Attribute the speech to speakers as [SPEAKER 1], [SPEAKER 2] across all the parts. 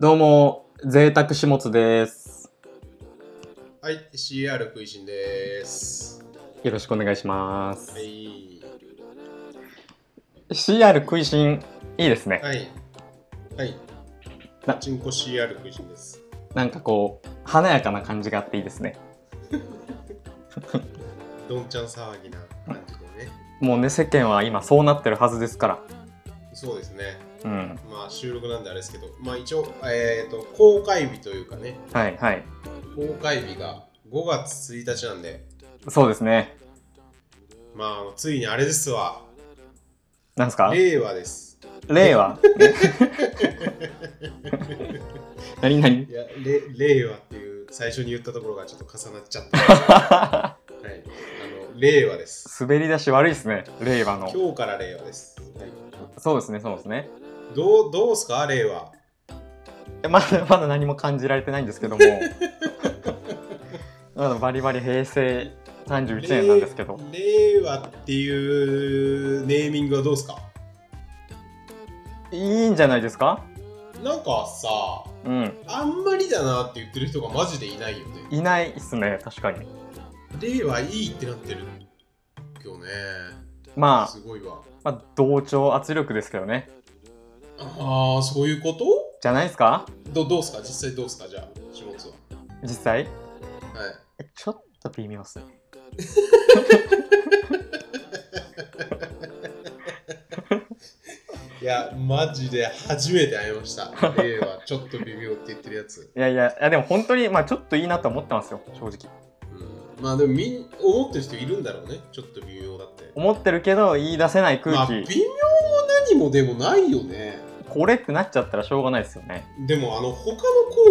[SPEAKER 1] どうも、贅沢しもつです。
[SPEAKER 2] はい、CR 食いしんです。
[SPEAKER 1] よろしくお願いします
[SPEAKER 2] は。い。
[SPEAKER 1] CR 食いしん、いいですね。
[SPEAKER 2] はい。はい
[SPEAKER 1] な。
[SPEAKER 2] チンコ CR 食いしんです。
[SPEAKER 1] なんかこう、華やかな感じがあっていいですね。
[SPEAKER 2] どんちゃん騒ぎな感じでね。
[SPEAKER 1] もうね、世間は今そうなってるはずですから。
[SPEAKER 2] そうですね。
[SPEAKER 1] うん。
[SPEAKER 2] まあ収録なんであれですけど、まあ一応、えっ、と、公開日というかね、
[SPEAKER 1] はいはい。
[SPEAKER 2] 公開日が5月1日なんで、
[SPEAKER 1] そうですね。
[SPEAKER 2] まあついにあれですわ。
[SPEAKER 1] なんすか
[SPEAKER 2] 令和です。
[SPEAKER 1] 令和。 何何
[SPEAKER 2] いや、れ令和っていう最初に言ったところがちょっと重なっちゃった。はい。あの、令和です。
[SPEAKER 1] 滑り出し悪いですね。令和の。
[SPEAKER 2] 今日から令和です。はい
[SPEAKER 1] そうですね、そうですね。
[SPEAKER 2] どう、どうすか令和。
[SPEAKER 1] えまだまだ何も感じられてないんですけ どもまだバリバリ平成31年なんですけど
[SPEAKER 2] 令令和っていうネーミングはどうですか
[SPEAKER 1] いいんじゃないですか
[SPEAKER 2] なんかさ、
[SPEAKER 1] うん
[SPEAKER 2] あんまりだなって言ってる人がマジでいないよね。
[SPEAKER 1] いないっすね確かに
[SPEAKER 2] 令和いいってなってる今日ね。
[SPEAKER 1] まあ
[SPEAKER 2] すごいわ。
[SPEAKER 1] まあ同調圧力ですけどね
[SPEAKER 2] ああ、そういうこと
[SPEAKER 1] じゃないですか
[SPEAKER 2] どどうすか実際どうすかじゃあ、下津は。
[SPEAKER 1] 実際
[SPEAKER 2] はい。
[SPEAKER 1] えちょっと微妙っすね
[SPEAKER 2] いや、マジで初めて会いました。令和、ちょっと微妙って言ってるやつ。
[SPEAKER 1] いやいやいやでも本当にまあちょっといいなと思ってますよ正直
[SPEAKER 2] うん、まあでもみん、思ってる人いるんだろうね。ちょっと微妙だって。
[SPEAKER 1] 思ってるけど言い出せない
[SPEAKER 2] ま
[SPEAKER 1] 空
[SPEAKER 2] あ、微
[SPEAKER 1] 気、
[SPEAKER 2] 妙も何もでもないよね。
[SPEAKER 1] これってなっちゃったらしょうがないですよね
[SPEAKER 2] でもあの他の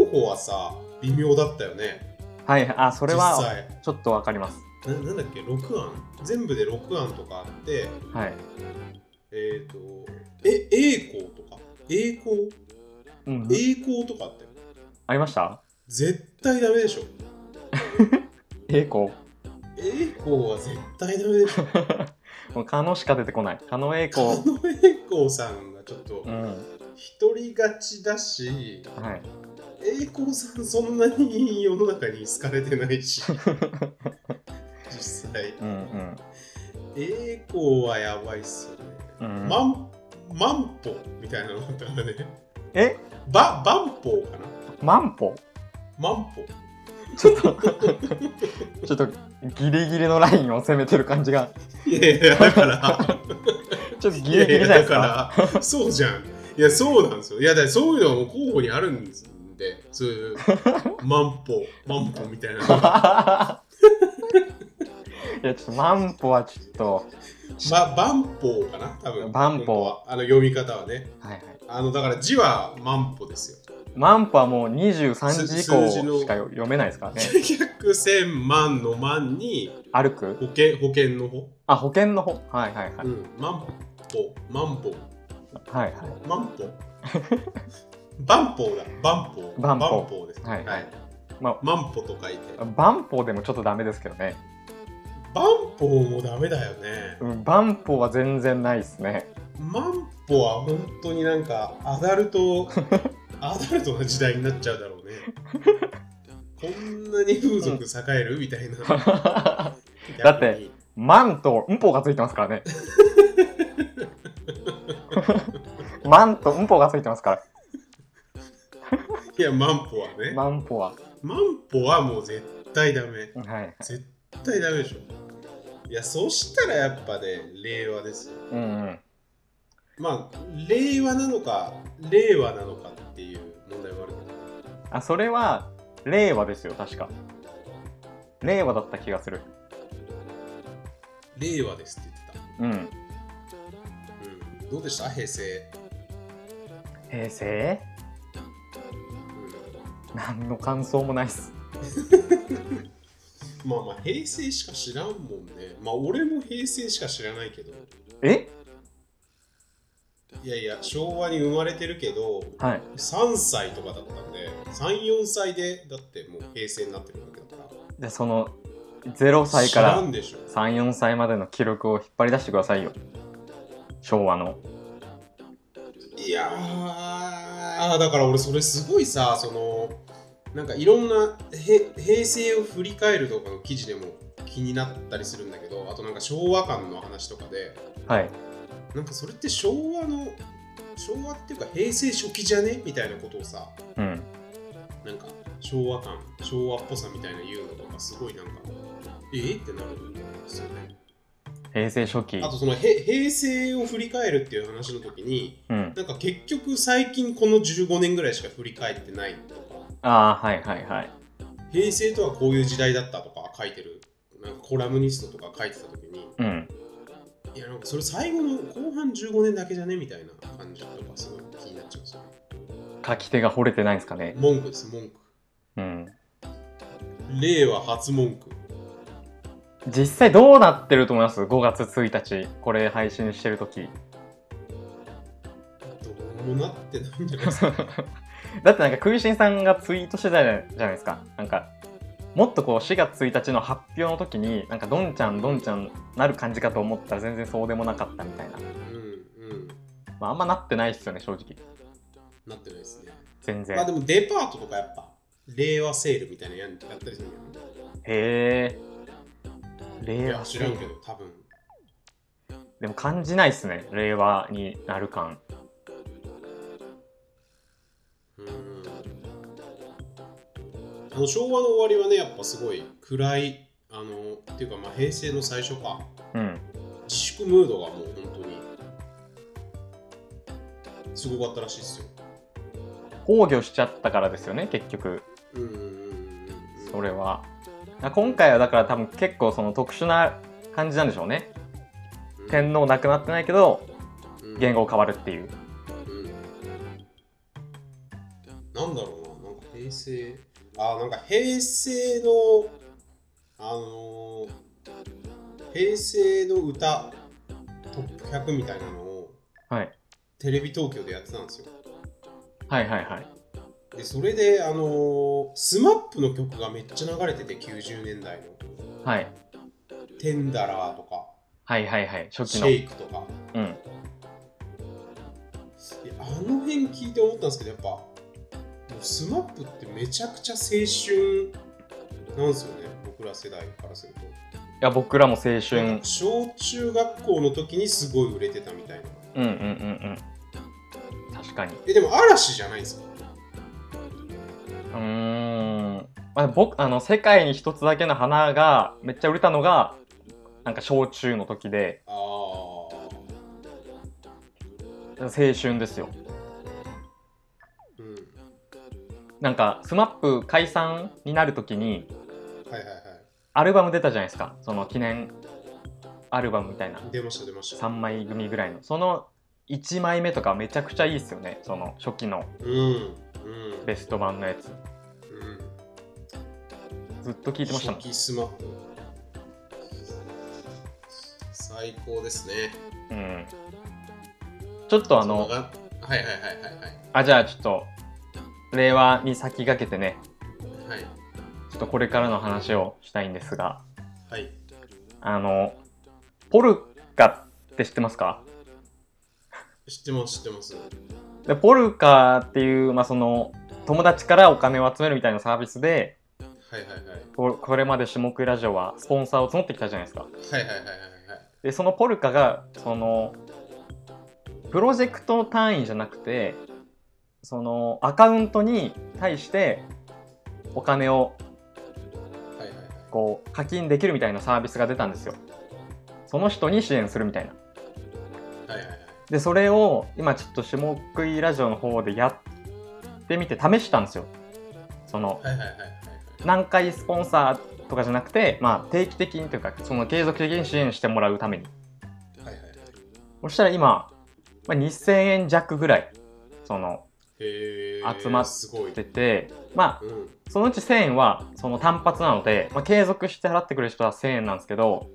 [SPEAKER 2] 候補はさ微妙だったよね
[SPEAKER 1] はいあそれ
[SPEAKER 2] 実
[SPEAKER 1] は
[SPEAKER 2] 際
[SPEAKER 1] ちょっとわかります
[SPEAKER 2] ななんだっけ6案全部で6案とかあって
[SPEAKER 1] はい
[SPEAKER 2] えっ、とえ栄光とか栄光
[SPEAKER 1] うん
[SPEAKER 2] 栄光とかあったよ
[SPEAKER 1] ありました
[SPEAKER 2] 絶対ダメでしょ
[SPEAKER 1] 栄光
[SPEAKER 2] 栄光は絶対ダメでしょ
[SPEAKER 1] もうカノしか出 てこない。カノ栄
[SPEAKER 2] こ
[SPEAKER 1] 光。
[SPEAKER 2] の栄光さんがちょっと
[SPEAKER 1] うん。
[SPEAKER 2] 独り勝ちだし
[SPEAKER 1] はい。
[SPEAKER 2] 栄光さんそんなに世の中に好かれてな いし実際
[SPEAKER 1] うんうん。
[SPEAKER 2] 栄光はやばいっすよね
[SPEAKER 1] うん、
[SPEAKER 2] マンマンポみたいなのだったからね。
[SPEAKER 1] え
[SPEAKER 2] ばバンポかな
[SPEAKER 1] 万歩
[SPEAKER 2] マンポ
[SPEAKER 1] ちょっとちょっとギリギリのラインを攻めてる感じが
[SPEAKER 2] いやいや、だ から、
[SPEAKER 1] ちょっとギ
[SPEAKER 2] い
[SPEAKER 1] リ
[SPEAKER 2] や
[SPEAKER 1] ギリじ
[SPEAKER 2] い
[SPEAKER 1] ゃな
[SPEAKER 2] や、
[SPEAKER 1] いで
[SPEAKER 2] だ
[SPEAKER 1] すか
[SPEAKER 2] から、そうじゃん。いや、そうなんですよ。いや、だからそういうのも候補にあるんですんで、そういう、マン ポ、マンポ みたいなのが。
[SPEAKER 1] いやちょっと万歩はちょっと
[SPEAKER 2] ま、バンポかな多分。
[SPEAKER 1] バンポ
[SPEAKER 2] 本当は。あの、読み方はね。
[SPEAKER 1] はいはい
[SPEAKER 2] あの、だから字はマンポですよ。
[SPEAKER 1] 万歩はもう23時以降
[SPEAKER 2] 数字の
[SPEAKER 1] しか読めないです からね
[SPEAKER 2] 100、千万の万に、
[SPEAKER 1] 歩く
[SPEAKER 2] 保険、保険の保。
[SPEAKER 1] あ保険の方はいはいは
[SPEAKER 2] う
[SPEAKER 1] い
[SPEAKER 2] ん、マンポ、マンポ。
[SPEAKER 1] はいはい
[SPEAKER 2] マンポ バンポーだ。バンポー。
[SPEAKER 1] バンポー
[SPEAKER 2] です。
[SPEAKER 1] はいま
[SPEAKER 2] まマンポと書いて。
[SPEAKER 1] 万歩でもちょっとダメですけどね
[SPEAKER 2] バンポーもダメだよね。
[SPEAKER 1] うん万歩は全然ないですね
[SPEAKER 2] マンポは本当になんかアダル ト、アダルトな時代になっちゃうだろうね。こんなに風俗栄える、みたいな。
[SPEAKER 1] だってマンとうんぽがついてますからね。マンとうんぽがついてますから。
[SPEAKER 2] 逆に。いや、マンポはね。
[SPEAKER 1] マンポは。
[SPEAKER 2] マンポはもう絶対ダメ。
[SPEAKER 1] はい。
[SPEAKER 2] 絶対ダメでしょ。いや、そしたらやっぱね、令和ですよ。
[SPEAKER 1] うんうん。
[SPEAKER 2] まあ、令和なのか、令和なのかっていう問題もあるけ
[SPEAKER 1] あ、それは令和ですよ、確か。令和だった気がする。
[SPEAKER 2] ど、令和ですって
[SPEAKER 1] うん。
[SPEAKER 2] 言ってた。うん、どうでした平成、
[SPEAKER 1] 平成
[SPEAKER 2] うん
[SPEAKER 1] 何の感想もないっす。
[SPEAKER 2] まあまあ、平成しか知らんもんね。まあ、俺も平成しか知らないけど。
[SPEAKER 1] え
[SPEAKER 2] いやいや、昭和に生まれてるけど、
[SPEAKER 1] はい。
[SPEAKER 2] 3歳とかだったんで、3、4歳で、だってもう平成になってるわけだから。
[SPEAKER 1] じゃあその0歳か
[SPEAKER 2] 知ら
[SPEAKER 1] ら
[SPEAKER 2] んでしょ。
[SPEAKER 1] 3、4歳までの記録を引っ張り出してくださいよ。昭和の。
[SPEAKER 2] いやー、ああだから俺それすごいさそのなんかいろんなへ平成を振り返るとかの記事でも気になったりするんだけどあとなんか昭和感の話とかで
[SPEAKER 1] はい。
[SPEAKER 2] なんかそれって昭和の昭和っていうか平成初期じゃねみたいなことをさ
[SPEAKER 1] うん。
[SPEAKER 2] なんか昭和感昭和っぽさみたいな言うのとかすごいなんかえー、ってなるんですよね
[SPEAKER 1] 平成初期
[SPEAKER 2] あ。とそのへ平成を振り返るっていう話の時に
[SPEAKER 1] うん。
[SPEAKER 2] なんか結局最近この15年ぐらいしか振り返ってない
[SPEAKER 1] ああ、はいはいはい。
[SPEAKER 2] 平成とはこういう時代だったとか書いてるなんかコラムニストとか書いてた時に
[SPEAKER 1] うん。
[SPEAKER 2] いやなんかそれ最後の後半15年だけじゃねみたいな感じとかすごい気になっちゃうんですよ
[SPEAKER 1] 書き手が惚れてないんですかね。
[SPEAKER 2] 文句です文句
[SPEAKER 1] うん。
[SPEAKER 2] 令和初文句
[SPEAKER 1] 実際どうなってると思います ?5 月1日、これ配信してる時。
[SPEAKER 2] どうもなってないんじゃないです か
[SPEAKER 1] だってなんか空心さんがツイートしてたじゃないですかなんかもっとこう4月1日の発表の時になんかどんちゃんどんちゃんなる感じかと思ったら全然そうでもなかったみたいな、
[SPEAKER 2] うんうん
[SPEAKER 1] まあ、あんまなってないっすよね正直
[SPEAKER 2] なってないですね
[SPEAKER 1] 全然
[SPEAKER 2] まあで
[SPEAKER 1] へ
[SPEAKER 2] もデパートとかやっぱ令和セールみたいなのやんやったりするんだよね
[SPEAKER 1] え
[SPEAKER 2] い
[SPEAKER 1] 令
[SPEAKER 2] や
[SPEAKER 1] 和
[SPEAKER 2] 知らんけど多分
[SPEAKER 1] でも感じないっすね令和になる感
[SPEAKER 2] うんあの昭和の終わりはねやっぱすごい暗いあのっていうかまあ平成の最初か
[SPEAKER 1] うん
[SPEAKER 2] 自粛ムードがもう本当にすごかったらしいですよ。
[SPEAKER 1] 崩御しちゃったからですよね結局
[SPEAKER 2] うんうんうんうんうん
[SPEAKER 1] それはあ今回はだから多分結構その特殊な感じなんでしょうね天皇亡くなってないけど
[SPEAKER 2] うん
[SPEAKER 1] 言語変わるっていう
[SPEAKER 2] うんなんだろうな、なんか平成、あーなんか平成の、あのー平成の歌トップ100みたいなのを
[SPEAKER 1] はい
[SPEAKER 2] テレビ東京でやってたんですよ。
[SPEAKER 1] はいはいはい
[SPEAKER 2] で、それで、あのー、スマップの曲がめっちゃ流れてて、90年代の。
[SPEAKER 1] はい。
[SPEAKER 2] テンダラーとか、
[SPEAKER 1] はいはいはい。初期
[SPEAKER 2] シ
[SPEAKER 1] の。
[SPEAKER 2] ェイクとか。
[SPEAKER 1] うん。
[SPEAKER 2] いやあの辺聞いて思ったんですけどやっぱもうスマップってめちゃくちゃ青春なんですよね僕ら世代からすると
[SPEAKER 1] いや、僕らも青春。
[SPEAKER 2] なんか小中学校の時にすごい売れてたみたいな
[SPEAKER 1] うんうんうんうん。確かに。
[SPEAKER 2] えでも嵐じゃないんですか
[SPEAKER 1] うーん。あ僕、あの、世界に一つだけの花が、めっちゃ売れたのが、なんか小中の時で、
[SPEAKER 2] ああ
[SPEAKER 1] 青春ですよ。
[SPEAKER 2] うん
[SPEAKER 1] なんか、スマップ解散になる時に、
[SPEAKER 2] はいはいは
[SPEAKER 1] アルバム出たじゃないですか。その記念アルバムみたいな。
[SPEAKER 2] い出ました出ました
[SPEAKER 1] 3枚組ぐらいの。その1枚目とかめちゃくちゃいいっすよね。その初期の
[SPEAKER 2] うんうん
[SPEAKER 1] ベスト版のやつ。
[SPEAKER 2] うん
[SPEAKER 1] ずっと聴いてましたもん
[SPEAKER 2] 初。期スマップ最高ですね
[SPEAKER 1] うんちょっとあ
[SPEAKER 2] そん
[SPEAKER 1] の、
[SPEAKER 2] ながはいはいはいはいはい
[SPEAKER 1] あ、じゃあちょっと、令和に先駆けてね、
[SPEAKER 2] はい
[SPEAKER 1] ちょっとこれからの話をしたいんですが、
[SPEAKER 2] はい
[SPEAKER 1] あの、ポルカって知ってますか
[SPEAKER 2] 知ってます知ってます
[SPEAKER 1] でポルカっていう、まあ、その、友達からお金を集めるみたいなサービスで、
[SPEAKER 2] はいはいはい
[SPEAKER 1] ここれまで下食いラジオはスポンサーを募ってきたじゃないですか。
[SPEAKER 2] はいはいはいはいはい
[SPEAKER 1] で、そのポルカが、その、プロジェクト単位じゃなくて、その、アカウントに対して、お金を
[SPEAKER 2] はいはいはい
[SPEAKER 1] こう課金できるみたいなサービスが出たんですよその人に支援するみたいな
[SPEAKER 2] はいはいはい
[SPEAKER 1] でそれを今ちょっと下食いラジオの方でやってみて試したんですよその
[SPEAKER 2] はいはいはいはい
[SPEAKER 1] 何回スポンサーとかじゃなくて、まあ、定期的にというかその継続的に支援してもらうために
[SPEAKER 2] はいはいはい
[SPEAKER 1] そしたら今、まあ、2000円弱ぐらいその
[SPEAKER 2] へー
[SPEAKER 1] 集まっ
[SPEAKER 2] すごい
[SPEAKER 1] 出てまあ
[SPEAKER 2] うん
[SPEAKER 1] そのうち1000円はその単発なので、まあ、継続して払ってくれる人は1000円なんですけど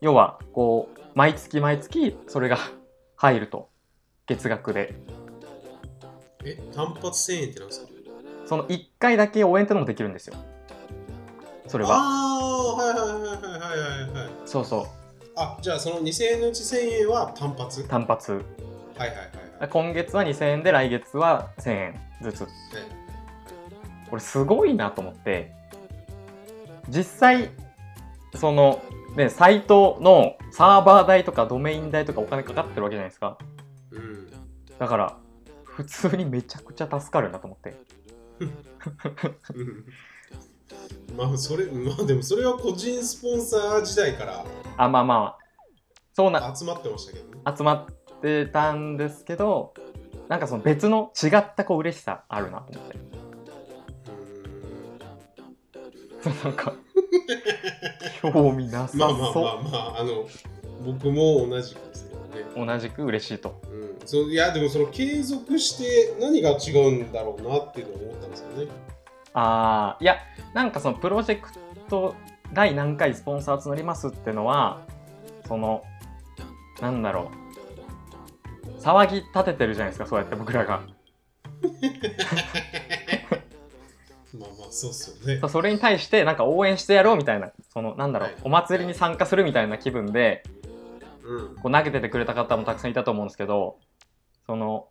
[SPEAKER 1] 要はこう毎月毎月それが入ると月額で
[SPEAKER 2] え単発1000円ってなんですか
[SPEAKER 1] その1回だけ応援ってのもできるんですよそれは
[SPEAKER 2] ああーはいはいはいはいはいはい
[SPEAKER 1] そうそ
[SPEAKER 2] あじゃあその2000円のうち1000円は単発は
[SPEAKER 1] う単発
[SPEAKER 2] いはいはいはいはい
[SPEAKER 1] 今月は2000円で来月は1000円ずつこれすごいなと思って実際そのねサイトのサーバー代とかドメイン代とかお金かかってるわけじゃないですか
[SPEAKER 2] うん
[SPEAKER 1] だから普通にめちゃくちゃ助かるなと思って
[SPEAKER 2] うんまあそれまあでもそれは個人スポンサー時代から
[SPEAKER 1] あまあまあそうな
[SPEAKER 2] 集まってましたけどね
[SPEAKER 1] 集まってたんですけどなんかその別の違ったこう嬉しさあるなと思って
[SPEAKER 2] う
[SPEAKER 1] そ
[SPEAKER 2] ん
[SPEAKER 1] うなんか興味なさ
[SPEAKER 2] まあまあま
[SPEAKER 1] そ
[SPEAKER 2] あまああの僕も同じくですけどね
[SPEAKER 1] う同じく嬉しいと
[SPEAKER 2] うん、そういやでもその継続して何が違うんだろうなっていうのを思ったんですよね。
[SPEAKER 1] あーいやなんかそのプロジェクト第何回スポンサー募りますってのはそのなんだろう騒ぎ立ててるじゃないですかそうやって僕らが
[SPEAKER 2] まあまあそうっすよね
[SPEAKER 1] そ。それに対してなんか応援してやろうみたいなそのなんだろう
[SPEAKER 2] はい
[SPEAKER 1] お祭りに参加するみたいな気分で
[SPEAKER 2] うん。
[SPEAKER 1] こう投げててくれた方もたくさんいたと思うんですけどその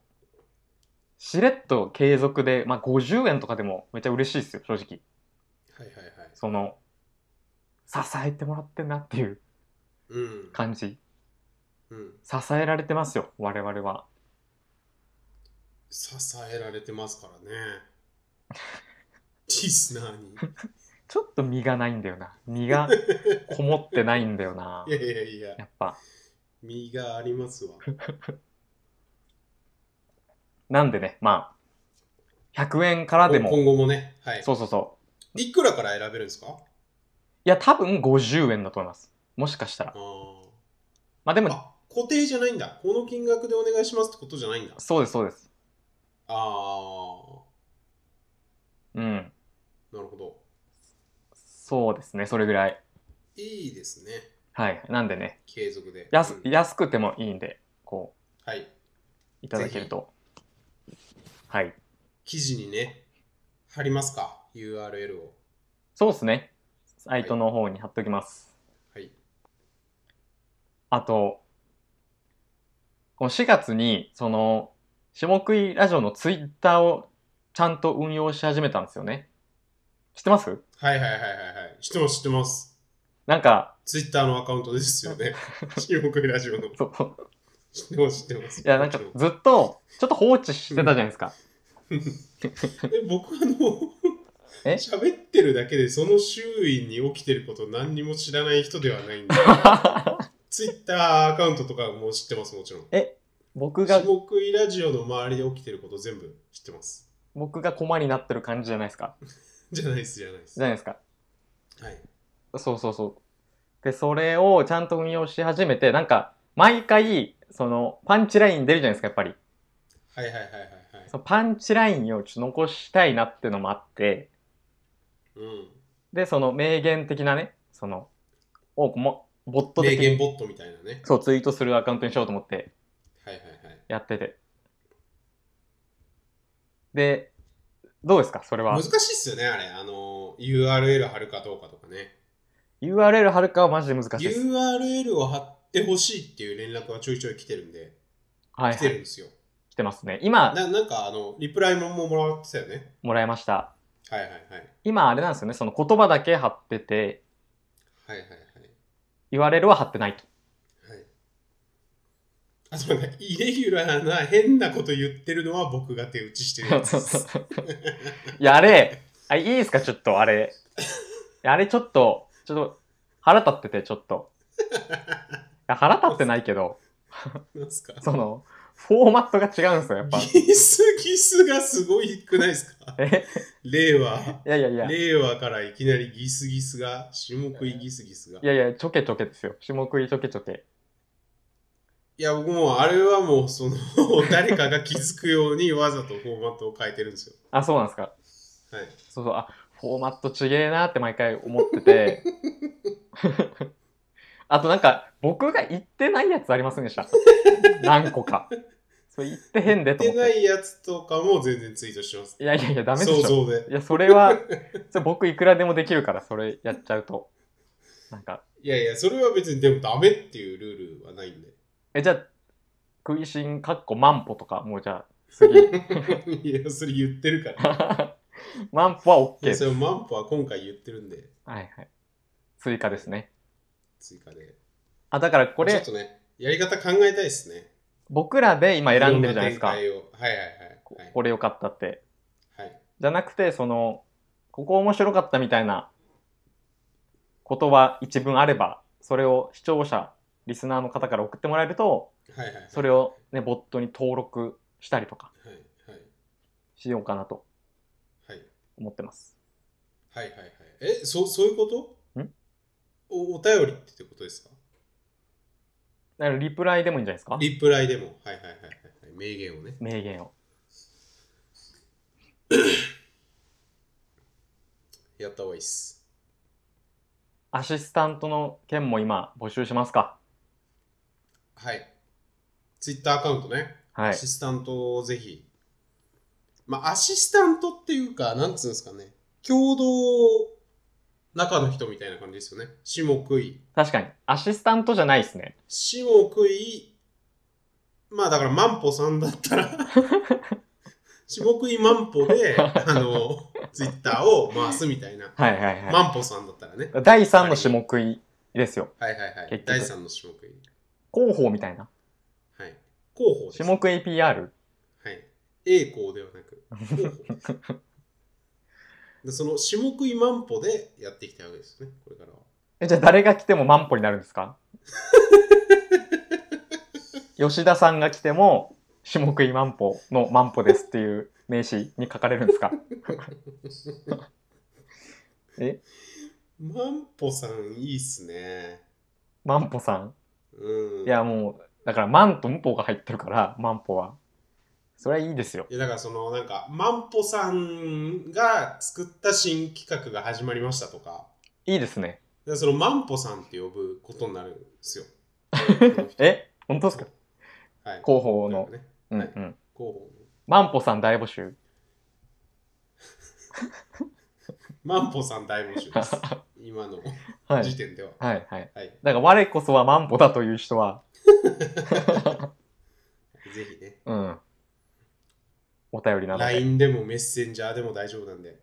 [SPEAKER 1] しれっと継続で、まあ、50円とかでもめっちゃ嬉しいですよ正直
[SPEAKER 2] はいはいはい。
[SPEAKER 1] その支えてもらってんなっていう
[SPEAKER 2] うん。
[SPEAKER 1] 感じ
[SPEAKER 2] うん、
[SPEAKER 1] 支えられてますよ我々は
[SPEAKER 2] 支えられてますからね。リスナーに。
[SPEAKER 1] ちょっと身がないんだよな身がこもってないんだよない
[SPEAKER 2] や いやいや、
[SPEAKER 1] やっぱ
[SPEAKER 2] 身がありますわ。
[SPEAKER 1] なんでねまあ100円からでも
[SPEAKER 2] 今後もね。はい。
[SPEAKER 1] そうそうそう
[SPEAKER 2] いくらから選べるんですか
[SPEAKER 1] いや多分50円だと思いますもしかしたら
[SPEAKER 2] あー
[SPEAKER 1] まあでも
[SPEAKER 2] あ固定じゃないんだ。この金額でお願いしますってことじゃないんだ。
[SPEAKER 1] そうですそうです
[SPEAKER 2] ああ
[SPEAKER 1] うん
[SPEAKER 2] ー、なるほど。
[SPEAKER 1] そうですねそれぐらい
[SPEAKER 2] いいですね。
[SPEAKER 1] はいなんでね
[SPEAKER 2] 継続で。
[SPEAKER 1] 安
[SPEAKER 2] うん
[SPEAKER 1] 安くてもいいんでこ
[SPEAKER 2] はい。
[SPEAKER 1] ういただけるとはい
[SPEAKER 2] 記事にね、貼りますか ?URL を。
[SPEAKER 1] そうですねサイトの方に貼っときます、
[SPEAKER 2] はい。
[SPEAKER 1] あと、この4月に、その、下食いラジオのツイッターをちゃんと運用し始めたんですよね。知ってます
[SPEAKER 2] はいはいはいはいはい。知ってます、知ってます。
[SPEAKER 1] なんか、
[SPEAKER 2] ツイッターのアカウントですよ ね。新木ラジオの。
[SPEAKER 1] そう、
[SPEAKER 2] 知ってます、知ってます。
[SPEAKER 1] いや、なんかずっと、ちょっと放置してたじゃないですか。
[SPEAKER 2] え、僕あの、
[SPEAKER 1] え
[SPEAKER 2] 喋ってるだけで、その周囲に起きてること何にも知らない人ではないんで、ツイッターアカウントとかも知ってます、もちろん。
[SPEAKER 1] 僕が
[SPEAKER 2] 下、食いラジオの周りで起きてること全部知ってます。
[SPEAKER 1] 僕が駒になってる感じじゃないですか。
[SPEAKER 2] じゃないです、じゃないです。
[SPEAKER 1] じゃないですか。
[SPEAKER 2] はい。
[SPEAKER 1] そうそうそう。で、それをちゃんと運用し始めて、なんか、毎回、その、パンチライン出るじゃないですか、やっぱり。
[SPEAKER 2] はいはいはいはいはい
[SPEAKER 1] そ。のパンチラインをちょっと残したいなっていうのもあって、
[SPEAKER 2] うん。
[SPEAKER 1] で、その名言的なね、その、をもボット
[SPEAKER 2] 名
[SPEAKER 1] 的に
[SPEAKER 2] 言ボットみたいなね。
[SPEAKER 1] そうツイートするアカウントにしようと思って
[SPEAKER 2] はいはいはい。
[SPEAKER 1] やってて。で、どうですかそれは
[SPEAKER 2] 難。しいっすよね、あれ。あの、URL 貼るかどうかとかね。
[SPEAKER 1] URL 貼るかはマジで難しいです。
[SPEAKER 2] URL を貼ってほしいっていう連絡はちょいちょい来てるんで、
[SPEAKER 1] はい、
[SPEAKER 2] 来て
[SPEAKER 1] は
[SPEAKER 2] るん
[SPEAKER 1] い。
[SPEAKER 2] ですよ。
[SPEAKER 1] 来てますね。今、
[SPEAKER 2] ななんか、あの、リプライももらってたよね。
[SPEAKER 1] もらいました。
[SPEAKER 2] はいはいはい。はい
[SPEAKER 1] 今、あれなんですよね。その言葉だけ貼ってて、
[SPEAKER 2] はいはい。
[SPEAKER 1] URL は貼ってないと。。
[SPEAKER 2] はい、あとなんか、イレギュラーな変なこと言ってるのは僕が手打ちしてるやつです
[SPEAKER 1] いや、あれ、あいいですかちょっと、あれ。いやあれ、ちょっと、ちょっと、腹立ってて、ちょっと。いや腹立ってないけど。
[SPEAKER 2] なんすか
[SPEAKER 1] その、フォーマットが違うんですよ、やっぱ。
[SPEAKER 2] ギスギスがすごいくないですか
[SPEAKER 1] え
[SPEAKER 2] 令和。
[SPEAKER 1] いやいやいや、い
[SPEAKER 2] 令和からいきなりギスギスが、下食いギスギスが。
[SPEAKER 1] やいや、ちょけちょけですよ。下食いちょけちょけ。
[SPEAKER 2] いや、僕もあれはもう、その、 誰かが気づくようにわざとフォーマットを変えてる んですよ。
[SPEAKER 1] あ、そうなんですか。
[SPEAKER 2] はい。
[SPEAKER 1] そうそう、あ、フォーマットちげえなって毎回思って て。あとなんか、僕が言ってないやつありませんでした。何個か。それ言ってへんでと
[SPEAKER 2] 言
[SPEAKER 1] 思
[SPEAKER 2] っ
[SPEAKER 1] ってて。
[SPEAKER 2] ないいやつとかも全然ツイートしてます。
[SPEAKER 1] やいやいや、ダメで
[SPEAKER 2] 想
[SPEAKER 1] しょ。
[SPEAKER 2] 像で。
[SPEAKER 1] いや、それは、それ僕いくらでもできるから、それやっちゃうと。なんか、
[SPEAKER 2] いやいや、それは別にでもダメっていうルールはないんで。
[SPEAKER 1] え、じゃあ、食いしんかっこ万歩とかもうじゃあ 次
[SPEAKER 2] いや、それ言ってるから。
[SPEAKER 1] 万歩は OK
[SPEAKER 2] い
[SPEAKER 1] で
[SPEAKER 2] や
[SPEAKER 1] す
[SPEAKER 2] それマンポは今回言ってるんで、
[SPEAKER 1] はいはい追加ですね
[SPEAKER 2] 追加で。
[SPEAKER 1] あだからこ
[SPEAKER 2] ちょっ
[SPEAKER 1] れ
[SPEAKER 2] とね、やり方考えたいですね。
[SPEAKER 1] 僕らで今選んでるじゃないですか
[SPEAKER 2] ろん展開をはいはい
[SPEAKER 1] こ
[SPEAKER 2] はい。
[SPEAKER 1] これ良かったって
[SPEAKER 2] はい、
[SPEAKER 1] じゃなくてそのここ面白かったみたいな言葉一文あればそれを視聴者リスナーの方から送ってもらえると
[SPEAKER 2] はい、はいはい。
[SPEAKER 1] それをねボットに登録したりとか
[SPEAKER 2] はいはい
[SPEAKER 1] しようかなと
[SPEAKER 2] はい
[SPEAKER 1] 思ってます
[SPEAKER 2] はいはいはい。え、そそういうこと
[SPEAKER 1] ん
[SPEAKER 2] おお便りってことですか
[SPEAKER 1] だからリプライでもいいんじゃないですか
[SPEAKER 2] リプライでも。はいはいはいはい。名言をね。
[SPEAKER 1] 名言を
[SPEAKER 2] やった方がいいっす。
[SPEAKER 1] アシスタントの件も今募集しますか
[SPEAKER 2] はい。ツイッターアカウントね。
[SPEAKER 1] は
[SPEAKER 2] ア
[SPEAKER 1] い
[SPEAKER 2] シスタントをぜひ。まあ、アシスタントっていうか、なんつうんですかね。共同中の人みたいな感じですよね。下食い。
[SPEAKER 1] 確かにアシスタントじゃないですね
[SPEAKER 2] 下食い、まあだから万歩さんだっ たら、下食い万歩で、あの、ツイッターを回すみたいな。
[SPEAKER 1] はいはいはい、
[SPEAKER 2] 万歩さんだったらね。
[SPEAKER 1] 第3の種目いですよ
[SPEAKER 2] はいはいは
[SPEAKER 1] 結
[SPEAKER 2] い
[SPEAKER 1] 局。
[SPEAKER 2] 第三の下食い。
[SPEAKER 1] 広報みたいな
[SPEAKER 2] はい。候補です。
[SPEAKER 1] 種
[SPEAKER 2] は
[SPEAKER 1] 目 APR
[SPEAKER 2] い。栄光ではなく、候補です。でその下食い万歩でやっていきたいわけですね、これからは。
[SPEAKER 1] えじゃあ誰が来ても万歩になるんです か吉田さんが来ても「種目い万歩の万歩です」っていう名刺に書かれるん ですかえ
[SPEAKER 2] 万歩さんいいっすね。
[SPEAKER 1] 万歩さん
[SPEAKER 2] うん。
[SPEAKER 1] いやもうだから万と無歩が入ってるから万歩はそれはいいですよ
[SPEAKER 2] いやだからそのなんか万歩さんが作った新企画が始まりましたとか
[SPEAKER 1] いいですね
[SPEAKER 2] でその万歩さんって呼ぶことになるんですよ
[SPEAKER 1] え本当ですか
[SPEAKER 2] はい
[SPEAKER 1] 広報の
[SPEAKER 2] なんかね
[SPEAKER 1] うんうん
[SPEAKER 2] 候補
[SPEAKER 1] 万歩さん大募 集
[SPEAKER 2] の万歩さん大募集 です今の
[SPEAKER 1] はい
[SPEAKER 2] 時点では
[SPEAKER 1] はいはい
[SPEAKER 2] はい、
[SPEAKER 1] だから我こそは万歩だという人は
[SPEAKER 2] ぜひね
[SPEAKER 1] うんお便りなどで
[SPEAKER 2] LINE でもメッセンジャーでも大丈夫なんで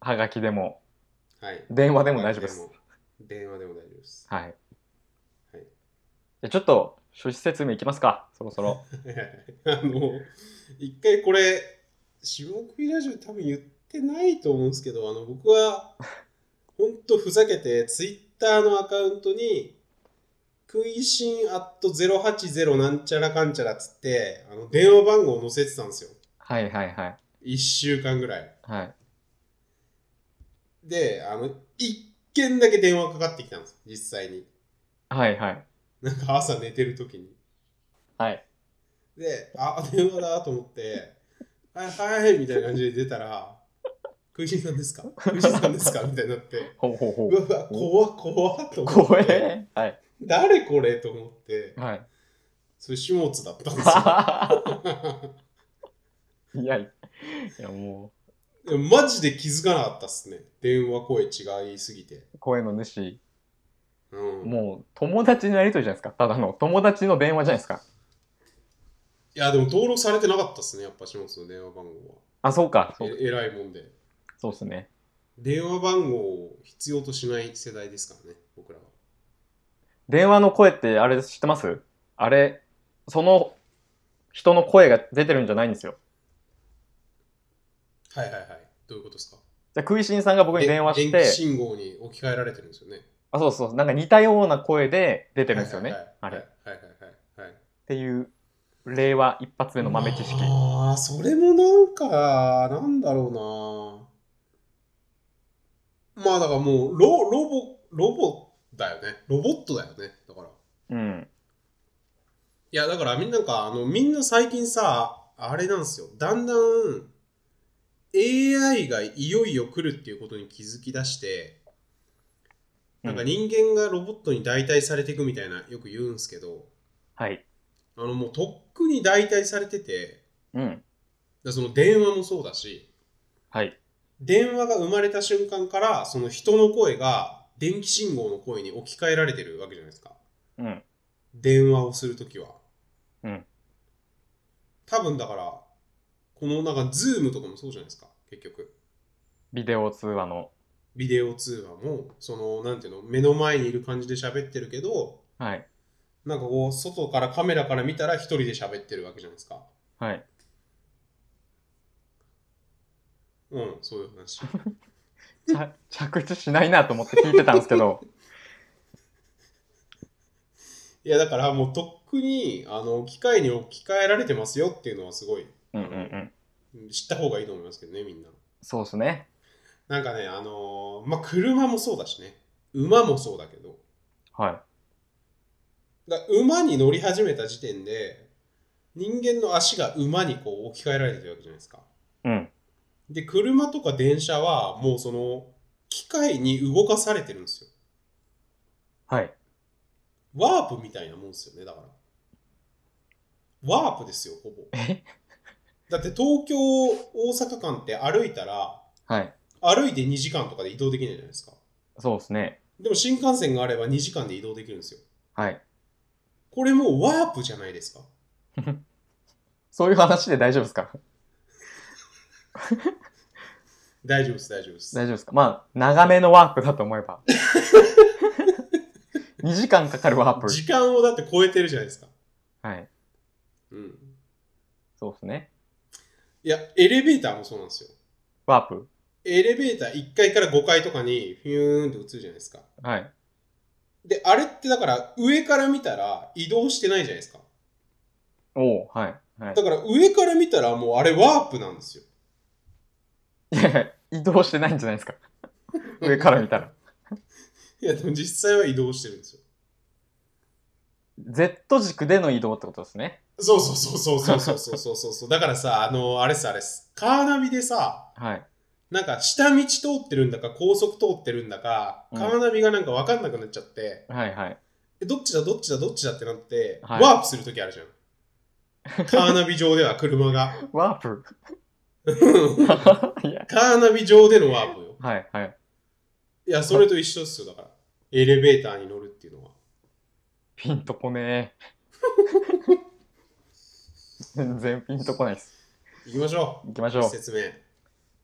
[SPEAKER 1] はがきでも
[SPEAKER 2] はい
[SPEAKER 1] 電話でも大丈夫です
[SPEAKER 2] 電話も電話でも大丈夫です
[SPEAKER 1] はい。
[SPEAKER 2] は
[SPEAKER 1] じ
[SPEAKER 2] い
[SPEAKER 1] ゃあちょっと趣旨説明いきますか、そろそろ。
[SPEAKER 2] あの、一回これ、下食いラジオで多分言ってないと思うんですけど、あの、僕は、ほんとふざけて、ツイッターのアカウントに、食いしんアット080なんちゃらかんちゃらっつって、あの、電話番号を載せてたんですよ。
[SPEAKER 1] はいはいはい。
[SPEAKER 2] 1週間ぐらい。
[SPEAKER 1] はい。
[SPEAKER 2] で、あの、一件だけ電話かかってきたんです、実際に。
[SPEAKER 1] はいはい。
[SPEAKER 2] なんか朝寝てる時に。
[SPEAKER 1] はい。
[SPEAKER 2] で、あ、 電話だと思って、はい、はい、みたいな感じで出たら、食いしんさん ですか食いしんさんですかみたいになって、
[SPEAKER 1] ほうほうほ
[SPEAKER 2] うわ、うわ怖っ、怖っと
[SPEAKER 1] う。
[SPEAKER 2] 思っ
[SPEAKER 1] 怖
[SPEAKER 2] て、
[SPEAKER 1] え。はい。
[SPEAKER 2] 誰これと思って、
[SPEAKER 1] はい。
[SPEAKER 2] それ、始末だったんです
[SPEAKER 1] い
[SPEAKER 2] よ
[SPEAKER 1] やいや、も
[SPEAKER 2] でも。マジで気づかなかったっすね。電話声違いすぎて。
[SPEAKER 1] う、声の主、
[SPEAKER 2] うん、い
[SPEAKER 1] もう友達のやりとりじゃないですか。ただの友達の電話じゃないですか。
[SPEAKER 2] や、でも登録されてなかったっすね、やっぱ始末の電話番号
[SPEAKER 1] あ、そうか。
[SPEAKER 2] は
[SPEAKER 1] そう。
[SPEAKER 2] え。えらいもんで。
[SPEAKER 1] そうですね。
[SPEAKER 2] 電話番号を必要としない世代ですからね、僕らは。
[SPEAKER 1] 電話の声ってあれ知ってますあれ、その人の声が出てるんじゃないんですよ。
[SPEAKER 2] はいはいはい。どういうことですか
[SPEAKER 1] じゃあ、食いしんさんが僕に電話して。
[SPEAKER 2] 電気信号に置き換えられてるんですよね。
[SPEAKER 1] あ、そうそう、なんか似たような声で出てるんですよね。
[SPEAKER 2] はい
[SPEAKER 1] あれ。
[SPEAKER 2] は
[SPEAKER 1] っ
[SPEAKER 2] いはいはいはい。
[SPEAKER 1] ていう、令和一発目の豆知識。
[SPEAKER 2] ああ、それもなんか、なんだろうな。まあだからもうロ、ロボ、ロボだよね。ロボットだよね。だから。
[SPEAKER 1] うん。
[SPEAKER 2] いや、だからみんななんか、あの、みんな最近さ、あれなんですよ。だんだん、AI がいよいよ来るっていうことに気づき出して、なんか人間がロボットに代替されていくみたいな、よく言うんですけど、
[SPEAKER 1] はい。
[SPEAKER 2] あのもうとっくに代替されてて、
[SPEAKER 1] うん。
[SPEAKER 2] だからその電話もそうだし、
[SPEAKER 1] はい。
[SPEAKER 2] 電話が生まれた瞬間から、その人の声が電気信号の声に置き換えられてるわけじゃないですか。
[SPEAKER 1] うん。
[SPEAKER 2] 電話をするときは。
[SPEAKER 1] うん
[SPEAKER 2] 多分だからこのなんかズームとかもそうじゃないですか結局
[SPEAKER 1] ビデオ通話の。
[SPEAKER 2] ビデオ通話もそのなんていうの目の前にいる感じで喋ってるけど
[SPEAKER 1] はい。
[SPEAKER 2] なんかこう外からカメラから見たら一人で喋ってるわけじゃないですか
[SPEAKER 1] はい。
[SPEAKER 2] うんそういう 話
[SPEAKER 1] ちゃ着地しないなと思って聞いてたんですけど。
[SPEAKER 2] いやだからもうとっくにあの機械に置き換えられてますよっていうのはすごい
[SPEAKER 1] うんうんうん。
[SPEAKER 2] 知った方がいいと思いますけどねみんな
[SPEAKER 1] そうですね。
[SPEAKER 2] なんかねあのーまあ車もそうだしね馬もそうだけど
[SPEAKER 1] は
[SPEAKER 2] だから馬に乗り始めた時点で人間の足が馬にこう置き換えられてるわけじゃないですか
[SPEAKER 1] い。うん。
[SPEAKER 2] で車とか電車はもうその機械に動かされてるんですよ
[SPEAKER 1] はい。
[SPEAKER 2] ワープみたいなもんですよねだからワープですよほぼ
[SPEAKER 1] え
[SPEAKER 2] だって東京大阪間って歩いたら
[SPEAKER 1] はい。
[SPEAKER 2] 歩いて2時間とかで移動できないじゃないですか
[SPEAKER 1] そうですね。
[SPEAKER 2] でも新幹線があれば2時間で移動できるんですよ
[SPEAKER 1] はい。
[SPEAKER 2] これもうワープじゃないですか
[SPEAKER 1] そういう話で大丈夫ですか
[SPEAKER 2] 大丈夫です大丈夫です
[SPEAKER 1] 大丈夫ですかまあ、長めのワープだと思え ば。2時間かかるワープ。
[SPEAKER 2] 時間をだって超えてるじゃないですか
[SPEAKER 1] はい。
[SPEAKER 2] うん
[SPEAKER 1] そうですね。
[SPEAKER 2] いやエレベーターもそうなんですよ
[SPEAKER 1] ワープ。
[SPEAKER 2] エレベーター1階から5階とかにフィューンって移るじゃないですか
[SPEAKER 1] はい。
[SPEAKER 2] であれってだから上から見たら移動してないじゃないですか
[SPEAKER 1] おおはい。はい
[SPEAKER 2] だから上から見たらもうあれワープなんですよ。
[SPEAKER 1] いやいや、移動してないんじゃないですか上から見たら。
[SPEAKER 2] いやでも実際は移動してるんですよ
[SPEAKER 1] Z 軸での移動ってことですね。
[SPEAKER 2] そうそうそうそうそうそうそうそうそうだからさあのあれさあれっすカーナビでさ
[SPEAKER 1] はい。
[SPEAKER 2] なんか下道通ってるんだか高速通ってるんだか
[SPEAKER 1] うん
[SPEAKER 2] カーナビがなんか分かんなくなっちゃって、
[SPEAKER 1] はいはい。
[SPEAKER 2] えどっちだどっちだどっちだってなって、
[SPEAKER 1] はい
[SPEAKER 2] ワープするときあるじゃん。カーナビ上では車が。
[SPEAKER 1] ワープ
[SPEAKER 2] カ
[SPEAKER 1] いや。
[SPEAKER 2] ーナビ上でのワープよ。
[SPEAKER 1] はいはい。
[SPEAKER 2] いや、それと一緒っすよ、だから。エレベーターに乗るっていうのは。
[SPEAKER 1] ピンとこねえ。全然ピンとこないです。
[SPEAKER 2] 行きましょ
[SPEAKER 1] 行きまし
[SPEAKER 2] う。
[SPEAKER 1] ょう。
[SPEAKER 2] 説明。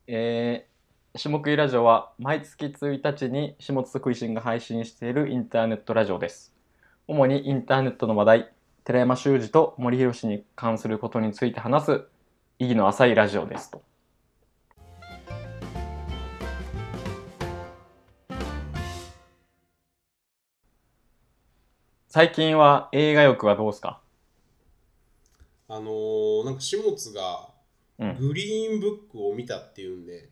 [SPEAKER 1] えー、下食いラジオは毎月1日に下津食いしんが配信しているインターネットラジオです。主にインターネットの話題、寺山修司と森博に関することについて話す意義の浅いラジオですと。最近は映画欲はどうですか
[SPEAKER 2] あのー、なんか、始末が
[SPEAKER 1] うん、
[SPEAKER 2] グリーンブックを見たっていうんで、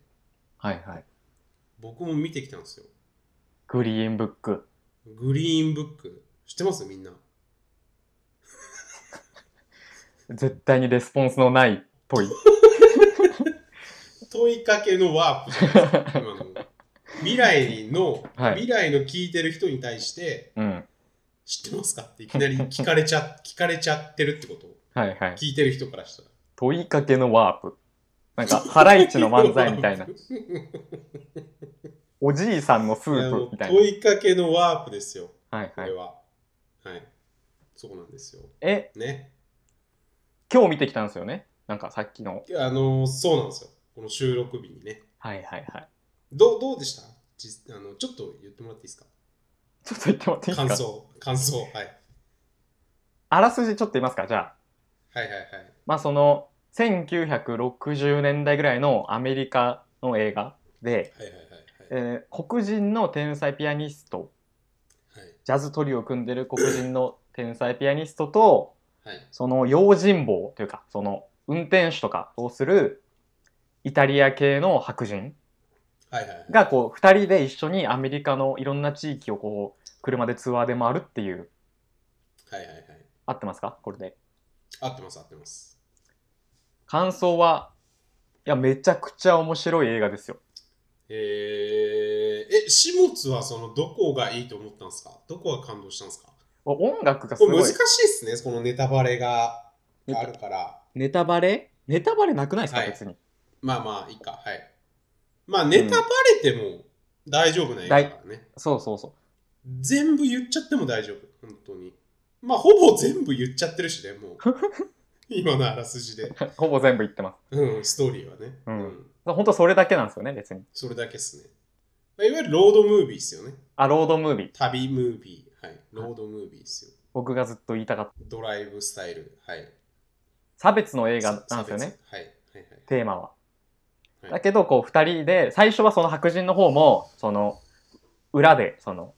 [SPEAKER 1] はいはい。
[SPEAKER 2] 僕も見てきたんですよ。
[SPEAKER 1] グリーンブック。
[SPEAKER 2] グリーンブック。知ってますみんな。
[SPEAKER 1] 絶対にレスポンスのないっ ぽい。
[SPEAKER 2] 問いかけのワープじゃないですか、今の。未来の、
[SPEAKER 1] はい
[SPEAKER 2] 未来の聞いてる人に対して、
[SPEAKER 1] うん。
[SPEAKER 2] 知ってますかっていきなり聞かれちゃ聞かれちゃってるってこと
[SPEAKER 1] はいはい。
[SPEAKER 2] 聞いてる人からしたら
[SPEAKER 1] 問いかけのワープ。なんか、ハライチの漫才みたい な。
[SPEAKER 2] い
[SPEAKER 1] おじいさんのス
[SPEAKER 2] や
[SPEAKER 1] ープ
[SPEAKER 2] もう
[SPEAKER 1] みたいな。
[SPEAKER 2] 問いかけのワープですよ
[SPEAKER 1] はい
[SPEAKER 2] こ
[SPEAKER 1] は
[SPEAKER 2] れ
[SPEAKER 1] い。
[SPEAKER 2] ははい、そうなんですよ
[SPEAKER 1] え、
[SPEAKER 2] ね
[SPEAKER 1] 今日見てきたんですよねなんかさっきの。
[SPEAKER 2] あのそうなんですよこの収録日にね
[SPEAKER 1] はいはいはい。
[SPEAKER 2] どうどうでした実あのちょっと言ってもらっていいですか
[SPEAKER 1] ちょっと言ってもらっていい
[SPEAKER 2] 感
[SPEAKER 1] ですか
[SPEAKER 2] 想感想はい
[SPEAKER 1] あらすじちょっと言いますかじゃあ。
[SPEAKER 2] はいはいはい
[SPEAKER 1] まあその、1960年代ぐらいのアメリカの映画で、
[SPEAKER 2] はいはいはいはい
[SPEAKER 1] えー黒人の天才ピアニスト、ジャズトリオを組んでる黒人の天才ピアニストと、
[SPEAKER 2] はいはい
[SPEAKER 1] その用心棒というか、その運転手とかをするイタリア系の白人
[SPEAKER 2] はいはいはい
[SPEAKER 1] がこう2人で一緒にアメリカのいろんな地域をこう車でツアーで回るっていう
[SPEAKER 2] はいはいはい
[SPEAKER 1] 合ってますかこれで
[SPEAKER 2] 合ってます合ってます
[SPEAKER 1] 感想はいやめちゃくちゃ面白い映画ですよ
[SPEAKER 2] えー、え、始末はそのどこがいいと思ったんですかどこが感動したんですか
[SPEAKER 1] 音楽がす
[SPEAKER 2] これ
[SPEAKER 1] ご
[SPEAKER 2] 難
[SPEAKER 1] い
[SPEAKER 2] しいですね、このネタバレが
[SPEAKER 1] ネタ
[SPEAKER 2] あるから。
[SPEAKER 1] ネタバレネタバレなくないですか、
[SPEAKER 2] はい
[SPEAKER 1] 別に
[SPEAKER 2] まあまあ、いいか。はい。まあ、ネタバレても大丈夫な映画だからね。
[SPEAKER 1] そうそうそう
[SPEAKER 2] 全部言っちゃっても大丈夫、本当に。まあ、ほぼ全部言っちゃってるしね、もう。今のあらすじで、
[SPEAKER 1] ほぼ全部言ってます。
[SPEAKER 2] うん、ストーリーはね、
[SPEAKER 1] うん本当それだけなんですよね、別に。
[SPEAKER 2] それだけっすねまあいわゆるロードムービーっすよね
[SPEAKER 1] あ、ロードムービー。
[SPEAKER 2] 旅ムービーはいロードムービーっすよ
[SPEAKER 1] 僕がずっと言いたかった。
[SPEAKER 2] ドライブスタイルはい
[SPEAKER 1] 差別の映
[SPEAKER 2] 映
[SPEAKER 1] 画なんですよね、
[SPEAKER 2] はいはいはい
[SPEAKER 1] テーマは。
[SPEAKER 2] はい
[SPEAKER 1] だけど、こう、二人で、最初はその白人の方も、その、裏で、その、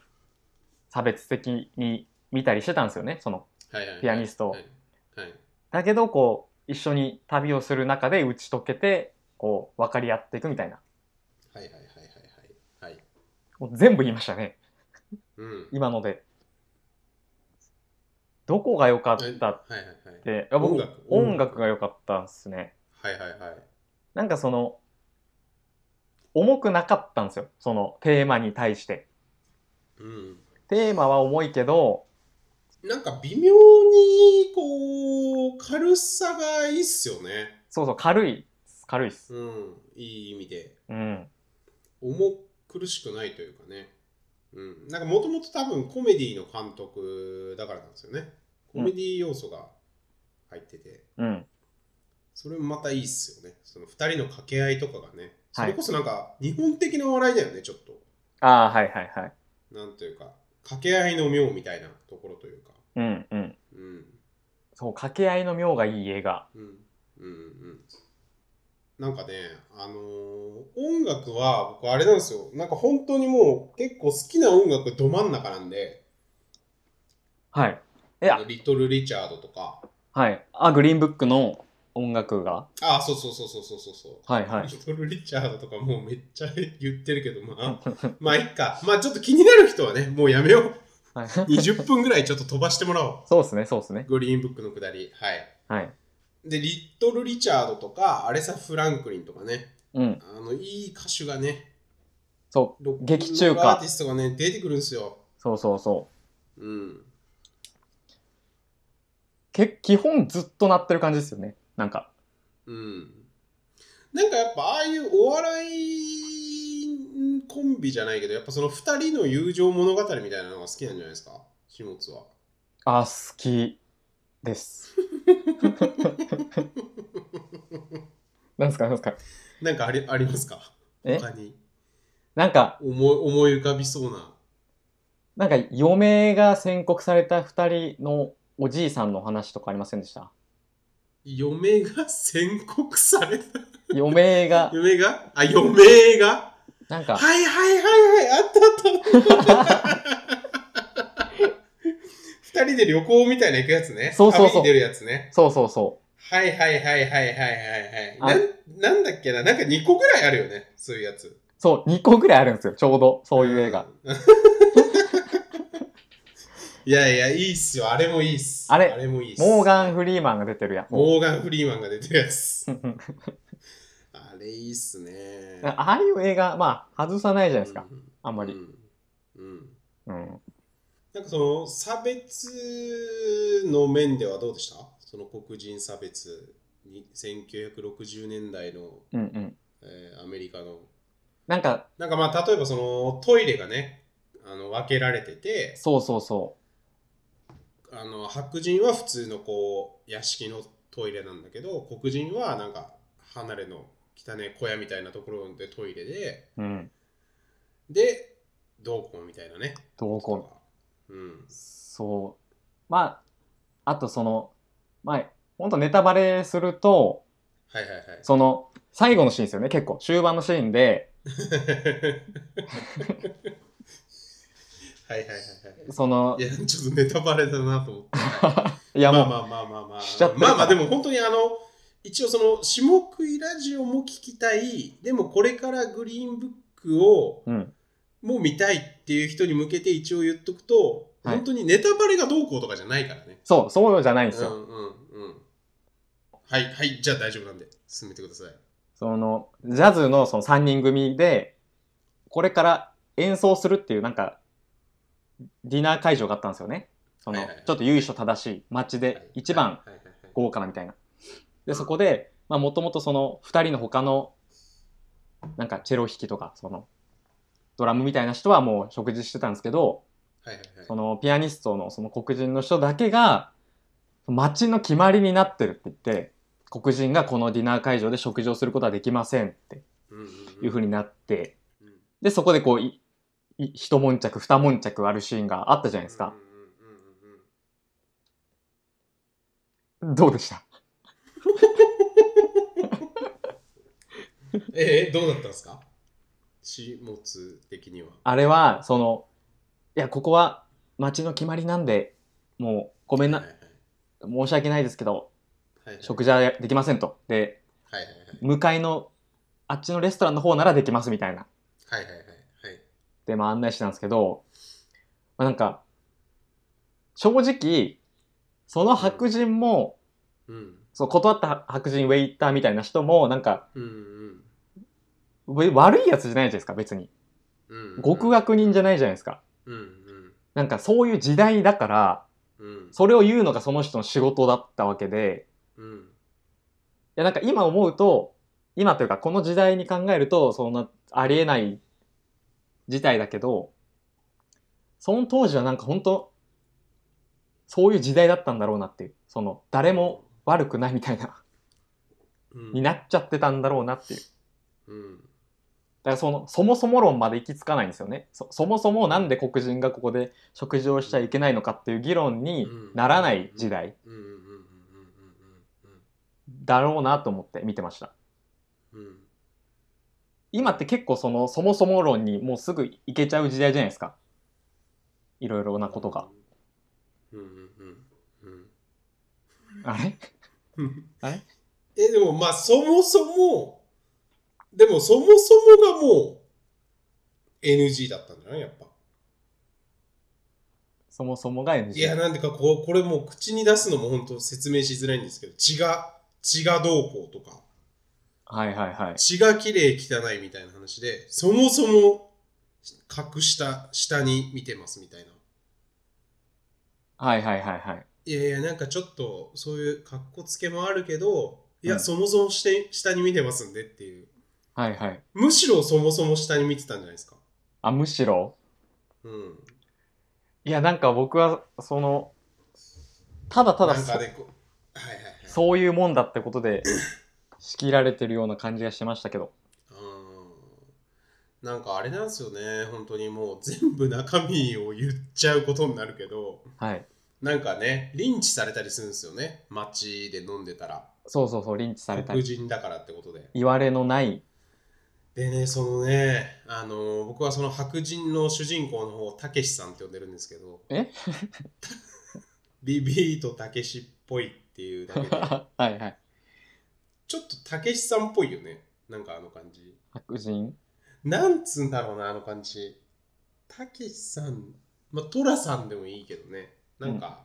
[SPEAKER 1] 差別的に見たりしてたんですよね、その。
[SPEAKER 2] はいはいはい
[SPEAKER 1] ピアニスト
[SPEAKER 2] はいはい
[SPEAKER 1] だけど、こう、一緒に旅をする中で打ち解けて、こう、分かり合っていくみたいな。
[SPEAKER 2] はいはいはいはいはいはい
[SPEAKER 1] もう全部言いましたね、
[SPEAKER 2] うん
[SPEAKER 1] 今ので。どこが良かったっ
[SPEAKER 2] はいはいはい
[SPEAKER 1] て、いや僕
[SPEAKER 2] 音楽
[SPEAKER 1] 音楽が良かったんですね。
[SPEAKER 2] はいはいはい
[SPEAKER 1] なんかその、重くなかったんですよ。そのテーマに対して。
[SPEAKER 2] うん
[SPEAKER 1] テーマは重いけど、
[SPEAKER 2] なんか微妙にこう軽さがいいっすよね
[SPEAKER 1] そうそう、軽いっす、軽いっす。
[SPEAKER 2] うんいい意味で
[SPEAKER 1] うん。
[SPEAKER 2] 重苦しくないというかねうんなんかもともと多分コメディの監督だからなんですよねコメディ要素が入ってて、
[SPEAKER 1] うん。
[SPEAKER 2] それもまたいいっすよねその2人の掛け合いとかがね
[SPEAKER 1] は
[SPEAKER 2] そ
[SPEAKER 1] い
[SPEAKER 2] れこそなんか日本的な笑いだよねちょっと
[SPEAKER 1] ああ、はいはいはい。
[SPEAKER 2] なんというか掛け合いの妙みたいなところというか
[SPEAKER 1] うんうん。
[SPEAKER 2] うん
[SPEAKER 1] そう、掛け合いの妙がいい映画。
[SPEAKER 2] うんうんうんなんかねあのー音楽は僕あれなんですよなんか本当にもう結構好きな音楽ど真ん中なんで
[SPEAKER 1] はい。い
[SPEAKER 2] あ
[SPEAKER 1] や
[SPEAKER 2] の、リトル・リチャードとか
[SPEAKER 1] はい。あ、グリーンブックの音楽が。
[SPEAKER 2] ああそうそうそうそうそうそうそう
[SPEAKER 1] はいはい。
[SPEAKER 2] リトル・リチャードとかもうめっちゃ言ってるけど、まあ、まあいっか。まあちょっと気になる人はね、もうやめよう。
[SPEAKER 1] はい、
[SPEAKER 2] 20分ぐらいちょっと飛ばしてもらお
[SPEAKER 1] そうですね、そうですね
[SPEAKER 2] う。。グリーンブックのくだり。はい。
[SPEAKER 1] はい。
[SPEAKER 2] で、リトル・リチャードとか、アレサ・フランクリンとかね、
[SPEAKER 1] うん。
[SPEAKER 2] あの、いい歌手がね、
[SPEAKER 1] そう。
[SPEAKER 2] ロックンロール
[SPEAKER 1] 劇中歌
[SPEAKER 2] アーティストがね、出てくるんですよ。
[SPEAKER 1] そうそうそう。
[SPEAKER 2] うん。
[SPEAKER 1] け基本ずっと鳴ってる感じですよね。なんか。
[SPEAKER 2] うん。なんかやっぱ、ああいうお笑いコンビじゃないけど、やっぱその2人の友情物語みたいなのが好きなんじゃないですか、始末は。
[SPEAKER 1] あ、好き です。なんですか、なんですか。
[SPEAKER 2] なんかありありますか
[SPEAKER 1] え
[SPEAKER 2] 他に
[SPEAKER 1] なんか、
[SPEAKER 2] 思い思い浮かびそうな。
[SPEAKER 1] なんか、余命が宣告された二人のおじいさんの話とかありませんでした
[SPEAKER 2] 余命が宣告された。
[SPEAKER 1] 余命が、
[SPEAKER 2] 余命があ、余命が
[SPEAKER 1] なん
[SPEAKER 2] はい
[SPEAKER 1] か、
[SPEAKER 2] はいはいはい、あったあった。二人で旅行みたいな行くやつね。
[SPEAKER 1] そうそうそう
[SPEAKER 2] 旅に出るやつね。
[SPEAKER 1] そうそうそ
[SPEAKER 2] はいはいはいはいはいはい
[SPEAKER 1] あ
[SPEAKER 2] はい。なんなんだっけな、なんか2個ぐらいあるよね、そういうやつ。
[SPEAKER 1] う。そう、2個ぐらいあるんですよ、ちょうど、そういう映画。。
[SPEAKER 2] いやいや、いいっすよ。あれもいいっす。
[SPEAKER 1] あれ
[SPEAKER 2] あれもいいっす。
[SPEAKER 1] モーガン・フリーマンが出てるやつ。
[SPEAKER 2] モーガン・フリーマンが出てるやつ。
[SPEAKER 1] うん
[SPEAKER 2] あれいいっすね。
[SPEAKER 1] ああいう 映画、まあ、外さないじゃないですか、
[SPEAKER 2] うん
[SPEAKER 1] あんまり。
[SPEAKER 2] うんうん
[SPEAKER 1] うん。
[SPEAKER 2] なんかその差別の面ではどうでしたその黒人差別に1960年代の、
[SPEAKER 1] うんうん。
[SPEAKER 2] えーアメリカの
[SPEAKER 1] なんか、
[SPEAKER 2] なんかまあ例えばそのトイレがねあの分けられてて
[SPEAKER 1] そうそうそ
[SPEAKER 2] あの白人は普通のこう屋敷のトイレなんだけど黒人はなんか離れの汚い小屋みたいなところでトイレで
[SPEAKER 1] う。うん。
[SPEAKER 2] でどうこうみたいなね
[SPEAKER 1] どうこう
[SPEAKER 2] うん
[SPEAKER 1] そう。まあ、あとその、まあ、ほんとネタバレすると、
[SPEAKER 2] はいはいはい
[SPEAKER 1] その、最後のシーンですよね、結構。終盤のシーンで、
[SPEAKER 2] はいはいはいはい。
[SPEAKER 1] その
[SPEAKER 2] い、や、ちょっとネタバレだなと思って。
[SPEAKER 1] いや
[SPEAKER 2] ま
[SPEAKER 1] も
[SPEAKER 2] あ
[SPEAKER 1] う、
[SPEAKER 2] まあまあまあまあ。
[SPEAKER 1] しちゃってるか
[SPEAKER 2] ま
[SPEAKER 1] ら
[SPEAKER 2] あまあ、でも本当にあの、一応その、下食いラジオも聞きたい、でもこれからグリーンブックを
[SPEAKER 1] うん。
[SPEAKER 2] もう見たいっていう人に向けて一応言っとくと、
[SPEAKER 1] はい
[SPEAKER 2] 本当にネタバレがどうこうとかじゃないからね。
[SPEAKER 1] そう、そうじゃないんです
[SPEAKER 2] う
[SPEAKER 1] よ。
[SPEAKER 2] んうんうん。はいはい、じゃあ大丈夫なんで、進めてください。
[SPEAKER 1] その、ジャズのその3人組で、これから演奏するっていう、なんか、ディナー会場があったんですよね。その、
[SPEAKER 2] はいはいはい
[SPEAKER 1] ちょっと由緒正しい街で一番
[SPEAKER 2] はいはいはい
[SPEAKER 1] 豪華なみたいな。で、そこで、まあ、もともとその2人の他の、なんかチェロ弾きとか、その、ドラムみたいな人はもう食事してたんですけど、
[SPEAKER 2] はいはいはい
[SPEAKER 1] そのピアニストのその黒人の人だけが、街の決まりになってるって言って黒人がこのディナー会場で食事をすることはできませんって
[SPEAKER 2] うん
[SPEAKER 1] いうふうになって
[SPEAKER 2] うんうん
[SPEAKER 1] でそこでこういい一悶着二悶着あるシーンがあったじゃないですか。
[SPEAKER 2] うんうんうんうんうん
[SPEAKER 1] どうでした
[SPEAKER 2] ええどうだったんですか始末的には。
[SPEAKER 1] あれはそのいやここは街の決まりなんでもうごめんな
[SPEAKER 2] はいはい
[SPEAKER 1] 申し訳ないですけど
[SPEAKER 2] はいはい
[SPEAKER 1] 食事はできませんとで
[SPEAKER 2] はいはいはい
[SPEAKER 1] 向かいのあっちのレストランの方ならできますみたいな
[SPEAKER 2] はいはいはいはい
[SPEAKER 1] で、まあ、案内してたんですけど、まあ、なんか正直その白人も、
[SPEAKER 2] うん
[SPEAKER 1] その断った白人ウェイターみたいな人もなんか
[SPEAKER 2] うんうん
[SPEAKER 1] わ悪いやつじゃないじゃないですか別に
[SPEAKER 2] うんうん
[SPEAKER 1] 極悪人じゃないじゃないですか
[SPEAKER 2] うんうん
[SPEAKER 1] なんかそういう時代だから
[SPEAKER 2] うん
[SPEAKER 1] それを言うのがその人の仕事だったわけで
[SPEAKER 2] うん
[SPEAKER 1] いやなんか今思うと今というかこの時代に考えるとそんなありえない事態だけどその当時はなんか本当そういう時代だったんだろうなっていうその誰も悪くないみたいな
[SPEAKER 2] うん
[SPEAKER 1] になっちゃってたんだろうなっていうだ
[SPEAKER 2] うん
[SPEAKER 1] からそのそもそも論まで行き着かないんですよねそそもそもなんで黒人がここで食事をしちゃいけないのかっていう議論にならない時代
[SPEAKER 2] うんうんうんうんうんうん
[SPEAKER 1] だろうなと思って見てました
[SPEAKER 2] うんうん
[SPEAKER 1] 今って結構そのそもそも論にもうすぐいけちゃう時代じゃないですかいろいろなことが。
[SPEAKER 2] うんうんうん
[SPEAKER 1] あれ
[SPEAKER 2] うん
[SPEAKER 1] あれ
[SPEAKER 2] えでもまあそもそもでもそもそもがもう NG だったんじゃないやっぱ
[SPEAKER 1] そもそもが NG
[SPEAKER 2] いやなんでかこうこれもう口に出すのも本当説明しづらいんですけど血が血がどうこうとか
[SPEAKER 1] はいはいはい
[SPEAKER 2] 血がきれい汚いみたいな話でそもそも格下下に見てますみたいな
[SPEAKER 1] はいはいはいはい
[SPEAKER 2] いやいやなんかちょっとそういう格好つけもあるけどいや、
[SPEAKER 1] うん
[SPEAKER 2] そもそもして下に見てますんでっていう
[SPEAKER 1] はいはい
[SPEAKER 2] むしろそもそも下に見てたんじゃないですか
[SPEAKER 1] あむしろ
[SPEAKER 2] うん
[SPEAKER 1] いやなんか僕はそのただただ
[SPEAKER 2] なん
[SPEAKER 1] そ
[SPEAKER 2] かねこうはいはいはい
[SPEAKER 1] そういうもんだってことで仕切られてるような感じがしてましたけど
[SPEAKER 2] うんなんかあれなんですよね本当にもう全部中身を言っちゃうことになるけど
[SPEAKER 1] はい
[SPEAKER 2] なんかねリンチされたりするんですよね街で飲んでたら
[SPEAKER 1] そうそうそうリンチされた
[SPEAKER 2] 黒
[SPEAKER 1] り
[SPEAKER 2] 人だからってことで
[SPEAKER 1] 言われのない
[SPEAKER 2] でねそのねあの僕はその白人の主人公の方をたけしさんって呼んでるんですけど
[SPEAKER 1] え
[SPEAKER 2] ビビーとたけしっぽいっていうだけで
[SPEAKER 1] はいはい
[SPEAKER 2] ちょっとたけしさんっぽいよねなんかあの感じ
[SPEAKER 1] 白人
[SPEAKER 2] なんつうんだろうな、あの感じ。たけしさん、まあ、トラさんでもいいけどね。なんか、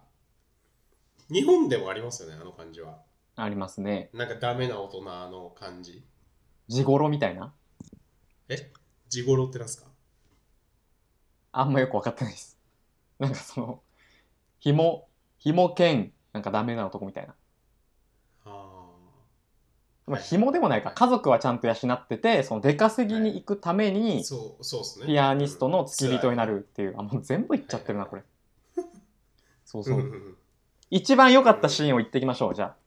[SPEAKER 2] 日本でもありますよね、あの感じは。
[SPEAKER 1] ありますね
[SPEAKER 2] なんかダメな大人の感じ。
[SPEAKER 1] 地頃みたいな
[SPEAKER 2] え地頃ってなんすか
[SPEAKER 1] あんまよく分かってないです。なんかその、紐、紐兼、なんかダメな男みたいな。
[SPEAKER 2] あ
[SPEAKER 1] まあ、紐でもないか。家族はちゃんと養ってて、その出稼ぎに行くため
[SPEAKER 2] あ。
[SPEAKER 1] に、
[SPEAKER 2] そう、そうっすね。
[SPEAKER 1] ピアニストの付き人にな
[SPEAKER 2] う
[SPEAKER 1] る
[SPEAKER 2] ん。
[SPEAKER 1] っていう。あ、もう全部言っちゃってるな、これ。そう
[SPEAKER 2] 辛
[SPEAKER 1] そ
[SPEAKER 2] いうん
[SPEAKER 1] う。
[SPEAKER 2] うんうん
[SPEAKER 1] 一番良かったシーンを言っていきましょう、じゃ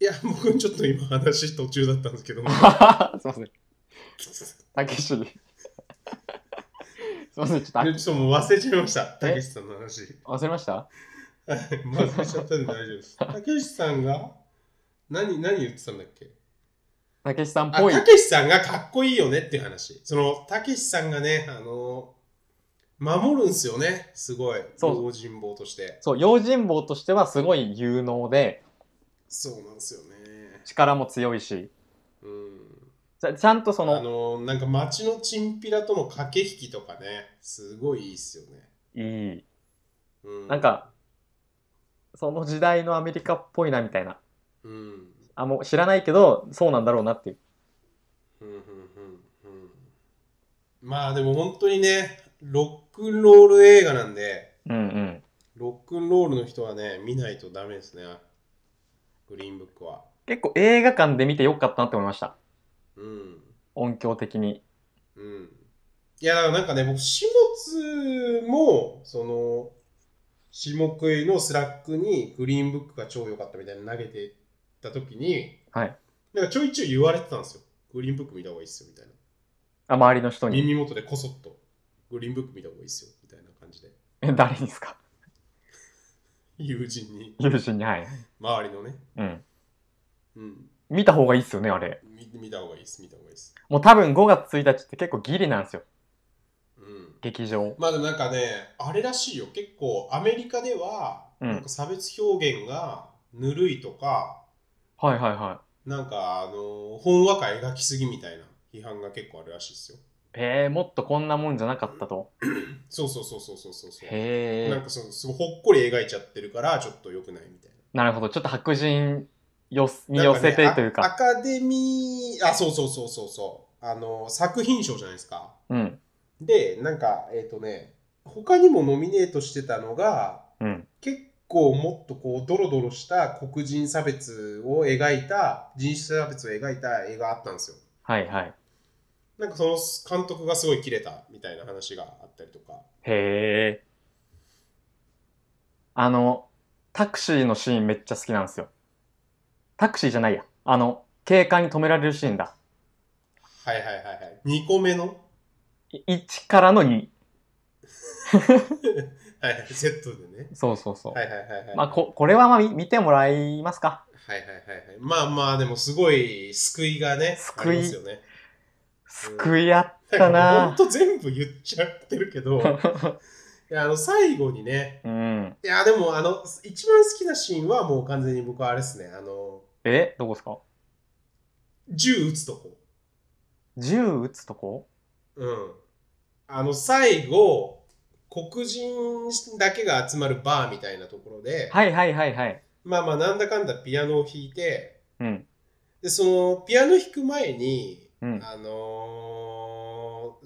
[SPEAKER 2] いや、僕ちょっと今話途中だったん ですけども。
[SPEAKER 1] あ。すいません。たけし。 すいません、ちょっとあ
[SPEAKER 2] でちょっともう忘れちゃいました。たけしさんの話。
[SPEAKER 1] 忘れました
[SPEAKER 2] はい忘れちゃったんで大丈夫です。たけしさんが何、何言ってたんだっけ
[SPEAKER 1] たけしさんっ
[SPEAKER 2] あ
[SPEAKER 1] ぽい
[SPEAKER 2] た。けしさんがかっこいいよねっていう話。そのたけしさんがね、あの守るんすよね、すごい。
[SPEAKER 1] そう
[SPEAKER 2] 老人坊として。
[SPEAKER 1] そう、用心棒としてはすごい有能で、
[SPEAKER 2] そうなんですよね。
[SPEAKER 1] 力も強いし、
[SPEAKER 2] うん。
[SPEAKER 1] ちゃちゃんとその
[SPEAKER 2] あ、のなんか街のチンピラとの駆け引きとかね、すごいいいっすよね。
[SPEAKER 1] いい
[SPEAKER 2] うん。
[SPEAKER 1] なん、か、その時代のアメリカっぽいなみたいな。
[SPEAKER 2] うん。うん
[SPEAKER 1] あ、もう知らないけど、そうなんだろうなっていう。
[SPEAKER 2] うんうんうん。まあでも本当にね、ロックンロール映画なんで、
[SPEAKER 1] うんうん。
[SPEAKER 2] ロックンロールの人はね、見ないとダメですね。グリーンブックは。
[SPEAKER 1] 結構映画館で見てよかったなって思いました。
[SPEAKER 2] うん。
[SPEAKER 1] 音響的に。
[SPEAKER 2] うんいや、だからなんかね、僕、始末も、その、下食いのスラックにグリーンブックが超良かったみたいな投げてた時に、
[SPEAKER 1] はい
[SPEAKER 2] なんかちょいちょい言われてたんですよ。グリーンブック見た方がいいっすよみたいな。
[SPEAKER 1] あ周りの人に
[SPEAKER 2] 耳元でこそっとグリーンブック見た方がいいっすよみたいな感じで
[SPEAKER 1] え 誰にですか
[SPEAKER 2] 友人に
[SPEAKER 1] 友人にはい、
[SPEAKER 2] 周りのね、
[SPEAKER 1] うん、
[SPEAKER 2] うん、
[SPEAKER 1] 見た方がいいっすよねあれ
[SPEAKER 2] 見見た方がいいっす見た方がいいっす、
[SPEAKER 1] もう多分5月1日って結構ギリなんですよ
[SPEAKER 2] うん、
[SPEAKER 1] 劇場
[SPEAKER 2] まあでもなんかねあれらしいよ結構アメリカでは
[SPEAKER 1] うん
[SPEAKER 2] なんか差別表現がぬるいとか、
[SPEAKER 1] はいはいはい
[SPEAKER 2] なんかあのほんわか描きすぎみたいな批判が結構あるらしいっすよ
[SPEAKER 1] えー、もっとこんなもんじゃなかったと
[SPEAKER 2] そうそうそうそうそうそうそう
[SPEAKER 1] へ
[SPEAKER 2] なん
[SPEAKER 1] え
[SPEAKER 2] かそのすごいほっこり描いちゃってるからちょっと良くないみたいな
[SPEAKER 1] なるほどちょっと白人よに
[SPEAKER 2] なん
[SPEAKER 1] 寄
[SPEAKER 2] か
[SPEAKER 1] せ
[SPEAKER 2] ね
[SPEAKER 1] てというか
[SPEAKER 2] あアカデミーあそうそうそうそうそうあの作品賞じゃないですか
[SPEAKER 1] うん
[SPEAKER 2] でなんかえっ、とね他にもノミネートしてたのが
[SPEAKER 1] うん
[SPEAKER 2] 結構もっとこうドロドロした黒人差別を描いた人種差別を描いた映画あったんですよ
[SPEAKER 1] はいはい
[SPEAKER 2] なんかその監督がすごいキレたみたいな話があったりとか
[SPEAKER 1] へえあのタクシーのシーンめっちゃ好きなんですよタクシーじゃないやあの警官に止められるシーンだ
[SPEAKER 2] はいはいはいはい2個目の
[SPEAKER 1] 1からの2
[SPEAKER 2] はいはいセットでね
[SPEAKER 1] そうそうそう、
[SPEAKER 2] はいはいはいはい
[SPEAKER 1] まあここれはまあみ見てもらいますか
[SPEAKER 2] はいはいはいはいまあまあでもすごい救いがね
[SPEAKER 1] 救い
[SPEAKER 2] ありますよね
[SPEAKER 1] 救いあった
[SPEAKER 2] ほん
[SPEAKER 1] な
[SPEAKER 2] と全部言っちゃってるけ どいやあの最後にね
[SPEAKER 1] うん
[SPEAKER 2] いやでもあの一番好きなシーンはもう完全に僕はあれですねあの
[SPEAKER 1] えどこですか
[SPEAKER 2] 銃撃つとこ
[SPEAKER 1] 銃撃つとこ
[SPEAKER 2] うんあの最後黒人だけが集まるバーみたいなところで、
[SPEAKER 1] はいはいはいはい
[SPEAKER 2] まあまあなんだかんだピアノを弾いて
[SPEAKER 1] うん
[SPEAKER 2] でそのピアノ弾く前に
[SPEAKER 1] うん
[SPEAKER 2] あのー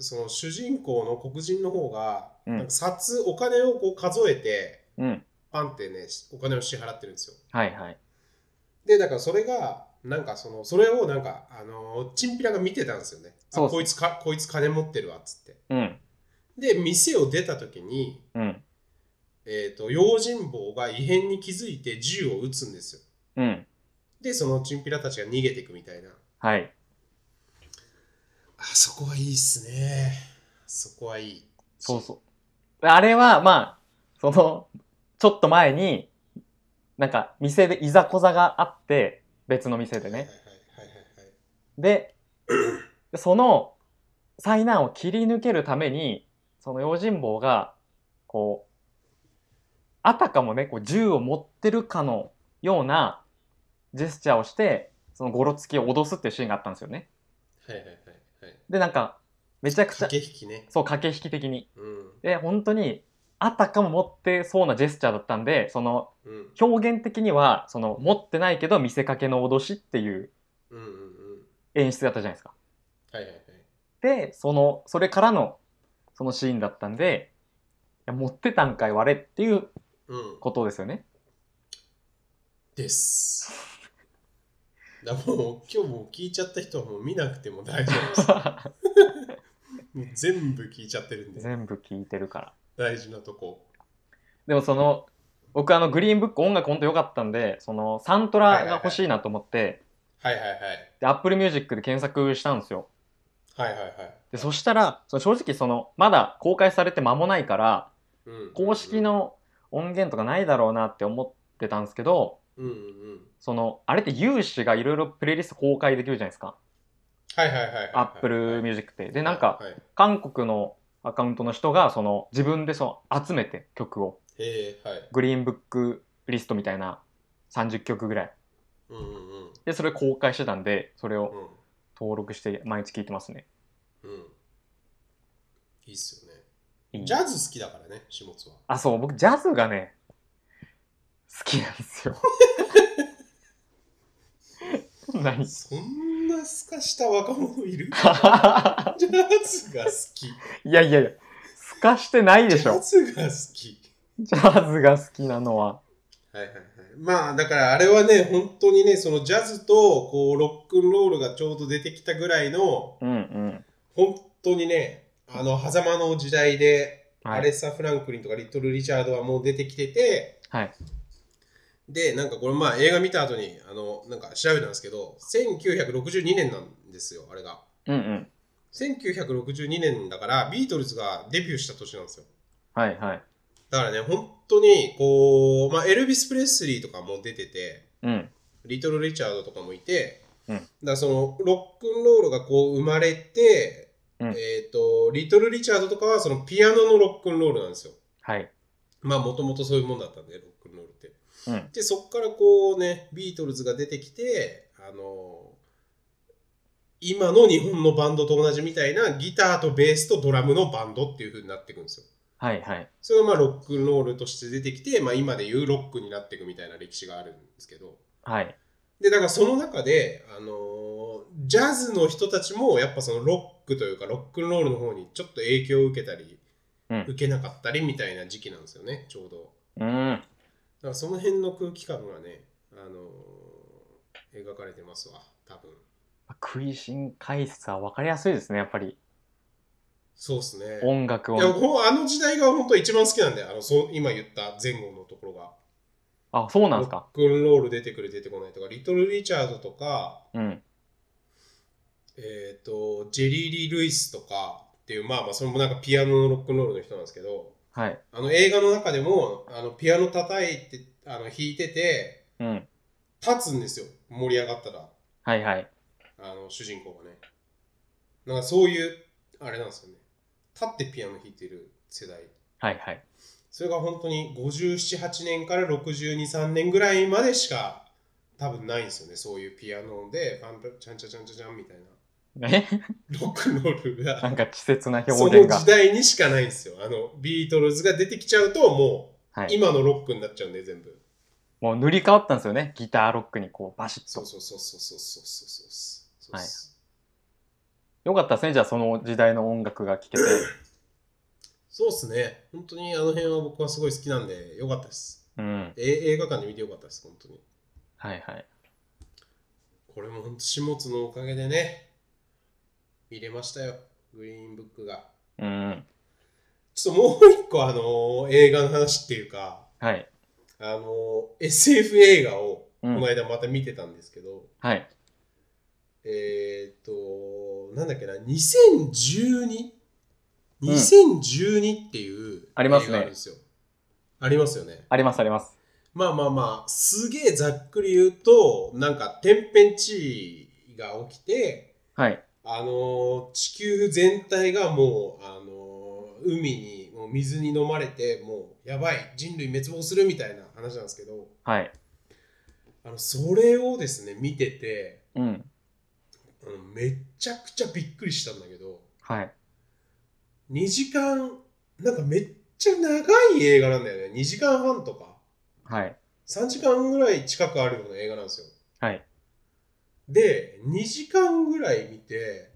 [SPEAKER 2] その主人公の黒人の方が、
[SPEAKER 1] うん
[SPEAKER 2] なんか札お金をこう数えて
[SPEAKER 1] うん
[SPEAKER 2] パンってねしお金を支払ってるんですよ
[SPEAKER 1] はいはい
[SPEAKER 2] でだからそれがなんかそのそれをなんかあのーチンピラが見てたんですよね
[SPEAKER 1] そう
[SPEAKER 2] あこいつかこいつ金持ってるわっつって
[SPEAKER 1] うん
[SPEAKER 2] で店を出た時に、
[SPEAKER 1] うん
[SPEAKER 2] えー、と用心棒が異変に気づいて銃を撃つんですよ
[SPEAKER 1] うん
[SPEAKER 2] でそのチンピラたちが逃げていくみたいな
[SPEAKER 1] はい
[SPEAKER 2] あそこはいいっすねそこはいい
[SPEAKER 1] そうそう。あれは、まあ、その、ちょっと前に、なんか、店でいざこざがあって、別の店で
[SPEAKER 2] はいはい
[SPEAKER 1] ね。
[SPEAKER 2] はいはいはい
[SPEAKER 1] で、その、災難を切り抜けるために、その用心棒が、こう、あたかもね、こう銃を持ってるかのようなジェスチャーをして、そのゴロつきを脅すっていうシーンがあったんですよね。
[SPEAKER 2] はいはいはいはい。
[SPEAKER 1] で、なんか、めちゃくちゃ、
[SPEAKER 2] 駆け引きね。
[SPEAKER 1] そう、駆け引き的に。
[SPEAKER 2] うん。
[SPEAKER 1] で本当にあたかも持ってそうなジェスチャーだったんでその
[SPEAKER 2] うん。
[SPEAKER 1] 表現的にはその持ってないけど見せかけの脅しっていう
[SPEAKER 2] うんうんうん。
[SPEAKER 1] 演出だったじゃないですか。
[SPEAKER 2] はいはいはい。
[SPEAKER 1] でそのそれからのそのシーンだったんでいや持ってたんかい我っていう
[SPEAKER 2] うん。
[SPEAKER 1] ことですよね。
[SPEAKER 2] です。だからもう今日もう聞いちゃった人はもう見なくても大丈夫です。もう全部聞いちゃってるんで、
[SPEAKER 1] 全部聞いてるから。
[SPEAKER 2] 大事なとこ。
[SPEAKER 1] でもその僕あのグリーンブック音楽ほんと良かったんでそのサントラが欲しいなと思って
[SPEAKER 2] はいはいはい。
[SPEAKER 1] で Apple Music で検索したんですよ。
[SPEAKER 2] はいはいはい。
[SPEAKER 1] でそしたらその正直そのまだ公開されて間もないから
[SPEAKER 2] うん、
[SPEAKER 1] 公式。の音源とかないだろうなって思ってたんですけど
[SPEAKER 2] うんうんうん。
[SPEAKER 1] そのあれって有志がいろいろプレイリスト公開できるじゃないですか
[SPEAKER 2] はいはいはいはいはい。
[SPEAKER 1] アップルミュージックってで
[SPEAKER 2] で
[SPEAKER 1] なんか
[SPEAKER 2] はいはい、
[SPEAKER 1] 韓国のアカウントの人がその自分でその集めて曲を
[SPEAKER 2] ええはい。
[SPEAKER 1] グリーンブックリストみたいな30曲ぐらい
[SPEAKER 2] うんうんうん。
[SPEAKER 1] でそれ公開してたんでそれを
[SPEAKER 2] うん
[SPEAKER 1] 登録して毎日聴いてますね
[SPEAKER 2] うん。いいっすよね。
[SPEAKER 1] いい
[SPEAKER 2] ジャズ好きだからね、下津は。
[SPEAKER 1] あそう僕ジャズがね好きなんです よ 何
[SPEAKER 2] そんなすかした若者いるジャズが好き。
[SPEAKER 1] いやいやいや、すかしてないでし
[SPEAKER 2] ジャ
[SPEAKER 1] ょ。
[SPEAKER 2] ズが好き。
[SPEAKER 1] ジャズが好きなのは。
[SPEAKER 2] はいはいはい。まあだからあれはね、本当にね、そのジャズとこうロックンロールがちょうど出てきたぐらいの、
[SPEAKER 1] うんうん。
[SPEAKER 2] 本当にね、あの、狭間の時代で、
[SPEAKER 1] はい
[SPEAKER 2] アレッサ・フランクリンとかリトル・リチャードはもう出てきてて
[SPEAKER 1] はい。
[SPEAKER 2] でなんかこれまあ映画見た後にあのなんか調べたんですけど1962年なんですよあれが
[SPEAKER 1] うんうん。
[SPEAKER 2] 1962年だからビートルズがデビューした年なんですよ
[SPEAKER 1] はいはい。
[SPEAKER 2] だからね本当にこう、まあ、エルビス・プレスリーとかも出てて
[SPEAKER 1] うん。
[SPEAKER 2] リトル・リチャードとかもいて、
[SPEAKER 1] うん
[SPEAKER 2] だからそのロックンロールがこう生まれて、
[SPEAKER 1] うん
[SPEAKER 2] えっ、とリトル・リチャードとかはそのピアノのロックンロールなんですよ
[SPEAKER 1] はい。
[SPEAKER 2] まあもともとそういうもんだったんでロックンロールって
[SPEAKER 1] うん。
[SPEAKER 2] でそこからこうねビートルズが出てきてあの今の日本のバンドと同じみたいなギターとベースとドラムのバンドっていう風になっていくんですよ
[SPEAKER 1] はいはい。
[SPEAKER 2] それがまあロックンロールとして出てきて、まあ、今でいうロックになっていくみたいな歴史があるんですけど
[SPEAKER 1] はい。
[SPEAKER 2] でだからその中で、あのージャズの人たちもやっぱそのロックというかロックンロールの方にちょっと影響を受けたり、
[SPEAKER 1] うん
[SPEAKER 2] 受けなかったりみたいな時期なんですよねちょうど
[SPEAKER 1] う
[SPEAKER 2] だか
[SPEAKER 1] ん。
[SPEAKER 2] らその辺の空気感がね、あのー描かれてますわ多分
[SPEAKER 1] 食いしん解説は分かりやすいですね、やっぱり。
[SPEAKER 2] そうっすねい
[SPEAKER 1] 音楽
[SPEAKER 2] や
[SPEAKER 1] を。
[SPEAKER 2] ほんあの時代が本当一番好きなんであのそう今言った前後のところが
[SPEAKER 1] あ、そうなんで
[SPEAKER 2] ロ
[SPEAKER 1] す
[SPEAKER 2] ッ
[SPEAKER 1] か。
[SPEAKER 2] クンロール出てくる出てこないとかリトル・リチャードとか
[SPEAKER 1] うん。
[SPEAKER 2] えっ、と、ジェリー・リー・ルイスとかっていう、まあまあ、それもなんかピアノのロックンロールの人なんですけど、
[SPEAKER 1] はい。
[SPEAKER 2] あの映画の中でも、あのピアノ叩いて、あの弾いてて、
[SPEAKER 1] うん。
[SPEAKER 2] 立つんですよ、盛り上がったら、
[SPEAKER 1] はいはい。
[SPEAKER 2] あの主人公がね。なんかそういう、あれなんですよね。立ってピアノ弾いてる世代。
[SPEAKER 1] はいはい。
[SPEAKER 2] それが本当に57、8年から62、3年ぐらいまでしか多分ないんですよね、そういうピアノで、パンパン、ちゃんちゃちゃんちゃちゃんみたいな。
[SPEAKER 1] ね、
[SPEAKER 2] ロックンロールが。
[SPEAKER 1] なんか稚拙な
[SPEAKER 2] そ
[SPEAKER 1] 表
[SPEAKER 2] の
[SPEAKER 1] 現が
[SPEAKER 2] 時。代にしかないんですよ。あの、ビートルズが出てきちゃうと、も
[SPEAKER 1] は
[SPEAKER 2] う、
[SPEAKER 1] い。
[SPEAKER 2] 今のロックになっちゃうんで、全部。
[SPEAKER 1] もう塗り替わったんですよね。ギターロックにこう、バシッ
[SPEAKER 2] そ
[SPEAKER 1] と
[SPEAKER 2] う。そうそうそうそうそうそうそう。
[SPEAKER 1] はい
[SPEAKER 2] そ
[SPEAKER 1] よかったですね、じゃあその時代の音楽が聴けて。
[SPEAKER 2] うっすね。本当にあの辺は僕はすごい好きなんで、よかったです。
[SPEAKER 1] うん。
[SPEAKER 2] え映画館で見てよかったです、本当に。
[SPEAKER 1] はいはい。
[SPEAKER 2] これも本当、始末のおかげでね、見れましたよ、グリーンブックが。
[SPEAKER 1] うん。
[SPEAKER 2] ちょっともう一個、あのー映画の話っていうか、
[SPEAKER 1] はい。
[SPEAKER 2] あのー SF 映画を、
[SPEAKER 1] う
[SPEAKER 2] この
[SPEAKER 1] ん。
[SPEAKER 2] 間また見てたんですけど、
[SPEAKER 1] はい。
[SPEAKER 2] えーっと、なんだっけな、
[SPEAKER 1] うん
[SPEAKER 2] 2012?2012 っていう、
[SPEAKER 1] ありますね
[SPEAKER 2] 映画んですよありますよね。
[SPEAKER 1] ありますあります。
[SPEAKER 2] まあまあまあ、すげえざっくり言うと、なんか天変地異が起きて、
[SPEAKER 1] はい。
[SPEAKER 2] あのー地球全体がもう、あのー海に、もう水に飲まれて、もう、やばい、人類滅亡するみたいな話なんですけど、
[SPEAKER 1] はい。
[SPEAKER 2] あのそれをですね、見てて、
[SPEAKER 1] うん。
[SPEAKER 2] あのめちゃくちゃびっくりしたんだけど、
[SPEAKER 1] はい。
[SPEAKER 2] 2時間なんかめっちゃ長い映画なんだよね2時間半とか
[SPEAKER 1] はい。
[SPEAKER 2] 3時間ぐらい近くあるような映画なんですよ
[SPEAKER 1] はい。
[SPEAKER 2] で2時間ぐらい見て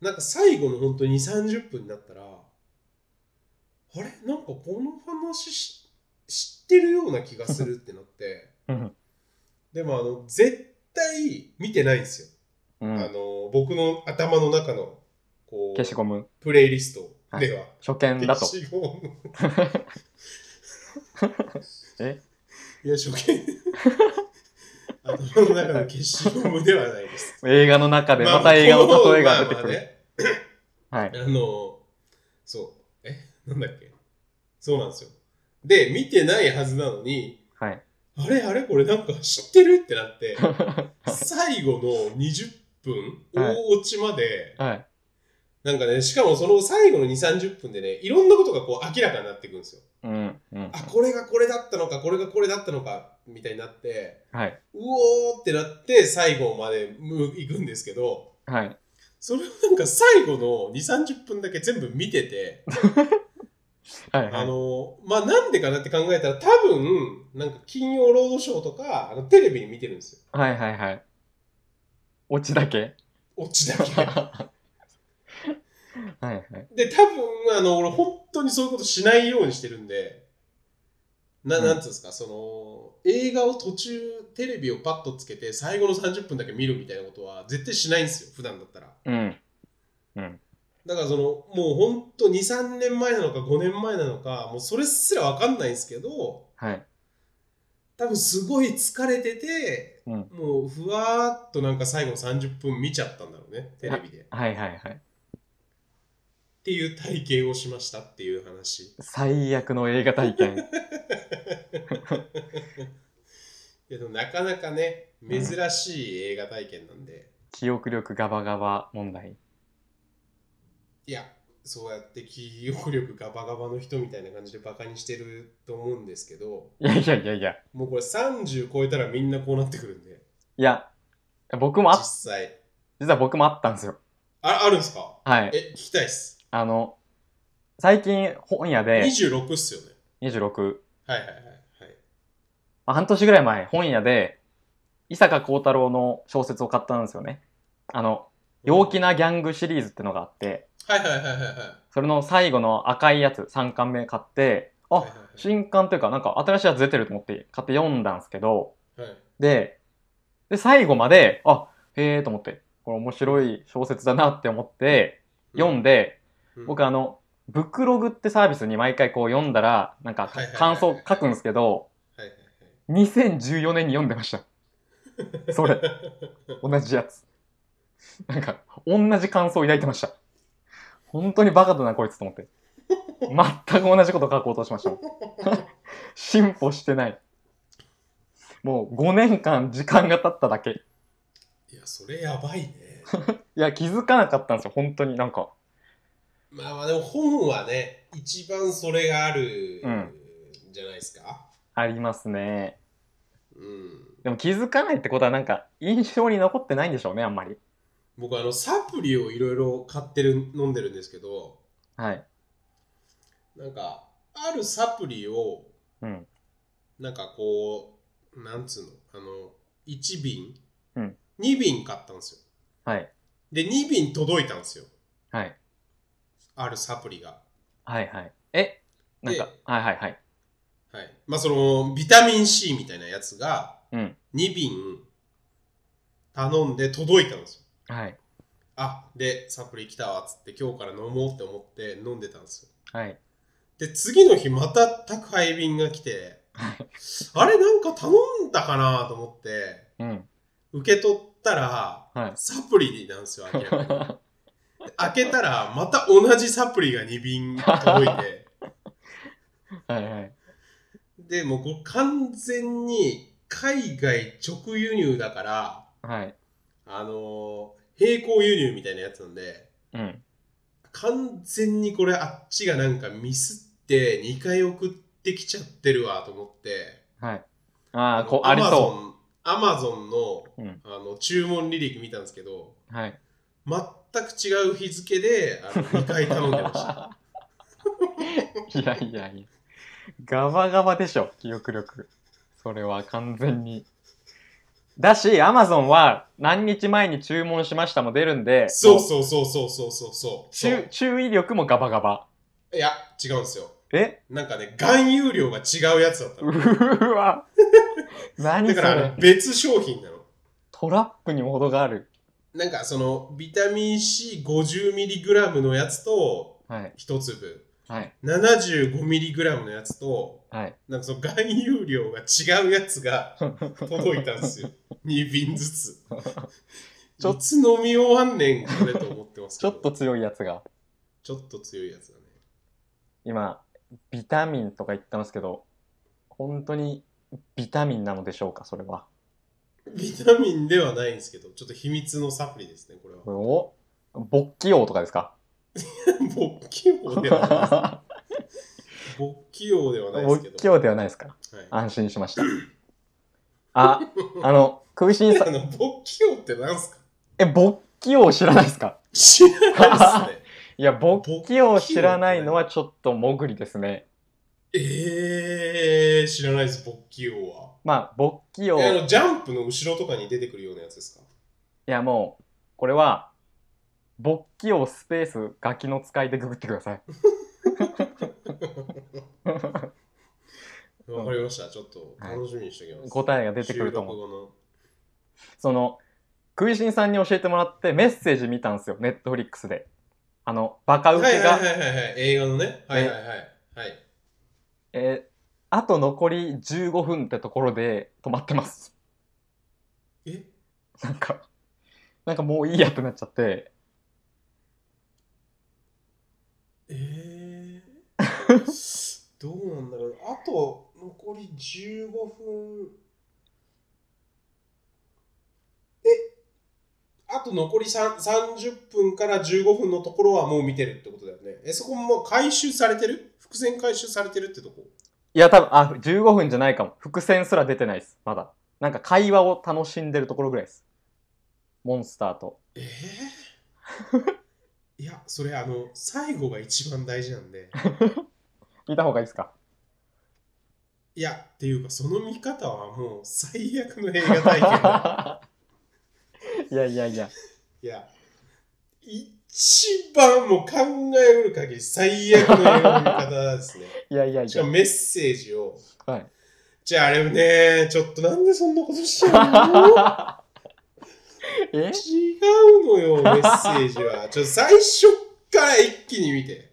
[SPEAKER 2] なんか最後の本当に2 3 0分になったらあれなんかこの話し知ってるような気がするってなって
[SPEAKER 1] うん。
[SPEAKER 2] でもあの絶対見てないんですよ、
[SPEAKER 1] う
[SPEAKER 2] あ
[SPEAKER 1] ん。
[SPEAKER 2] の僕の頭の中のこ
[SPEAKER 1] 消し
[SPEAKER 2] う
[SPEAKER 1] ゴム。
[SPEAKER 2] プレイリストでは、
[SPEAKER 1] 初見だと。
[SPEAKER 2] 消しゴム
[SPEAKER 1] え
[SPEAKER 2] いや、初見。頭の中の消しゴムではないです。
[SPEAKER 1] 映画の中で
[SPEAKER 2] まあ
[SPEAKER 1] また映画の例えが出てく。る。
[SPEAKER 2] こ
[SPEAKER 1] はい。
[SPEAKER 2] のまあまあねあの、そう。え、なんだっけそうなんですよ。で、見てないはずなのに、
[SPEAKER 1] はい。
[SPEAKER 2] あれあれこれなんか知ってるってなって、最後の20分、
[SPEAKER 1] はい
[SPEAKER 2] 大落ちまで、
[SPEAKER 1] はい。
[SPEAKER 2] なんかね、しかもその最後の2、30分でね、いろんなことがこう明らかになっていくんですよ。
[SPEAKER 1] うん。うん。
[SPEAKER 2] あ、これがこれだったのか、これがこれだったのか、みたいになって、
[SPEAKER 1] はい。
[SPEAKER 2] うおーってなって最後までむ行くんですけど
[SPEAKER 1] はい。
[SPEAKER 2] それをなんか最後の2 3 0分だけ全部見てて、
[SPEAKER 1] はい。は
[SPEAKER 2] あ
[SPEAKER 1] い。
[SPEAKER 2] のまあなんでかなって考えたら多分なんか金曜ロードショーとかあのテレビに見てるんですよ
[SPEAKER 1] はい。はい。はい。オチだ け
[SPEAKER 2] オチだけ
[SPEAKER 1] はい。はい。
[SPEAKER 2] で多分あの俺本当にそういうことしないようにしてるんでな
[SPEAKER 1] うん
[SPEAKER 2] なんつうんですかその映画を途中テレビをパッとつけて最後の30分だけ見るみたいなことは絶対しないんですよ普段だったら
[SPEAKER 1] うん。
[SPEAKER 2] だからそのもうほんと23年前なのか5年前なのかもうそれすら分かんないんですけど
[SPEAKER 1] はい。
[SPEAKER 2] 多分すごい疲れてて
[SPEAKER 1] うん。
[SPEAKER 2] もうふわーっとなんか最後の30分見ちゃったんだろうねテレビで。っ
[SPEAKER 1] はいはいはい。
[SPEAKER 2] ていう体験をしましたっていう話。
[SPEAKER 1] 最悪の映画体験。
[SPEAKER 2] いやでもなかなかね珍しい映画体験なんで、
[SPEAKER 1] 記憶力ガバガバ問題。
[SPEAKER 2] いやそうやって記憶力ガバガバの人みたいな感じでバカにしてると思うんですけど
[SPEAKER 1] いやいやいやいや。
[SPEAKER 2] もうこれ30超えたらみんなこうなってくるんで
[SPEAKER 1] いや、僕も
[SPEAKER 2] 実
[SPEAKER 1] あ、
[SPEAKER 2] 際
[SPEAKER 1] 実は僕もあったんですよ。
[SPEAKER 2] ああるんですか
[SPEAKER 1] はい。
[SPEAKER 2] え聞きたいっす
[SPEAKER 1] あの、最近本屋で、
[SPEAKER 2] 26っすよね
[SPEAKER 1] 26、
[SPEAKER 2] はいはいはいはい
[SPEAKER 1] まあ半年ぐらい前、本屋で、伊坂幸太郎の小説を買ったんですよね。あの、陽気なギャングシリーズってのがあって、
[SPEAKER 2] はいはいはいはいはいはい
[SPEAKER 1] それの最後の赤いやつ、3巻目買って、あ
[SPEAKER 2] はい、
[SPEAKER 1] 新刊というか、なんか新しいやつ出てると思って買って読んだんですけど、
[SPEAKER 2] はい
[SPEAKER 1] で、で、最後まで、あ、へえと思って、これ面白い小説だなって思って、読んで、
[SPEAKER 2] うん
[SPEAKER 1] 僕あの、ブクログってサービスに毎回こう読んだら、なんか
[SPEAKER 2] はいはいはい
[SPEAKER 1] 感想書くんですけど、
[SPEAKER 2] はいはい
[SPEAKER 1] 2014年に読んでました。
[SPEAKER 2] はい
[SPEAKER 1] それ同じやつ。なんか、同じ感想を抱いてました。本当にバカだな、こいつと思って。全く同じこと書こうとしましたもん。進歩してない。もう5年間時間が経っただけ。い
[SPEAKER 2] いやそれやばいね
[SPEAKER 1] や、気づかなかったんですよ、本当に。なんか、
[SPEAKER 2] まあまあでも本はね一番それがある
[SPEAKER 1] うん
[SPEAKER 2] じゃないですか
[SPEAKER 1] ありますね。
[SPEAKER 2] うん
[SPEAKER 1] でも気づかないってことは、なんか、印象に残ってないんでしょうね、あんまり。
[SPEAKER 2] 僕あのサプリをいろいろ買ってる飲んでるんですけど
[SPEAKER 1] はい。
[SPEAKER 2] なんかあるサプリを
[SPEAKER 1] うん。
[SPEAKER 2] なんかこうなんつうのあの1瓶、
[SPEAKER 1] うん
[SPEAKER 2] 2瓶買ったんですよ
[SPEAKER 1] はい。
[SPEAKER 2] で2瓶届いたんですよ
[SPEAKER 1] はい。
[SPEAKER 2] あるサプリが
[SPEAKER 1] はいはい。えなんか
[SPEAKER 2] で、
[SPEAKER 1] はいはいはい。
[SPEAKER 2] はいまあそのビタミン C みたいなやつが
[SPEAKER 1] うん。
[SPEAKER 2] 2瓶頼んで届いたんですよ
[SPEAKER 1] はい。
[SPEAKER 2] あでサプリ来たわっつって今日から飲もうって思って飲んでたんですよ
[SPEAKER 1] はい。
[SPEAKER 2] で次の日また宅配便が来てあれなんか頼んだかなと思って
[SPEAKER 1] うん。
[SPEAKER 2] 受け取ったら
[SPEAKER 1] はい。
[SPEAKER 2] サプリなんですよ明らかに開けたらまた同じサプリが2瓶届いて
[SPEAKER 1] はいはい。
[SPEAKER 2] でもうこれ完全に海外直輸入だから
[SPEAKER 1] はい。
[SPEAKER 2] あのー並行輸入みたいなやつなんで
[SPEAKER 1] うん。
[SPEAKER 2] 完全にこれあっちがなんかミスって2回送ってきちゃってるわと思って
[SPEAKER 1] はい。ああ、こう、ありそ
[SPEAKER 2] アマゾンの
[SPEAKER 1] う。うん。
[SPEAKER 2] あの注文履歴見たんですけど
[SPEAKER 1] はい。
[SPEAKER 2] 全く違う日付であの2回頼んでま した。
[SPEAKER 1] いやいやいや。ガバガバでしょ、記憶力。それは完全に。だし、Amazon は何日前に注文しましたも出るんで、
[SPEAKER 2] そう
[SPEAKER 1] もう
[SPEAKER 2] そうそうそうそうそうそうそ
[SPEAKER 1] 注
[SPEAKER 2] う。
[SPEAKER 1] 注意力もガバガバ。
[SPEAKER 2] いや、違うんですよ。
[SPEAKER 1] え
[SPEAKER 2] なんかね、含有量が違うやつだった
[SPEAKER 1] う
[SPEAKER 2] の。
[SPEAKER 1] ー わ。何
[SPEAKER 2] だ
[SPEAKER 1] そ
[SPEAKER 2] からあ
[SPEAKER 1] れ
[SPEAKER 2] の。別商品なの。
[SPEAKER 1] トラップにも程がある。
[SPEAKER 2] なんかそのビタミン C50mg のやつと
[SPEAKER 1] はい。
[SPEAKER 2] 1粒、
[SPEAKER 1] はい。
[SPEAKER 2] 75mg のやつと、
[SPEAKER 1] はい。
[SPEAKER 2] なんかその含有量が違うやつが届いたんですよ。2瓶ずつ。
[SPEAKER 1] ちょ
[SPEAKER 2] いつ飲み終わんねんこれと思ってま す
[SPEAKER 1] ち
[SPEAKER 2] け
[SPEAKER 1] ょ
[SPEAKER 2] ど。
[SPEAKER 1] っと強いやつが。
[SPEAKER 2] ちょっと強いやつだね。
[SPEAKER 1] 今、ビタミンとか言ってますけど、本当にビタミンなのでしょうか、それは。
[SPEAKER 2] ビタミンではないんですけど、ちょっと秘密のサプリですね、これは。
[SPEAKER 1] お勃起王とかですか
[SPEAKER 2] 勃起王ではないです。勃起王ではないですけ
[SPEAKER 1] 勃
[SPEAKER 2] ど。
[SPEAKER 1] 起王ではないですか
[SPEAKER 2] はい、
[SPEAKER 1] 安心しました。あ、あの、食いしんさ
[SPEAKER 2] あ
[SPEAKER 1] ん、
[SPEAKER 2] の勃起王ってなんすか
[SPEAKER 1] え、勃起王知らないですか
[SPEAKER 2] 知らない ですね。
[SPEAKER 1] いや、勃起王知らないのはちょっともぐりですね。
[SPEAKER 2] えー、知らないです、勃起王は。
[SPEAKER 1] まあ、勃起王、
[SPEAKER 2] えあ
[SPEAKER 1] い
[SPEAKER 2] のジャンプの後ろとかに出てくるようなやつですか
[SPEAKER 1] やもう、これは、勃起王スペースガキの使いでググってください。ん
[SPEAKER 2] わかりました。ちょっと楽しみにしておきます。
[SPEAKER 1] 答えが出てくると思う。
[SPEAKER 2] 収録後のそ
[SPEAKER 1] その、食いしんさんに教えてもらってメッセージ見たんですよ、ネットフリックスで。あのバカウ
[SPEAKER 2] はい
[SPEAKER 1] ケ
[SPEAKER 2] は
[SPEAKER 1] が
[SPEAKER 2] い、はいはい。映画のね。はいはいはい。はい。
[SPEAKER 1] えーあと残り15分ってところで止まってます
[SPEAKER 2] え
[SPEAKER 1] なんかなんかもういいやってなっちゃって
[SPEAKER 2] えー、どうなんだろう。あと残り15分。えあと残りさん30分から15分のところはもう見てるってことだよね。え、そこもう回収されてる伏線回収されてるってとこ
[SPEAKER 1] いや多分あ15分じゃないかも伏線すら出てないですまだなんか会話を楽しんでるところぐらいですモンスターと
[SPEAKER 2] えー、い や、それあの、最後が一番大事なんで。
[SPEAKER 1] 聞いた方がいいですか
[SPEAKER 2] いや、っていうか、その見方はもう最悪の映画体験だよ
[SPEAKER 1] いやいやいや
[SPEAKER 2] いや、一番もう考えうる限り最悪の映画の見方ですね。
[SPEAKER 1] いやいやい
[SPEAKER 2] しかも
[SPEAKER 1] や
[SPEAKER 2] メッセージを。
[SPEAKER 1] はい
[SPEAKER 2] じゃああれね、ちょっとなんでそんなことしち ゃ
[SPEAKER 1] え
[SPEAKER 2] うの違うのよ、メッセージは。ちょっと最初から一気に見て。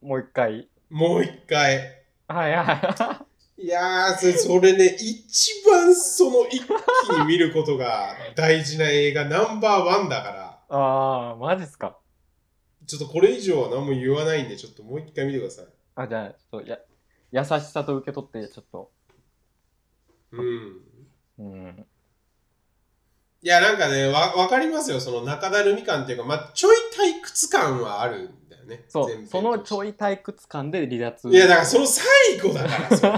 [SPEAKER 1] もう一回
[SPEAKER 2] もう一回。
[SPEAKER 1] はいはい はい
[SPEAKER 2] やーそれ、それね、一番その一気に見ることが大事な映画ナンバーワンだから、
[SPEAKER 1] ああマジっすか
[SPEAKER 2] ちょっとこれ以上は何も言わないんで、ちょっともう一回見てください。
[SPEAKER 1] あじゃあちょっとや優しさと受け取ってちょっと
[SPEAKER 2] うん。
[SPEAKER 1] うん
[SPEAKER 2] いや、なんかね、わわかりますよ、その中だるみ感っていうか、まあ、ちょい退屈感はあるんだよね。
[SPEAKER 1] そ
[SPEAKER 2] 全編
[SPEAKER 1] う
[SPEAKER 2] と
[SPEAKER 1] そのちょい退屈感で離脱
[SPEAKER 2] いや、だからその最後だから、それ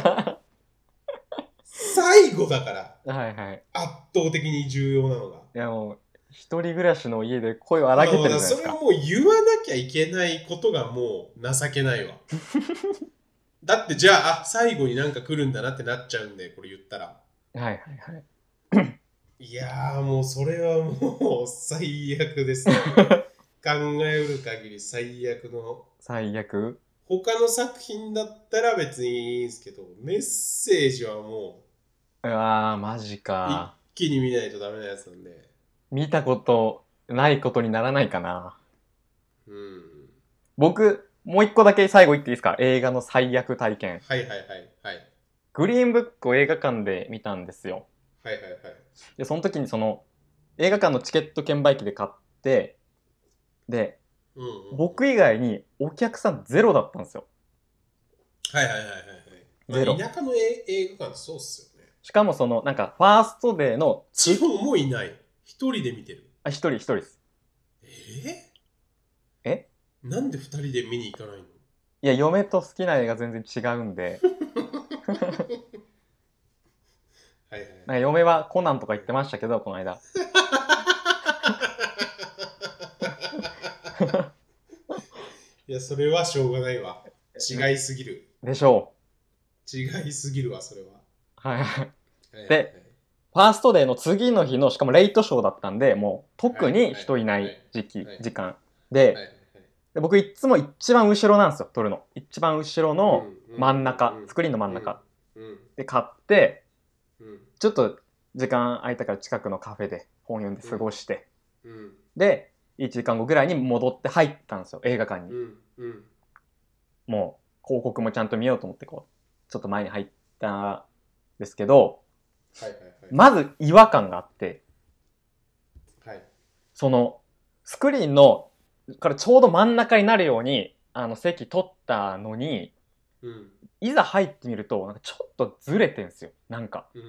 [SPEAKER 2] 最後だから、
[SPEAKER 1] はいはい
[SPEAKER 2] 圧倒的に重要なのが。
[SPEAKER 1] いやもう一人暮らしの家で声を荒げてるじゃないです
[SPEAKER 2] まあ
[SPEAKER 1] か
[SPEAKER 2] それはもう言わなきゃいけないことがもう情 けないわだってじゃああ最後になんか来るんだなってなっちゃうんでこれ言ったら
[SPEAKER 1] はいはいはい
[SPEAKER 2] いやーもうそれはもう最悪で すね考えうる限り最悪の
[SPEAKER 1] 最悪
[SPEAKER 2] 他の作品だったら別にいいんですけどメッセージはも
[SPEAKER 1] うわーマジ
[SPEAKER 2] う
[SPEAKER 1] か
[SPEAKER 2] 一気に見ないとダメなやつなんで
[SPEAKER 1] 見たことないことにならないかな
[SPEAKER 2] うん
[SPEAKER 1] 僕もう一個だけ最後言っていいですか映画の最悪体験
[SPEAKER 2] はいはいはいはい
[SPEAKER 1] グリーンブックを映画館で見たんですよ
[SPEAKER 2] はいはいはい
[SPEAKER 1] でその時にその映画館のチケット券売機で買ってで
[SPEAKER 2] うんうん、
[SPEAKER 1] 僕以外にお客さんゼロだったんですよ
[SPEAKER 2] はいはいはいはい
[SPEAKER 1] ゼ
[SPEAKER 2] は
[SPEAKER 1] ロ
[SPEAKER 2] い、まあ、田舎のえ映画館ってそうっすよね
[SPEAKER 1] しかもそのなんかファーストデーの
[SPEAKER 2] 地方もいない一人で見てる
[SPEAKER 1] あ一人一人です
[SPEAKER 2] えー、
[SPEAKER 1] え
[SPEAKER 2] なんで二人で見に行かないの
[SPEAKER 1] いや嫁と好きな映画全然違うん で
[SPEAKER 2] は
[SPEAKER 1] な
[SPEAKER 2] いはい
[SPEAKER 1] んか嫁はコナンとか言ってましたけどこの間
[SPEAKER 2] いやそれはしょうがないわ違いすぎる
[SPEAKER 1] でしょ
[SPEAKER 2] 違いすぎるわそれは
[SPEAKER 1] うはいはい
[SPEAKER 2] はい
[SPEAKER 1] でファーストデーの次の日のしかもレイトショーだったんでもう特に人いない時期
[SPEAKER 2] はい
[SPEAKER 1] 時間
[SPEAKER 2] はいは
[SPEAKER 1] で
[SPEAKER 2] い
[SPEAKER 1] で僕いつも一番後ろなんですよ撮るの一番後ろの真ん中スクリーンの真ん中
[SPEAKER 2] うんうん
[SPEAKER 1] で買って
[SPEAKER 2] うん
[SPEAKER 1] ちょっと時間空いたから近くのカフェで本読んで過ごして、
[SPEAKER 2] うん
[SPEAKER 1] で1時間後ぐらいに戻って入ったんですよ映画館に、
[SPEAKER 2] うんうん
[SPEAKER 1] もう広告もちゃんと見ようと思ってこうちょっと前に入ったんですけど
[SPEAKER 2] はいはいはい
[SPEAKER 1] まず違和感があって
[SPEAKER 2] はい
[SPEAKER 1] そのスクリーンのからちょうど真ん中になるようにあの席取ったのに
[SPEAKER 2] うん
[SPEAKER 1] いざ入ってみるとなんかちょっとずれてんすよなんか
[SPEAKER 2] うんうん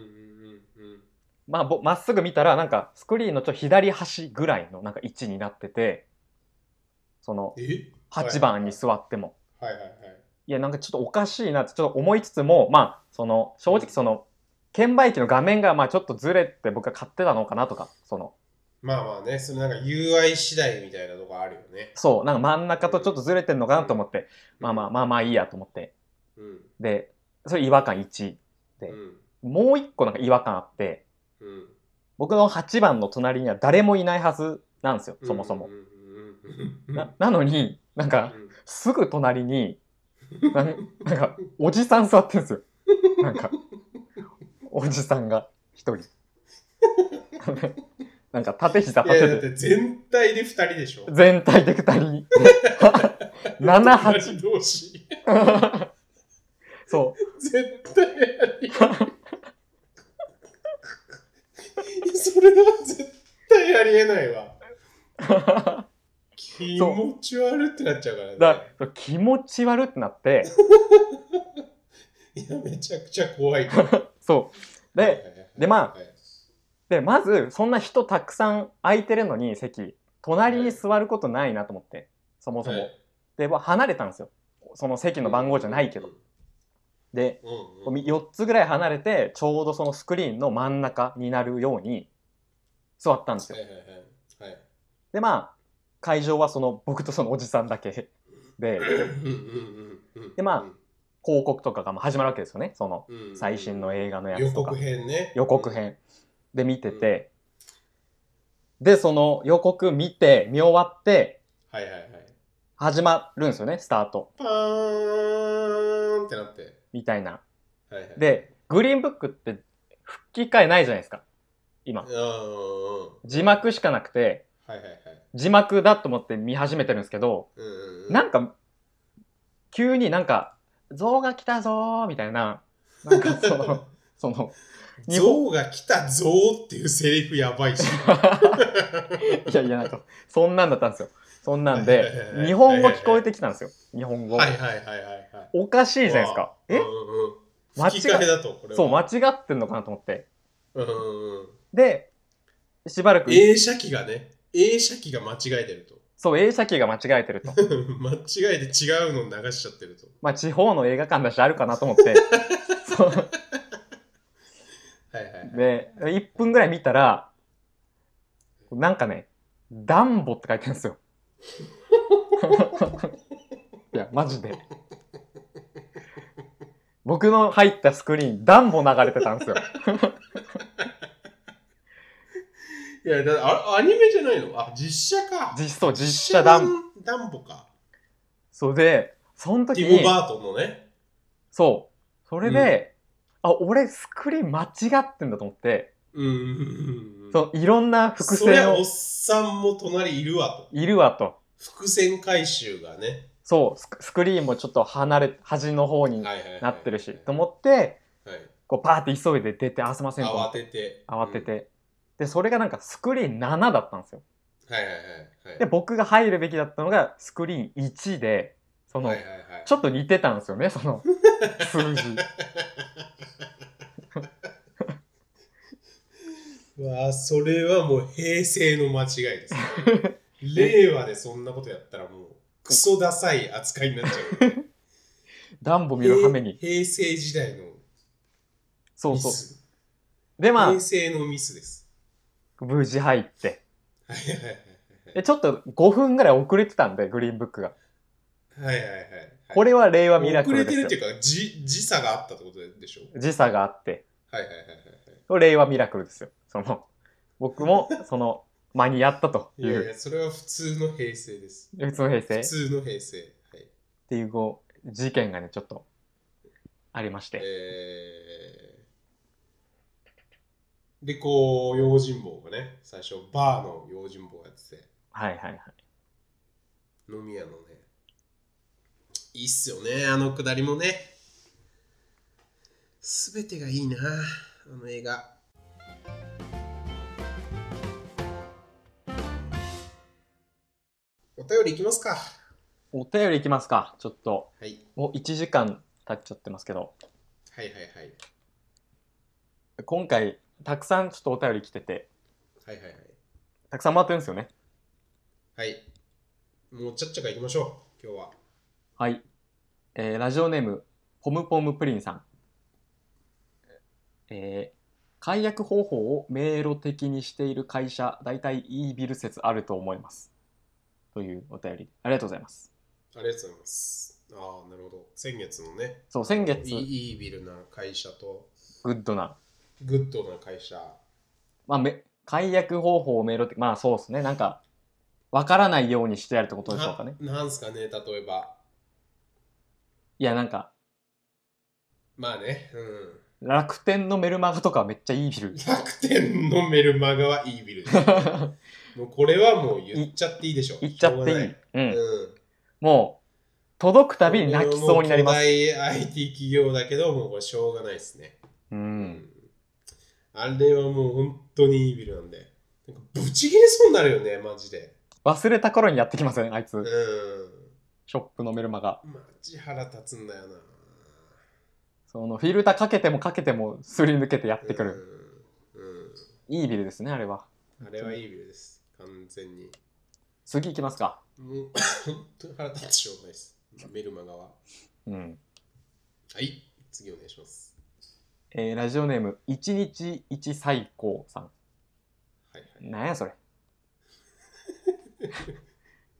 [SPEAKER 2] うん
[SPEAKER 1] まあぼまっすぐ見たらなんかスクリーンのちょ左端ぐらいのなんか位置になっててその
[SPEAKER 2] え
[SPEAKER 1] 8番に座っても、い
[SPEAKER 2] はいはいはい
[SPEAKER 1] やなんかちょっとおかしいなってちょっと思いつつもまあその正直その券売機の画面がまあちょっとずれて僕が買ってたのかなとかその
[SPEAKER 2] まあまあねそれなんか UI 次第みたいなとこあるよね
[SPEAKER 1] そうなんか真ん中とちょっとずれてんのかなと思って、まあまあまあまあいいやと思って
[SPEAKER 2] うん
[SPEAKER 1] でそれ違和感1
[SPEAKER 2] うん
[SPEAKER 1] もう一個なんか違和感あって
[SPEAKER 2] うん
[SPEAKER 1] 僕の8番の隣には誰もいないはずなんですよそもそも
[SPEAKER 2] う、んうんうんうん
[SPEAKER 1] ななのになんか、
[SPEAKER 2] う
[SPEAKER 1] すぐ隣に、
[SPEAKER 2] ん
[SPEAKER 1] ななんか、おじさん座ってんですよ。なんか、おじさんが一人。 なんか縦膝
[SPEAKER 2] いやいやだ
[SPEAKER 1] 立
[SPEAKER 2] って
[SPEAKER 1] て
[SPEAKER 2] て全体で2人でしょ
[SPEAKER 1] て、全体で2人。7、8。
[SPEAKER 2] 隣同士
[SPEAKER 1] そ
[SPEAKER 2] 絶対ありえないそれは絶対ありえないわ
[SPEAKER 1] う。
[SPEAKER 2] 気持ち悪ってなっちゃうからね
[SPEAKER 1] だから気持ち悪ってなって、
[SPEAKER 2] いやめちゃくちゃ怖いから
[SPEAKER 1] そう。で、
[SPEAKER 2] はいはいはい
[SPEAKER 1] でまあ
[SPEAKER 2] はい
[SPEAKER 1] で、まず、そんな人たくさん空いてるのに、席、隣に座ることないなと思って、そもそ
[SPEAKER 2] は
[SPEAKER 1] も
[SPEAKER 2] い。
[SPEAKER 1] で、まあ離れたんですよ。その席の番号じゃないけど。で、
[SPEAKER 2] うんうんうん
[SPEAKER 1] 4つぐらい離れて、ちょうどそのスクリーンの真ん中になるように座ったんですよ
[SPEAKER 2] は。いはいはいはい
[SPEAKER 1] で、まあ、会場はその僕とそのおじさんだけで、でまあ広告とかがまあ始まるわけですよね。その最新の
[SPEAKER 2] 映
[SPEAKER 1] 映画のや
[SPEAKER 2] 予
[SPEAKER 1] つとか
[SPEAKER 2] 告。編ね
[SPEAKER 1] 予告編で見てて、でその予告見て見終わって
[SPEAKER 2] はいはいはい
[SPEAKER 1] 始まるんですよねスタート
[SPEAKER 2] パーンってなって
[SPEAKER 1] みたいな
[SPEAKER 2] はいはい
[SPEAKER 1] でグリーンブックって吹き替えないじゃないですか今
[SPEAKER 2] うんうんうん
[SPEAKER 1] 字幕しかなくて
[SPEAKER 2] はいはいはい
[SPEAKER 1] 字幕だと思って見始めてるんですけど
[SPEAKER 2] うんうんうん
[SPEAKER 1] なんか急になんか「象が来たぞ」みたいななんか そのその日本
[SPEAKER 2] 象が来たぞーっていうセリフやばいし
[SPEAKER 1] いやいやなんかそんなんだったんですよそんなん
[SPEAKER 2] はいはいはいは
[SPEAKER 1] で
[SPEAKER 2] い
[SPEAKER 1] 日本語聞こえてきたんですよ日本語、
[SPEAKER 2] はいはいはいはいはい
[SPEAKER 1] おかしいじゃないですか。え
[SPEAKER 2] うんうんうん
[SPEAKER 1] 間
[SPEAKER 2] 吹き替え
[SPEAKER 1] 違
[SPEAKER 2] だとこれ
[SPEAKER 1] そう、間
[SPEAKER 2] は
[SPEAKER 1] 違ってんのかなと思って。
[SPEAKER 2] うんうんうん
[SPEAKER 1] で、しばらく、
[SPEAKER 2] 映写機がね映写機が間違えてると
[SPEAKER 1] そう、映写機が間違えてると。
[SPEAKER 2] 間違えて違うの流しちゃってると
[SPEAKER 1] まあ、地方の映画館だしあるかなと思 って。そう
[SPEAKER 2] はいはいはい
[SPEAKER 1] で、1分ぐらい見たら、なんかね、ダンボって書いてるんですよ。いや、マジで。僕の入ったスクリーン、ダンボ流れてたんですよ。
[SPEAKER 2] いやだあアニメじゃないのあ実写か
[SPEAKER 1] 実そう、実写ダンボ。
[SPEAKER 2] ボダンボか
[SPEAKER 1] そうで、その時
[SPEAKER 2] ティ
[SPEAKER 1] に
[SPEAKER 2] ム・、バートンのね
[SPEAKER 1] そう。それで、あ、俺スクリーン間違ってんだと思って、
[SPEAKER 2] うんうんうんうん
[SPEAKER 1] そのいろんな伏
[SPEAKER 2] そり
[SPEAKER 1] 線
[SPEAKER 2] ゃ
[SPEAKER 1] を
[SPEAKER 2] おっさんも隣いるわと
[SPEAKER 1] いるわと。
[SPEAKER 2] 伏線回収がね
[SPEAKER 1] そう、スクスクリーンもちょっと離れ、端の方に
[SPEAKER 2] はいはいはいはい
[SPEAKER 1] なってるし、と思って、
[SPEAKER 2] はい
[SPEAKER 1] こうパーって急いで出て、あ、すいませんと思
[SPEAKER 2] 慌
[SPEAKER 1] って、
[SPEAKER 2] てて
[SPEAKER 1] 慌てて。で、それがなんかスクリーン7だったんですよ。
[SPEAKER 2] うんはいはいはい
[SPEAKER 1] で、僕が入るべきだったのがスクリーン1で、その、
[SPEAKER 2] はいはいはい
[SPEAKER 1] ちょっと似てたんですよね、そ の数字。
[SPEAKER 2] うわあそれはもう平成の間違い です、ね、令和でそんなことやったらもうクソダサい扱いになっちゃう
[SPEAKER 1] ダンボ見るはめに。
[SPEAKER 2] 平成時代の
[SPEAKER 1] そう
[SPEAKER 2] ミ
[SPEAKER 1] そう。
[SPEAKER 2] ス
[SPEAKER 1] で、まあ
[SPEAKER 2] 平、成のミスです
[SPEAKER 1] 無事入って。
[SPEAKER 2] はいはいはい
[SPEAKER 1] でちょっと5分ぐらい遅れてたんで、グリーンブックが。
[SPEAKER 2] はいはいはいはい
[SPEAKER 1] これは令和ミラク
[SPEAKER 2] 遅れ
[SPEAKER 1] ルで
[SPEAKER 2] てるって
[SPEAKER 1] す
[SPEAKER 2] い
[SPEAKER 1] よ。
[SPEAKER 2] うか時時差があったってことでしょ
[SPEAKER 1] 時差があって。
[SPEAKER 2] はいはいはいはい
[SPEAKER 1] これ令和ミラクルですよ。その、僕も、その、間に合ったとい、
[SPEAKER 2] はいいやいうやそれは普通の平成です
[SPEAKER 1] 普通の平成
[SPEAKER 2] 普
[SPEAKER 1] っ
[SPEAKER 2] 通の平成はい
[SPEAKER 1] ていうこう事件がね、ちょっと、ありまして。
[SPEAKER 2] えー、でこう用心棒がね最初バーの用心棒やってて
[SPEAKER 1] はいはいはい。
[SPEAKER 2] 飲み屋のねいいっすよねあのくだりもねすべてがいいなあの映画お便りいきますか
[SPEAKER 1] お便りいきますか。ちょっと、
[SPEAKER 2] はい
[SPEAKER 1] もう1時間経っちゃってますけど、
[SPEAKER 2] はいはいはい
[SPEAKER 1] 今回、たくさんちょっとお便り来てて、
[SPEAKER 2] はいはいはい
[SPEAKER 1] たくさんもらってるんですよね。
[SPEAKER 2] はい。もうちゃっちゃか行きましょう、今日は。
[SPEAKER 1] はい。えーラジオネーム、ポムポムプリンさん。えー解約方法を迷路的にしている会社、大体イービル説あると思います。というお便り、ありがとうございます。
[SPEAKER 2] ありがとうございます。ああ、なるほど。先月のね、
[SPEAKER 1] そう、先月、
[SPEAKER 2] いいいいビルな会社と、
[SPEAKER 1] グッドな、
[SPEAKER 2] グッドな会社。
[SPEAKER 1] まあ、め解約方法を迷路的、まあそうですね、なんか、わからないようにしてやるってことでしょうかね。
[SPEAKER 2] ななんすかね、例えば。
[SPEAKER 1] いや、なんか、
[SPEAKER 2] まあね、うん。
[SPEAKER 1] 楽天のメルマガとかめっちゃいいビル
[SPEAKER 2] 楽天のメルマガはいいビルですもうこれはもう言っちゃっていいでしょ
[SPEAKER 1] 言っちゃってい
[SPEAKER 2] しょうがないい、
[SPEAKER 1] うん、
[SPEAKER 2] うん
[SPEAKER 1] もう届くたびに泣きそうになります、
[SPEAKER 2] 巨大 IT 企業だけどもうこれしょうがないですね
[SPEAKER 1] う、
[SPEAKER 2] うんあれはもう本当にいいビルなんでなんかブチ切れそうになるよねマジで
[SPEAKER 1] 忘れた頃にやってきませんあいつ、
[SPEAKER 2] うん
[SPEAKER 1] ショップのメルマガ
[SPEAKER 2] マジ腹立つんだよな
[SPEAKER 1] そのフィルターかけてもかけてもすり抜けてやってくる、
[SPEAKER 2] うん、
[SPEAKER 1] いいビルですねあれは
[SPEAKER 2] うん、あれはいいビルです完全に
[SPEAKER 1] 次行きますか
[SPEAKER 2] もう本当に腹立つしょうがないですメルマガは
[SPEAKER 1] うん
[SPEAKER 2] はい次お願いします
[SPEAKER 1] えーラジオネーム一日一最高さ
[SPEAKER 2] はいはい
[SPEAKER 1] んなんやそ れ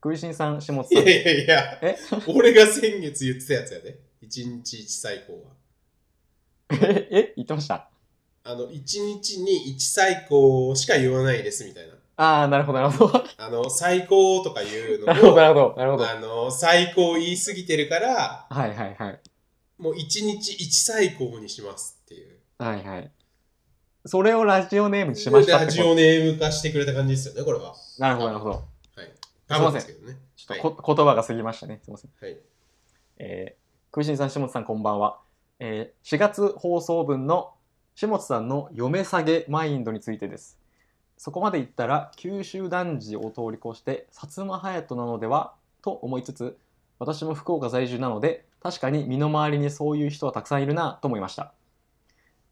[SPEAKER 1] 食いしんさん下津
[SPEAKER 2] い
[SPEAKER 1] さ
[SPEAKER 2] や
[SPEAKER 1] ん
[SPEAKER 2] いやいや
[SPEAKER 1] え
[SPEAKER 2] 俺が先月言ってたやつやで、一日一最高は。
[SPEAKER 1] ええ言ってました
[SPEAKER 2] あの、一日に一最高しか言わないですみたいな。
[SPEAKER 1] ああなるほどなるほど
[SPEAKER 2] あの、最高とか言う
[SPEAKER 1] なるほど
[SPEAKER 2] のも、
[SPEAKER 1] なるほどなるほど
[SPEAKER 2] あの、最高言い過ぎてるから、
[SPEAKER 1] はいはいはい
[SPEAKER 2] もう一日一最高にしますっていう。
[SPEAKER 1] はいはいそれをラジオネームにしました
[SPEAKER 2] ラ
[SPEAKER 1] って
[SPEAKER 2] ジ
[SPEAKER 1] こ
[SPEAKER 2] オネーム化してくれた感じですよね、これは。
[SPEAKER 1] となるほどなるほど
[SPEAKER 2] はい。
[SPEAKER 1] ません
[SPEAKER 2] 多分ですけどね。
[SPEAKER 1] ちょっとこ、言葉が過ぎましたねすいません
[SPEAKER 2] はい。
[SPEAKER 1] えー、空心さん、下津さん、こんばんは。えー、4月放送分の下津さんの嫁下げマインドについてです。そこまで言ったら、九州男児を通り越して、薩摩隼人なのではと思いつつ、私も福岡在住なので、確かに身の回りにそういう人はたくさんいるなと思いました。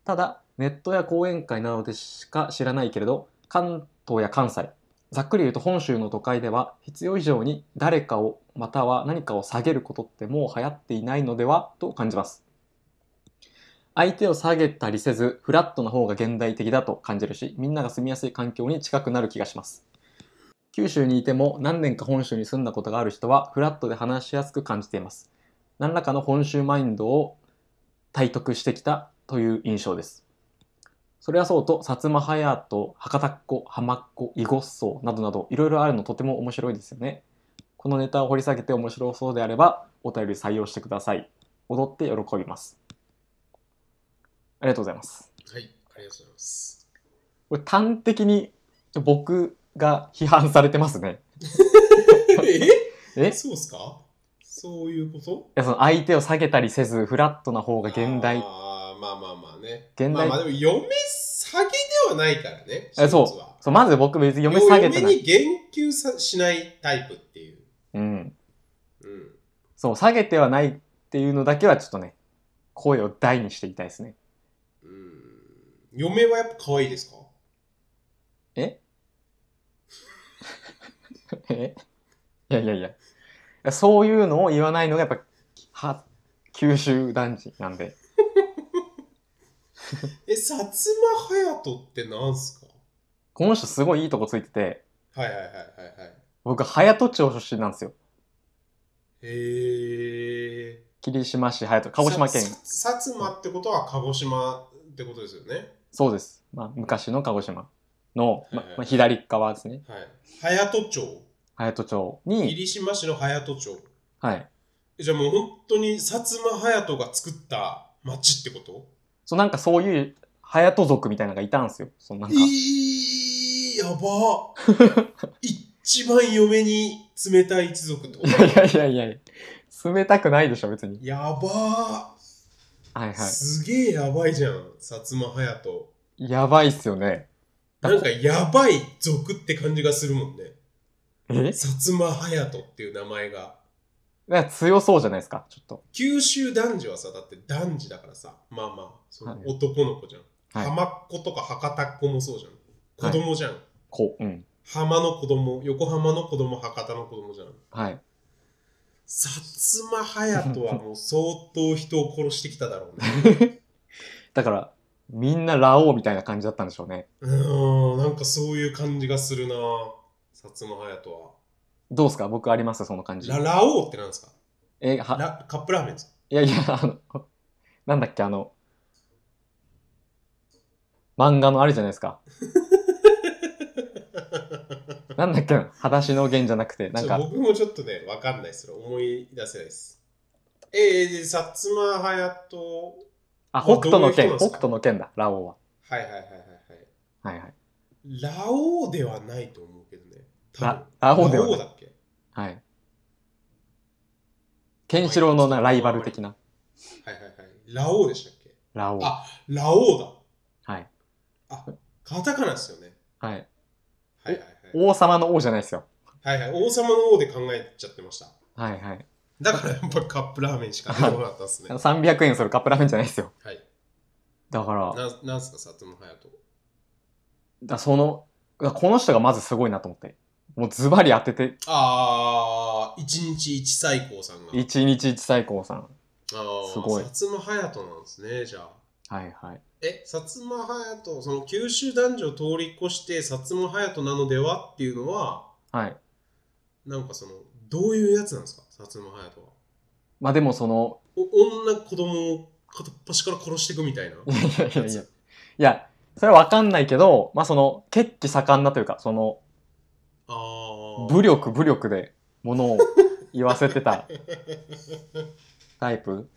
[SPEAKER 1] ただ、ネットや講演会などでしか知らないけれど、関東や関西、ざっくり言うと本州の都会では必要以上に誰かをまたは何かを下げることってもう流行っていないのではと感じます相手を下げたりせずフラットな方が現代的だと感じるしみんなが住みやすい環境に近くなる気がします九州にいても何年か本州に住んだことがある人はフラットで話しやすく感じています何らかの本州マインドを体得してきたという印象ですそれはそうと、薩摩隼人、博多っ子、浜っ子、囲碁っ子などなど、いろいろあるのとても面白いですよね。このネタを掘り下げて面白そうであれば、お便り採用してください。踊って喜びます。ありがとうございます。
[SPEAKER 2] はい。ありがとうございます。
[SPEAKER 1] これ端的に僕が批判されてますね。え
[SPEAKER 2] えそうっすかそういうこと
[SPEAKER 1] いやその相手を下げたりせず、フラットな方が現代。
[SPEAKER 2] あーまあまあまあね。
[SPEAKER 1] 現代
[SPEAKER 2] まあまあでも嫁下げではないからね。
[SPEAKER 1] えそう
[SPEAKER 2] シーズは
[SPEAKER 1] そうまず僕別に
[SPEAKER 2] 嫁
[SPEAKER 1] 嫁下げてない。
[SPEAKER 2] に言及さしないタイプっていう。
[SPEAKER 1] うん。
[SPEAKER 2] うん。
[SPEAKER 1] そう、下げてはないっていうのだけはちょっとね、声を大にしていきたいですね。
[SPEAKER 2] うん、嫁はやっぱ可愛いですか
[SPEAKER 1] ええ いやいやいやいやそういうのを言わないのがやっぱは九州男児なんで
[SPEAKER 2] え、薩摩隼人ってなんすか
[SPEAKER 1] この人すごいいいとこついてて
[SPEAKER 2] はいはいはいはいはい。
[SPEAKER 1] 僕隼人町出身なんですよ
[SPEAKER 2] へえ。
[SPEAKER 1] 霧島市隼人鹿児島県
[SPEAKER 2] ささ薩摩ってことは鹿児島ってことですよね。
[SPEAKER 1] そうです、まあ、昔の鹿児島の、ま
[SPEAKER 2] はい
[SPEAKER 1] まあ、左側ですね
[SPEAKER 2] はい。隼人町。
[SPEAKER 1] 隼人町に、
[SPEAKER 2] 霧島市の隼人町。
[SPEAKER 1] はい、
[SPEAKER 2] えじゃあもう本当に薩摩隼人が作った町ってこと
[SPEAKER 1] そうなんかそういう隼人族みたいなの がいたんですよそのなん
[SPEAKER 2] え
[SPEAKER 1] か
[SPEAKER 2] ー、や ば。一番嫁に冷たい一族ってこ
[SPEAKER 1] い
[SPEAKER 2] と
[SPEAKER 1] やいやいやいやいや冷たくないでしょ別に
[SPEAKER 2] やば
[SPEAKER 1] はいは
[SPEAKER 2] すげえやばいじゃん薩摩隼
[SPEAKER 1] いやばいっすよね
[SPEAKER 2] 人なんかやばい族って感じがするもんね
[SPEAKER 1] え
[SPEAKER 2] 薩摩隼人っていう名前が
[SPEAKER 1] なんか強そうじゃないですか、ちょっと。
[SPEAKER 2] 九州男児はさだって男児だからさまあまあその
[SPEAKER 1] はい
[SPEAKER 2] 男の子じゃん、
[SPEAKER 1] はい
[SPEAKER 2] 浜っ子とか博多っ子もそうじゃん子供じゃん、
[SPEAKER 1] こう、うん。
[SPEAKER 2] 浜の子供横浜の子供博多の子供じゃん
[SPEAKER 1] はい。
[SPEAKER 2] 薩摩隼人はもう相当人を殺してきただろうね
[SPEAKER 1] だから、みんなラオウみたいな感じだったんでしょうね。
[SPEAKER 2] うーんなんかそういう感じがするな薩摩隼人は
[SPEAKER 1] どうですか僕ありますその感じ
[SPEAKER 2] ラ。ラオウってなんですか
[SPEAKER 1] え、は、
[SPEAKER 2] ラカップラーメンです
[SPEAKER 1] いやいや、あの、なんだっけ、あの、漫画のあるじゃないですか。
[SPEAKER 2] か
[SPEAKER 1] なんだっけな、裸足の弦じゃなくて、なん
[SPEAKER 2] ちょ
[SPEAKER 1] か、
[SPEAKER 2] 僕もちょっとね、わかんないですよ。思い出せないです。えー、で薩摩隼人
[SPEAKER 1] あ、北斗の
[SPEAKER 2] どういう人なん
[SPEAKER 1] 剣、
[SPEAKER 2] です
[SPEAKER 1] 北
[SPEAKER 2] か
[SPEAKER 1] 斗の剣だ、ラオウは。
[SPEAKER 2] はいはいはいはい
[SPEAKER 1] はいはい。
[SPEAKER 2] はい。ラオウではないと思うけどね。多分
[SPEAKER 1] ララオウではない
[SPEAKER 2] だっけ
[SPEAKER 1] はい。ケンシロウのな、ライバル的な。
[SPEAKER 2] はいはいはい。ラオウでしたっけ
[SPEAKER 1] ラオウ。
[SPEAKER 2] あラオウだ。
[SPEAKER 1] はい。
[SPEAKER 2] あ、カタカナですよね。
[SPEAKER 1] はい。
[SPEAKER 2] はいはい
[SPEAKER 1] 王様の王じゃないですよ。
[SPEAKER 2] はい。はいはい。王様の王で考えちゃってました。
[SPEAKER 1] はいはい。
[SPEAKER 2] だからやっぱカップラーメンしか出てこなかったですね。は
[SPEAKER 1] 300円するカップラーメンじゃないですよ。
[SPEAKER 2] い。
[SPEAKER 1] だから、だか
[SPEAKER 2] ななんすか、薩摩隼
[SPEAKER 1] らその、だからこの人がまずすごいなと思って。もうズバリ当てて、
[SPEAKER 2] 人。あー、一日一最高さんが。
[SPEAKER 1] 一日一最高さん。
[SPEAKER 2] あー
[SPEAKER 1] すごい
[SPEAKER 2] 薩摩隼人なんですね、じゃあ。
[SPEAKER 1] はいはい。
[SPEAKER 2] え、薩摩隼人、その九州男女を通り越して薩摩隼人なのではっていうのは、
[SPEAKER 1] はい。
[SPEAKER 2] なんかその、どういうやつなんですか、薩摩隼人は。
[SPEAKER 1] まあでもその、
[SPEAKER 2] お女子供を片っ端から殺していくみたいな。
[SPEAKER 1] いやいやいやいや、それはわかんないけど、まあその、血気盛んなというか、その、
[SPEAKER 2] あー
[SPEAKER 1] 武力武力で物を言わせてたタイプ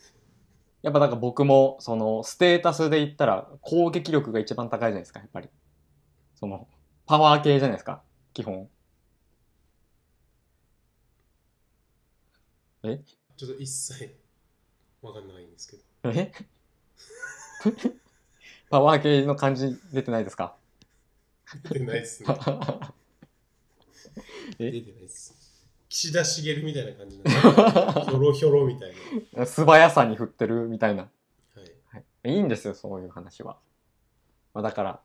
[SPEAKER 1] やっぱなんか僕もそのステータスで言ったら攻撃力が一番高いじゃないですかやっぱりそのパワー系じゃないですか基本
[SPEAKER 2] ちょっと一切わかんないんですけど。
[SPEAKER 1] えパワー系の感じ出てないですか
[SPEAKER 2] 出てないっすね。
[SPEAKER 1] え
[SPEAKER 2] 出てないっす。岸田茂みたいな感じなん でひょろひょろみたいな。
[SPEAKER 1] 素早さに振ってるみたいな
[SPEAKER 2] はい、
[SPEAKER 1] いいんですよそういう話は、まあ、だから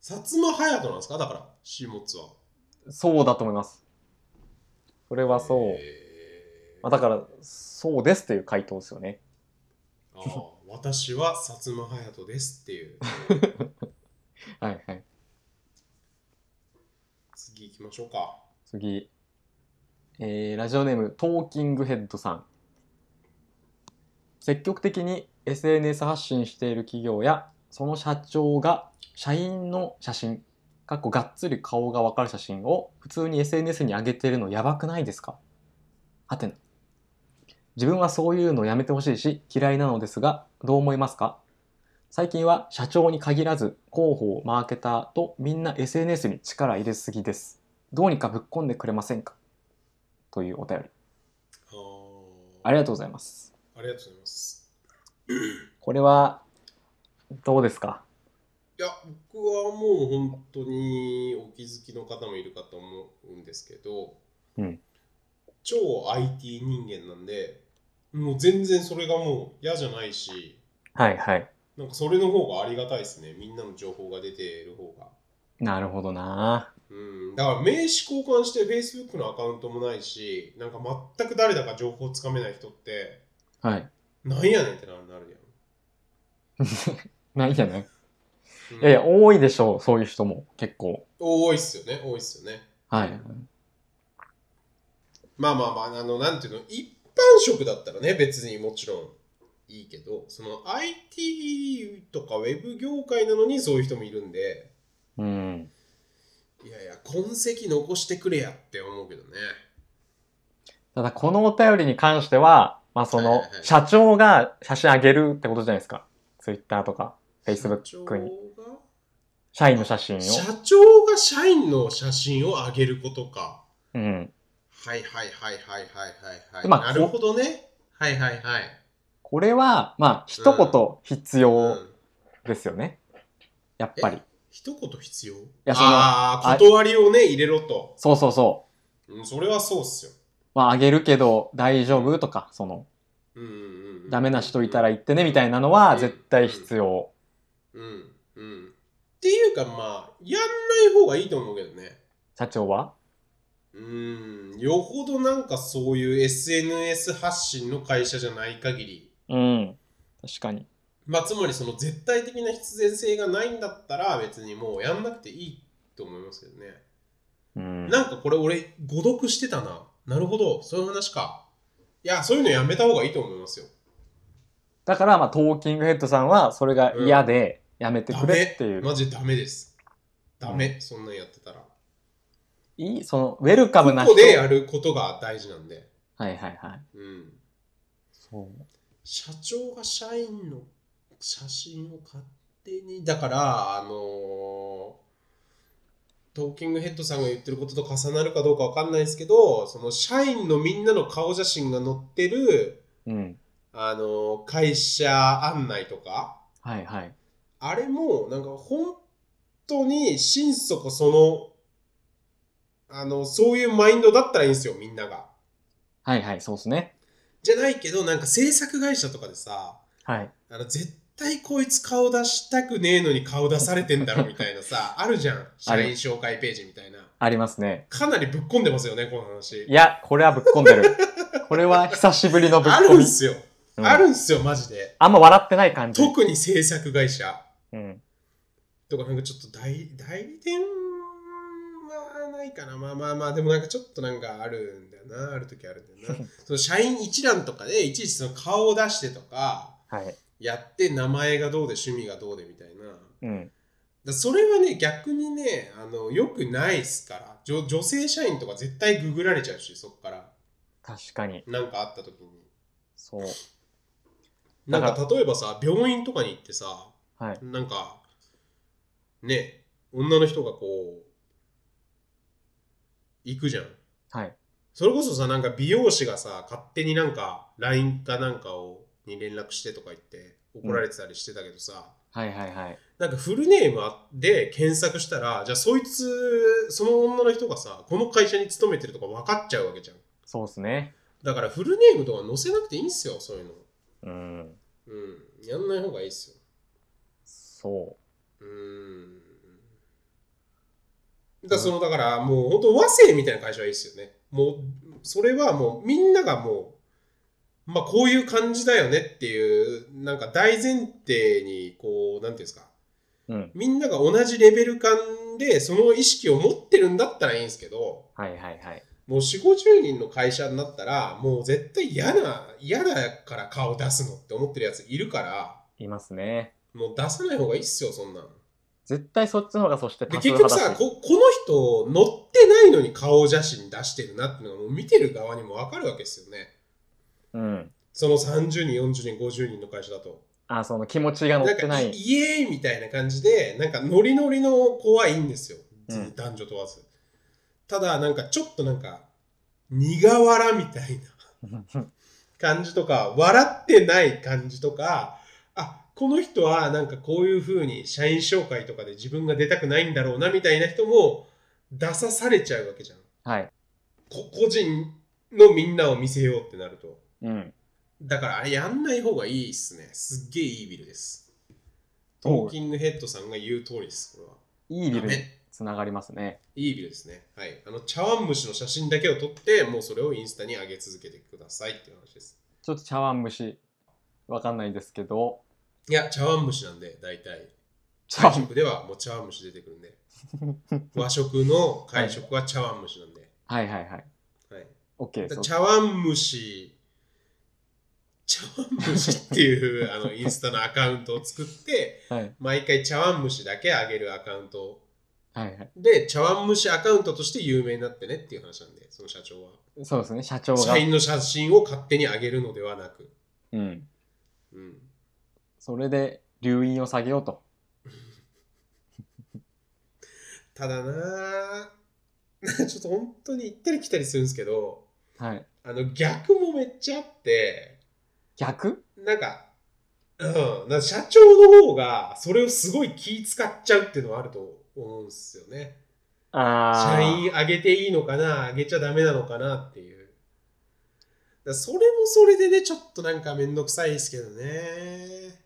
[SPEAKER 2] 薩摩隼人なんですかだから、シーモッツは。
[SPEAKER 1] そうだと思いますそれはそう、
[SPEAKER 2] えー
[SPEAKER 1] まあ、だから、そうですという回答ですよね。
[SPEAKER 2] あー私は薩摩隼人ですっ ていう。
[SPEAKER 1] はいはい。
[SPEAKER 2] 次行きましょうか。
[SPEAKER 1] 次。えーラジオネーム、トーキングヘッドさん。積極的に SNS 発信している企業や、その社長が社員の写真、かっこがっつり顔がわかる写真を普通に SNS に上げてるのやばくないですかはてな。自分はそういうのやめてほしいし嫌いなのですが、どう思いますか最近は社長に限らず広報マーケターとみんな SNS に力入れすぎですどうにかぶっ込んでくれませんかというお便り
[SPEAKER 2] あー
[SPEAKER 1] ありがとうございます
[SPEAKER 2] ありがとうございます。
[SPEAKER 1] これはどうですか
[SPEAKER 2] いや、僕はもう本当にお気づきの方もいるかと思うんですけど、
[SPEAKER 1] うん
[SPEAKER 2] 超 IT 人間なんで、もう全然それがもう嫌じゃないし、
[SPEAKER 1] はいはい
[SPEAKER 2] なんかそれの方がありがたいですね。みんなの情報が出てる方が。
[SPEAKER 1] なるほどな
[SPEAKER 2] うん、だから名刺交換して Facebook のアカウントもないし、なんか全く誰だか情報つかめない人って、
[SPEAKER 1] はい
[SPEAKER 2] なんやねんってなるなる
[SPEAKER 1] ないじゃない
[SPEAKER 2] やん。うん
[SPEAKER 1] いやいや多いでしょうそういう人も結構
[SPEAKER 2] 多いっすよね、多いっすよね。
[SPEAKER 1] はい
[SPEAKER 2] まあまあまあ、あの、なんていうの、一般職だったらね、別にもちろんいいけど、その IT とかウェブ業界なのにそういう人もいるんで、
[SPEAKER 1] うん
[SPEAKER 2] いやいや、痕跡残してくれやって思うけどね。
[SPEAKER 1] ただこのお便りに関してはまあそ
[SPEAKER 2] はい
[SPEAKER 1] の
[SPEAKER 2] はいはい
[SPEAKER 1] 社長が写真あげるってことじゃないですか Twitter とか Facebook に
[SPEAKER 2] 社
[SPEAKER 1] 社員
[SPEAKER 2] 長が
[SPEAKER 1] の写真を
[SPEAKER 2] 社長が社員の写真を上げることか。
[SPEAKER 1] うん
[SPEAKER 2] はいはいはいはいはいはい、はい。
[SPEAKER 1] まあ
[SPEAKER 2] なるほどね。はいはいはい。
[SPEAKER 1] これは、まあ、一言必
[SPEAKER 2] う
[SPEAKER 1] 要
[SPEAKER 2] ん、
[SPEAKER 1] ですよね。やっぱり
[SPEAKER 2] え。一言必要
[SPEAKER 1] やその
[SPEAKER 2] ああ、
[SPEAKER 1] あ
[SPEAKER 2] 断りをね、入れろと。
[SPEAKER 1] そうそうそう。
[SPEAKER 2] うん、それはそうっすよ。
[SPEAKER 1] まあ、あげるけど大丈夫とか、その、
[SPEAKER 2] うんうんうん
[SPEAKER 1] ダメな人いたら言ってね、みたいなのは
[SPEAKER 2] うん
[SPEAKER 1] 絶対必要。
[SPEAKER 2] うんうんっていうかまあやんない方がいいと思うけどね
[SPEAKER 1] 社長は
[SPEAKER 2] うんよほどなんかそういう SNS 発信の会社じゃない限り
[SPEAKER 1] うん。確かに。
[SPEAKER 2] まあつまりその絶対的な必然性がないんだったら別にもうやんなくていいと思いますけどね、
[SPEAKER 1] うん。
[SPEAKER 2] なんかこれ俺誤読してたななるほどそういう話かいやそういうのやめた方がいいと思いますよ
[SPEAKER 1] だから、まあ、トーキングヘッドさんは、それが嫌で、やめて
[SPEAKER 2] ダ
[SPEAKER 1] く
[SPEAKER 2] メ
[SPEAKER 1] れっていう。
[SPEAKER 2] マジでダメですダメ、そんなんやってたら
[SPEAKER 1] いいその、ウェルカムな
[SPEAKER 2] こ
[SPEAKER 1] 人。
[SPEAKER 2] こでやることが大事なんで
[SPEAKER 1] はいはいはい。
[SPEAKER 2] うん
[SPEAKER 1] そう。
[SPEAKER 2] 社長が社員の写真を勝手にだからあのートーキングヘッドさんが言ってることと重なるかどうかわかんないですけどその社員のみんなの顔写真が載ってる
[SPEAKER 1] うん。
[SPEAKER 2] あのー会社案内とか
[SPEAKER 1] はいはい。
[SPEAKER 2] あれもなんか本当に心底そのあのそういうマインドだったらいいんですよみんなが。
[SPEAKER 1] はいはい、そうですね。
[SPEAKER 2] じゃないけどなんか制作会社とかでさ
[SPEAKER 1] はい。
[SPEAKER 2] あの絶対こいつ顔出したくねえのに顔出されてんだろみたい なさあるじゃん社員紹介ページみたいな
[SPEAKER 1] ありますね。
[SPEAKER 2] かなりぶっ込んでますよねこの話
[SPEAKER 1] いや、これはぶっ込んで る。これは久しぶりのぶっ
[SPEAKER 2] あ
[SPEAKER 1] 込
[SPEAKER 2] る
[SPEAKER 1] み
[SPEAKER 2] ん。すよ、
[SPEAKER 1] うん
[SPEAKER 2] あるんすよマジで
[SPEAKER 1] あんま笑ってない感じ。
[SPEAKER 2] 特に制作会社
[SPEAKER 1] うん。
[SPEAKER 2] とかなんかちょっと代代理店はないかなまあまあまあでもなんかちょっとなんかあるんだよなある時あるんだよ なその社員一覧とかでいちいちその顔を出してとか
[SPEAKER 1] はい。
[SPEAKER 2] やって名前がどうで趣味がどうでみたいな
[SPEAKER 1] うん。
[SPEAKER 2] だそれはね逆にねあのよくないっすから女女性社員とか絶対ググられちゃうしそっから
[SPEAKER 1] 確かに。
[SPEAKER 2] なんかあった時に
[SPEAKER 1] そう。
[SPEAKER 2] なん
[SPEAKER 1] だ
[SPEAKER 2] か
[SPEAKER 1] か
[SPEAKER 2] 例えばさ病院とかに行ってさ
[SPEAKER 1] はい。
[SPEAKER 2] なんかね女の人がこう行くじゃん
[SPEAKER 1] はい。
[SPEAKER 2] それこそさなんか美容師がさ勝手になんか LINE かなんかをに連絡してとか言って怒られてたりしてたけどさ、
[SPEAKER 1] はいはいはい。
[SPEAKER 2] なんかフルネームで検索したら、じゃあそいつ、その女の人がさ、この会社に勤めてるとか分かっちゃうわけじゃん。
[SPEAKER 1] そうですね。
[SPEAKER 2] だからフルネームとか載せなくていいんすよ、そういうの。
[SPEAKER 1] うん。
[SPEAKER 2] うん。やんない方がいいっすよ。
[SPEAKER 1] そう
[SPEAKER 2] ーん。だからその、だからもう本当和製みたいな会社はいいっすよね。もう、それはもうみんながもう、まあこういう感じだよねっていう、なんか大前提に、こう、なんていうんですか。
[SPEAKER 1] う。うん。
[SPEAKER 2] みんなが同じレベル感でその意識を持ってるんだったらいいんですけど
[SPEAKER 1] はいはいはい。
[SPEAKER 2] もう4 5 0人の会社になったらもう絶対嫌な嫌だから顔出すのって思ってるやついるから
[SPEAKER 1] いますね。
[SPEAKER 2] もう出さない方がいいっすよそんなん
[SPEAKER 1] 絶対そっちの方がそして
[SPEAKER 2] で
[SPEAKER 1] 多数
[SPEAKER 2] 結局
[SPEAKER 1] 派だし
[SPEAKER 2] さここの人乗ってないのに顔写真出してるなっていうのがもう見てる側にも分かるわけですよね
[SPEAKER 1] うん。
[SPEAKER 2] その30人40人50人の会社だと
[SPEAKER 1] あ、その気持ちが乗
[SPEAKER 2] な
[SPEAKER 1] っ
[SPEAKER 2] ん
[SPEAKER 1] て
[SPEAKER 2] か
[SPEAKER 1] ない。
[SPEAKER 2] イイエーイみたいな感じでなんかノリノリの子はいいんです
[SPEAKER 1] う
[SPEAKER 2] よ、
[SPEAKER 1] ん
[SPEAKER 2] 男女問わずただなんかちょっとなんか苦笑みたいな 感じとか笑ってない感じとかあこの人はなんかこういう風に社員紹介とかで自分が出たくないんだろうなみたいな人も出さされちゃうわけじゃん
[SPEAKER 1] はい。
[SPEAKER 2] こ個人のみんなを見せようってなると
[SPEAKER 1] うん。
[SPEAKER 2] だからあれやんない方がいいっすねすっげえいいビルですト
[SPEAKER 1] おう
[SPEAKER 2] ーキングヘッドさんが言う通りです、こ
[SPEAKER 1] いい
[SPEAKER 2] れ
[SPEAKER 1] ビ
[SPEAKER 2] は。
[SPEAKER 1] ル
[SPEAKER 2] ダ
[SPEAKER 1] に
[SPEAKER 2] メ
[SPEAKER 1] つながりますね。
[SPEAKER 2] いいビルですね。はい。あの、茶碗蒸しの写真だけを撮って、もうそれをインスタに上げ続けてくださいっていう話です。
[SPEAKER 1] ちょっと茶碗蒸し、わかんないですけど、
[SPEAKER 2] いや、茶碗蒸しなんで、大体。
[SPEAKER 1] 茶
[SPEAKER 2] 会
[SPEAKER 1] 碗、
[SPEAKER 2] 食ではもう茶碗蒸し出てくるんで。和食の会食は茶碗蒸しなんで。
[SPEAKER 1] はいはいはい。
[SPEAKER 2] はい。
[SPEAKER 1] OK
[SPEAKER 2] だ
[SPEAKER 1] そう。
[SPEAKER 2] 茶碗蒸し、茶碗蒸しっていうあのインスタのアカウントを作って、
[SPEAKER 1] はい
[SPEAKER 2] 毎回茶碗蒸しだけ上げるアカウントを
[SPEAKER 1] はいはい。
[SPEAKER 2] で、茶碗蒸しアカウントとして有名になってねっていう話なんで、その社長は。
[SPEAKER 1] そうですね、社長が
[SPEAKER 2] 社。員の写真を勝手に上げるのではなく。
[SPEAKER 1] うん。
[SPEAKER 2] うん。
[SPEAKER 1] それで、留飲を下げようと。
[SPEAKER 2] ただなぁ、 ちょっと本当に行ったり来たりするんですけど、
[SPEAKER 1] はい。
[SPEAKER 2] あの、逆もめっちゃあって、
[SPEAKER 1] 逆
[SPEAKER 2] なんか、うん、なんか社長の方がそれをすごい気使っちゃうっていうのはあると思うんですよね。
[SPEAKER 1] あ
[SPEAKER 2] 社
[SPEAKER 1] ー
[SPEAKER 2] 員上げていいのかな上げちゃダメなのかなっていうだからそれもそれでねちょっとなんかめんどくさいですけどね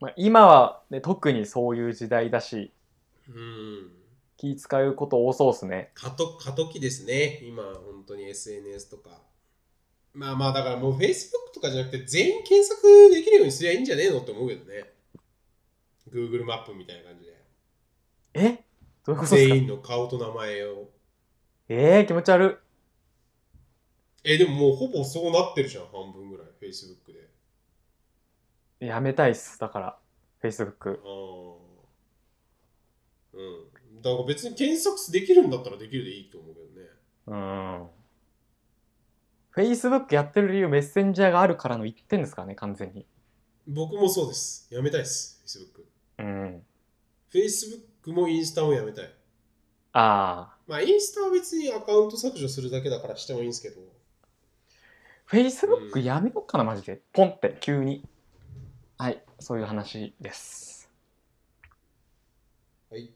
[SPEAKER 1] まあ、今は、ね、特にそういう時代だし、
[SPEAKER 2] うん
[SPEAKER 1] 気使うこと多そうですね。
[SPEAKER 2] 過渡過渡期ですね今本当に SNS とかまあまあだからもう Facebook とかじゃなくて全員検索できるようにすりゃいいんじゃねえのって思うけどね Google マップみたいな感じで
[SPEAKER 1] えどういうことですか
[SPEAKER 2] 全員の顔と名前を
[SPEAKER 1] えー、気持ち悪い。
[SPEAKER 2] えでももうほぼそうなってるじゃん半分ぐらい Facebook で
[SPEAKER 1] やめたいっす。だから、Facebook。
[SPEAKER 2] あーうん。だから別に検索できるんだったらできるでいいと思うけどね。
[SPEAKER 1] うーん。 Facebook やってる理由メッセンジャーがあるからの一点ですからね完全に
[SPEAKER 2] 僕もそうです。やめたいです、Facebook。
[SPEAKER 1] うん。
[SPEAKER 2] Facebook もインスタもやめたい。
[SPEAKER 1] ああ。
[SPEAKER 2] まあ、インスタは別にアカウント削除するだけだからしてもいいんですけど、う
[SPEAKER 1] Facebook
[SPEAKER 2] ん
[SPEAKER 1] やめよっかな、マジで。ポンって、急に。はい、そういう話です。
[SPEAKER 2] はい。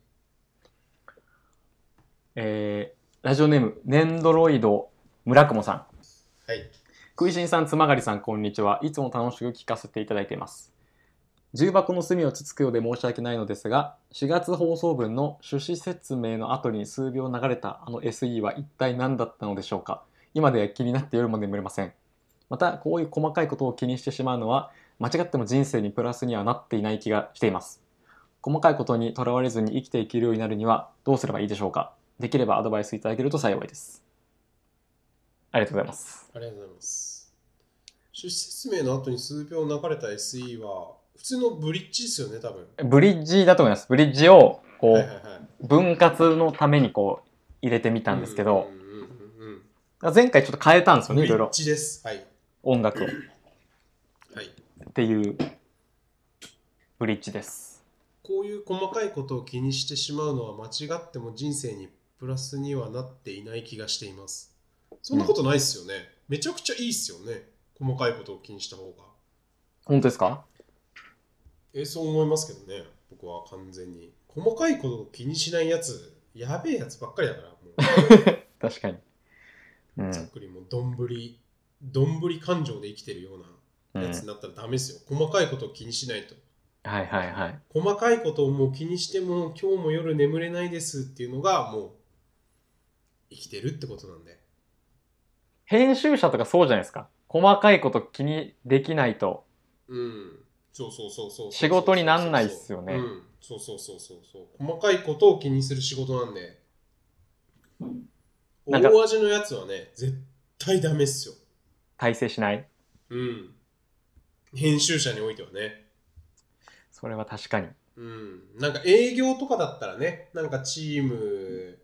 [SPEAKER 1] えー、ラジオネーム、ネンドロイド、村雲さん。
[SPEAKER 2] はい。
[SPEAKER 1] 食いしんさん、つまがりさん、こんにちは。いつも楽しく聞かせていただいています。重箱の隅をつつくようで申し訳ないのですが、4月放送分の趣旨説明の後に数秒流れたあの SE は一体何だったのでしょうか今では気になって夜も眠れません。また、こういう細かいことを気にしてしまうのは、間違っても人生にプラスにはなっていない気がしています。細かいことにとらわれずに生きていけるようになるにはどうすればいいでしょうかできればアドバイスいただけると幸いです。ありがとうございます。
[SPEAKER 2] ありがとうございます。出資説明の後に数秒流れた SE は、普通のブリッジですよね、多分。
[SPEAKER 1] ブリッジだと思います。ブリッジをこ
[SPEAKER 2] はいはいうはい。
[SPEAKER 1] 分割のためにこう入れてみたんですけど
[SPEAKER 2] う、んうんうんうん
[SPEAKER 1] 前回ちょっと変えたんですよ
[SPEAKER 2] うん。ブ
[SPEAKER 1] ね、い
[SPEAKER 2] リ
[SPEAKER 1] ろい
[SPEAKER 2] ッ
[SPEAKER 1] ろ
[SPEAKER 2] ジです。はい。
[SPEAKER 1] 音楽を。っ
[SPEAKER 2] はい。
[SPEAKER 1] ていうブリッジです。
[SPEAKER 2] こういう細かいことを気にしてしまうのは間違っても人生にプラスにはなっていない気がしています。そんなことないっすよね。めちゃくちゃいいっすよね。細かいことを気にした方が。
[SPEAKER 1] 本当ですか
[SPEAKER 2] えーそう思いますけどね。僕は完全に。細かいことを気にしないやつ、やべえやつばっかりだから。もう
[SPEAKER 1] 確かに。う
[SPEAKER 2] ざっ
[SPEAKER 1] ん。
[SPEAKER 2] くりもうどんぶり、どんぶり感情で生きてるよう
[SPEAKER 1] うん、
[SPEAKER 2] なやつになったらダメですよ。細かいことを気にしないと。
[SPEAKER 1] はいはいはい。
[SPEAKER 2] 細かいことをもう気にしても今日も夜眠れないですっていうのがもう生きてるってことなんで
[SPEAKER 1] 編集者とかそうじゃないですか。細かいこと気にできないと。
[SPEAKER 2] うんそうそうそうそう
[SPEAKER 1] 仕事になんないっすよね
[SPEAKER 2] うんそうそうそうそうそう細かいことを気にする仕事なんで
[SPEAKER 1] なんか
[SPEAKER 2] 大味のやつはね絶対ダメっすよ
[SPEAKER 1] 大成しない。
[SPEAKER 2] うん編集者においてはね
[SPEAKER 1] それは確かに。
[SPEAKER 2] うん、なんか営業とかだったらねなんかチーム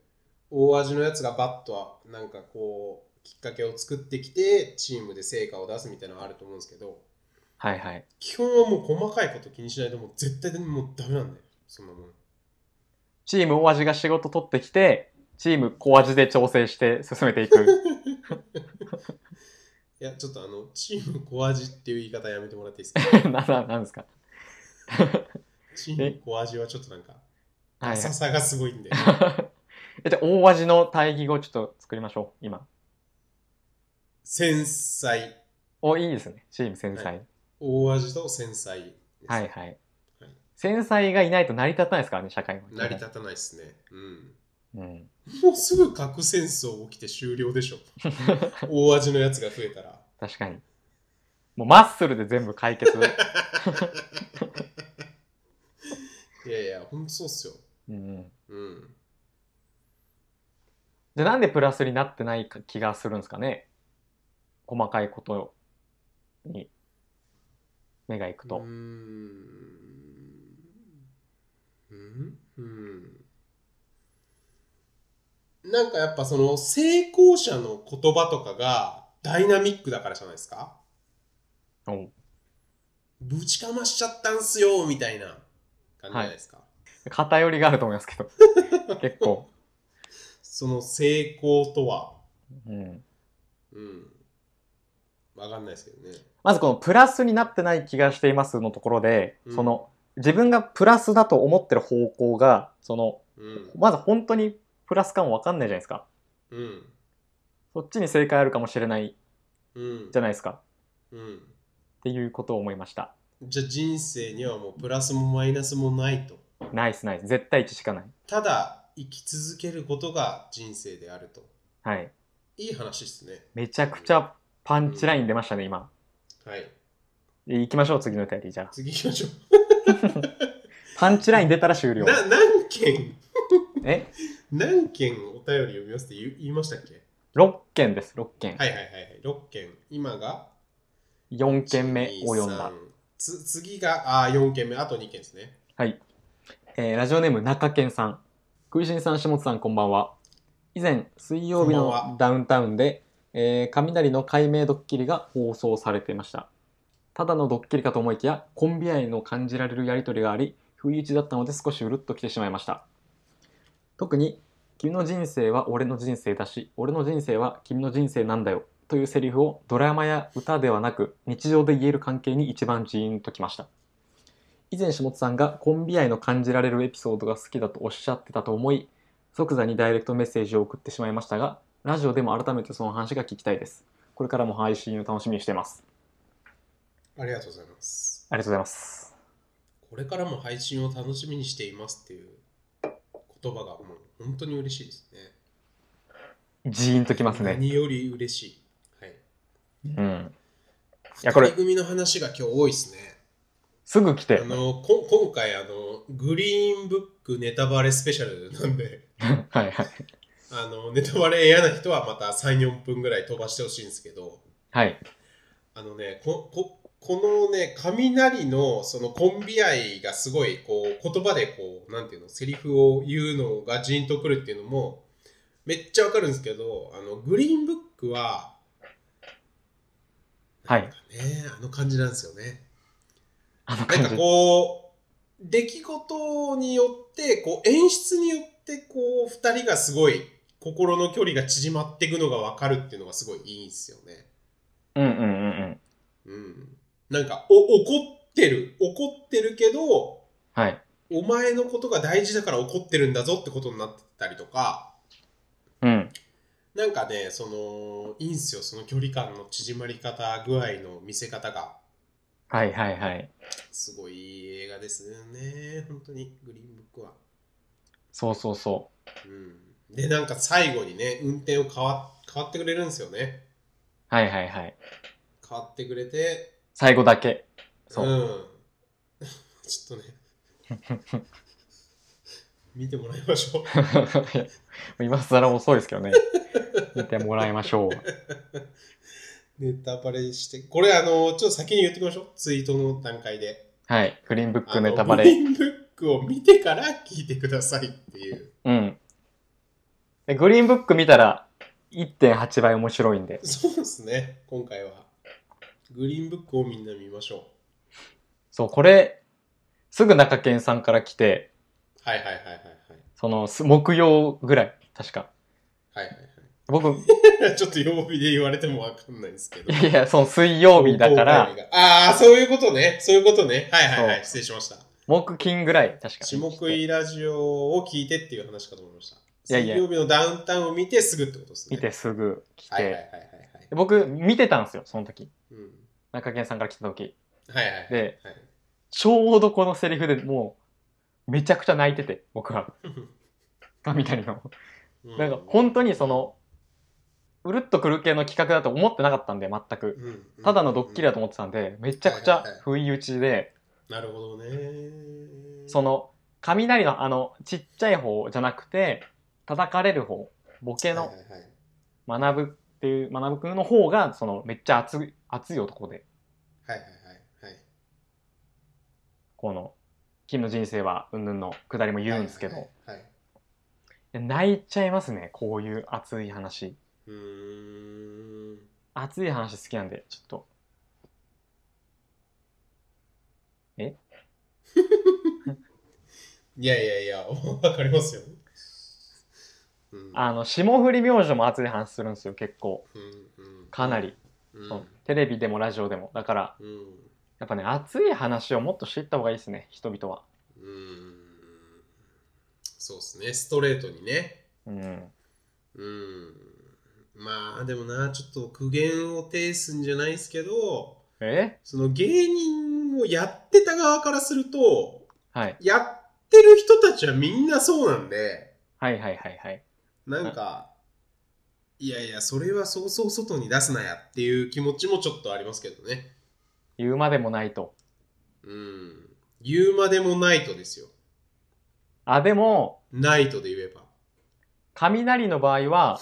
[SPEAKER 2] 大味のやつがバッとなんかこうきっかけを作ってきてチームで成果を出すみたいなのあると思うんですけど
[SPEAKER 1] はいはい。
[SPEAKER 2] 基本はもう細かいこと気にしないともう絶対もうダメなんだよそんなもん
[SPEAKER 1] チーム大味が仕事取ってきて、チーム小味で調整して進めていく。
[SPEAKER 2] いやちょっとあのチーム小味っていう言い方やめてもらっていいですか
[SPEAKER 1] な、ななんですか
[SPEAKER 2] チーム小味はちょっとなんか
[SPEAKER 1] はい、はい
[SPEAKER 2] 浅。さがすごい んで
[SPEAKER 1] えじゃあ大味の対義語ちょっと作りましょう、今。
[SPEAKER 2] 繊細
[SPEAKER 1] お、いいですね。チーム繊細。
[SPEAKER 2] 大味と繊細です
[SPEAKER 1] はい、はい
[SPEAKER 2] はい。
[SPEAKER 1] 繊細がいないと成り立たないですからね、社会は。
[SPEAKER 2] 成り立たないですねうん
[SPEAKER 1] うん。
[SPEAKER 2] もうすぐ核戦争起きて終了でしょ。大味のやつが増えたら。
[SPEAKER 1] 確かに。もうマッスルで全部解 決。
[SPEAKER 2] いやいや、ほんとそうっすよ。
[SPEAKER 1] うん。
[SPEAKER 2] うん。
[SPEAKER 1] じゃあなんでプラスになってないか気がするんですかね細かいことに目がいく
[SPEAKER 2] うー
[SPEAKER 1] と。
[SPEAKER 2] ん。うんうん。なんかやっぱその成功者の言葉とかがダイナミックだからじゃないですか。
[SPEAKER 1] お
[SPEAKER 2] ぶちかましちゃったんすよ、みたいな感じじゃないですか。
[SPEAKER 1] 偏りがあると思います けど。結構。
[SPEAKER 2] その成功とは。
[SPEAKER 1] うん。
[SPEAKER 2] うん。わかんないですけどね。
[SPEAKER 1] まずこのプラスになってない気がしていますのところで、
[SPEAKER 2] うん
[SPEAKER 1] その自分がプラスだと思ってる方向が、その
[SPEAKER 2] うん。
[SPEAKER 1] まず本当にプラスかも分かんないじゃないですか。
[SPEAKER 2] うん。
[SPEAKER 1] そっちに正解あるかもしれない
[SPEAKER 2] うん
[SPEAKER 1] じゃないですか。
[SPEAKER 2] うん、
[SPEAKER 1] っていうことを思いました。
[SPEAKER 2] じゃあ人生にはもうプラスもマイナスもないと
[SPEAKER 1] ナイスナイス。絶対1しかない。
[SPEAKER 2] ただ生き続けることが人生であると
[SPEAKER 1] はい。
[SPEAKER 2] いい話ですね
[SPEAKER 1] めちゃくちゃパンチライン出ましたね、今。
[SPEAKER 2] はい
[SPEAKER 1] で行きましょう、次のお便りじゃあ。
[SPEAKER 2] 次行きましょ
[SPEAKER 1] パンチライン出たら終
[SPEAKER 2] う
[SPEAKER 1] 了。
[SPEAKER 2] な何件
[SPEAKER 1] え
[SPEAKER 2] 何件お便り読みますって言う言いましたっけ
[SPEAKER 1] ?6 件です、6件。
[SPEAKER 2] はいはいはいはい6件今が
[SPEAKER 1] 4件目を読んだ
[SPEAKER 2] 1。2 3つ次があー4件目あと2件ですね
[SPEAKER 1] はい、えーラジオネーム中健さん食いしんさん下津さんこんばんは以前水曜日
[SPEAKER 2] こんばん
[SPEAKER 1] のダウンタウンでえー雷の解明ドッキリが放送されていましたただのドッキリかと思いきやコンビ愛の感じられるやり取りがあり不意打ちだったので少しうるっときてしまいました特に「君の人生は俺の人生だし俺の人生は君の人生なんだよ」というセリフをドラマや歌ではなく日常で言える関係に一番ジーンときました以前下津さんがコンビ愛の感じられるエピソードが好きだとおっしゃってたと思い即座にダイレクトメッセージを送ってしまいましたがラジオでも改めてその話が聞きたいですこれからも配信を楽しみにしています
[SPEAKER 2] ありがとうございます。
[SPEAKER 1] ありがとうございます
[SPEAKER 2] これからも配信を楽しみにしていますっていう言葉がもう本当に嬉しいですね。
[SPEAKER 1] ジーンときますね
[SPEAKER 2] 何より嬉しい。はい。
[SPEAKER 1] うんい
[SPEAKER 2] 二
[SPEAKER 1] やこれ
[SPEAKER 2] 人組の話が今日多いですね。
[SPEAKER 1] すぐ来て
[SPEAKER 2] あのこ今回あのグリーンブックネタバレスペシャルなんで
[SPEAKER 1] はいはい
[SPEAKER 2] あのネタバレ嫌な人はまた34分ぐらい飛ばしてほしいんですけど
[SPEAKER 1] はい
[SPEAKER 2] あのねこここのね雷のそのコンビ愛がすごいこう言葉でこうなんていうのセリフを言うのがジーンとくるっていうのもめっちゃわかるんですけどあのグリーンブックは
[SPEAKER 1] はい
[SPEAKER 2] ねあの感じなんですよね。
[SPEAKER 1] あの
[SPEAKER 2] なん
[SPEAKER 1] 感
[SPEAKER 2] か
[SPEAKER 1] じ
[SPEAKER 2] こう出来事によってこう演出によってこう2人がすごい心の距離が縮まっていくのが分かるっていうのがすごいいいんですよね。
[SPEAKER 1] うんうんうんうん
[SPEAKER 2] うん、なんかお怒ってる怒ってるけど
[SPEAKER 1] はい
[SPEAKER 2] お前のことが大事だから怒ってるんだぞってことになってたりとか
[SPEAKER 1] うん
[SPEAKER 2] なんかねそのいいんすよその距離感の縮まり方具合の見せ方が
[SPEAKER 1] はいはいはい
[SPEAKER 2] すごいいい映画ですね本当にグリーンブックは。
[SPEAKER 1] そうそうそ
[SPEAKER 2] うんでなんか最後にね運転を変わ変わってくれるんですよね
[SPEAKER 1] うはいはいはい
[SPEAKER 2] 変わってくれて
[SPEAKER 1] 最後だけ そう、
[SPEAKER 2] ん、 ちょっとね 見てもらい ましょう
[SPEAKER 1] 今更遅いですけどね見てもらいましょう
[SPEAKER 2] ネタバレしてこれあのちょっと先に言っておきましょうツイートの段階で
[SPEAKER 1] はいグリーンブッ
[SPEAKER 2] あ
[SPEAKER 1] ク
[SPEAKER 2] の
[SPEAKER 1] ネタバ
[SPEAKER 2] グ
[SPEAKER 1] レ
[SPEAKER 2] リーンブックを見てから聞いてくださいっていう
[SPEAKER 1] うんでグリーンブック見たら1.8倍面白いんで
[SPEAKER 2] そうですね今回はグリーンブックをみんな見ましょ
[SPEAKER 1] そうこれすぐ中堅さんから来て
[SPEAKER 2] うはいはいはいはいは
[SPEAKER 1] そのす木曜ぐらい確か
[SPEAKER 2] いはいはい
[SPEAKER 1] 僕い
[SPEAKER 2] はい ちょっと曜日で言われてもわかんないですけど
[SPEAKER 1] やいやその水曜日だから
[SPEAKER 2] 公開日が。ああ、そういうことね。そういうことね。はいはいはい。
[SPEAKER 1] そう
[SPEAKER 2] 失礼しました。
[SPEAKER 1] 木金ぐらい確か
[SPEAKER 2] 下食いラジオを聞いてっていう話かと思いました。
[SPEAKER 1] いやいや
[SPEAKER 2] 水曜日のダウンタウンを見てすぐってことですね。
[SPEAKER 1] 見てすぐ来て、
[SPEAKER 2] はいはいはいはいはい。
[SPEAKER 1] で僕見てたんですよその時
[SPEAKER 2] うん。
[SPEAKER 1] 中堅さんから来た時
[SPEAKER 2] はいはいはい。
[SPEAKER 1] で
[SPEAKER 2] はい、
[SPEAKER 1] ちょうどこのセリフでもうめちゃくちゃ泣いてて僕は雷の
[SPEAKER 2] う
[SPEAKER 1] なんか本当にそ、のうるっとくる系の企画だと思ってなかったんで全く
[SPEAKER 2] うんうん
[SPEAKER 1] ただのドッキリだと思ってたんでめちゃくちゃ不意打ちで
[SPEAKER 2] なるほどね。
[SPEAKER 1] その雷のあのちっちゃい方じゃなくて叩かれる方ボケ
[SPEAKER 2] はい
[SPEAKER 1] の
[SPEAKER 2] はいはい
[SPEAKER 1] 学ぶっていう学ぶ君の方がそのめっちゃ熱い熱い男で
[SPEAKER 2] はいはいはい。
[SPEAKER 1] この「金の人生はうんぬん」のくだりも言うんですけど
[SPEAKER 2] はいはいはい、はい。
[SPEAKER 1] いや泣いちゃいますねこういう熱い話
[SPEAKER 2] うーん。
[SPEAKER 1] 熱い話好きなんでちょっと
[SPEAKER 2] いやいや いや、わかりますよ。うん、
[SPEAKER 1] あの霜降り明星も熱い話するんですよ結構
[SPEAKER 2] うんうん、
[SPEAKER 1] かなり、
[SPEAKER 2] う。
[SPEAKER 1] そうんテレビでもラジオでもだから
[SPEAKER 2] うん
[SPEAKER 1] やっぱね熱い話をもっと知った方がいいですね人々は
[SPEAKER 2] うーんそうですね、ストレートにね。
[SPEAKER 1] うん
[SPEAKER 2] うん。まあ、でもな、ちょっと苦言を呈すんじゃないですけど、
[SPEAKER 1] え
[SPEAKER 2] その芸人をやってた側からすると、
[SPEAKER 1] はい
[SPEAKER 2] やってる人たちはみんなそうなんで、
[SPEAKER 1] はいはいはいはい
[SPEAKER 2] なんか、いやいや、それはそうそう外に出すなやっていう気持ちもちょっとありますけどね。
[SPEAKER 1] 言うまでもないと
[SPEAKER 2] うん。言うまでもないとですよ。
[SPEAKER 1] あでも
[SPEAKER 2] ないとで言えば。
[SPEAKER 1] 雷の場合は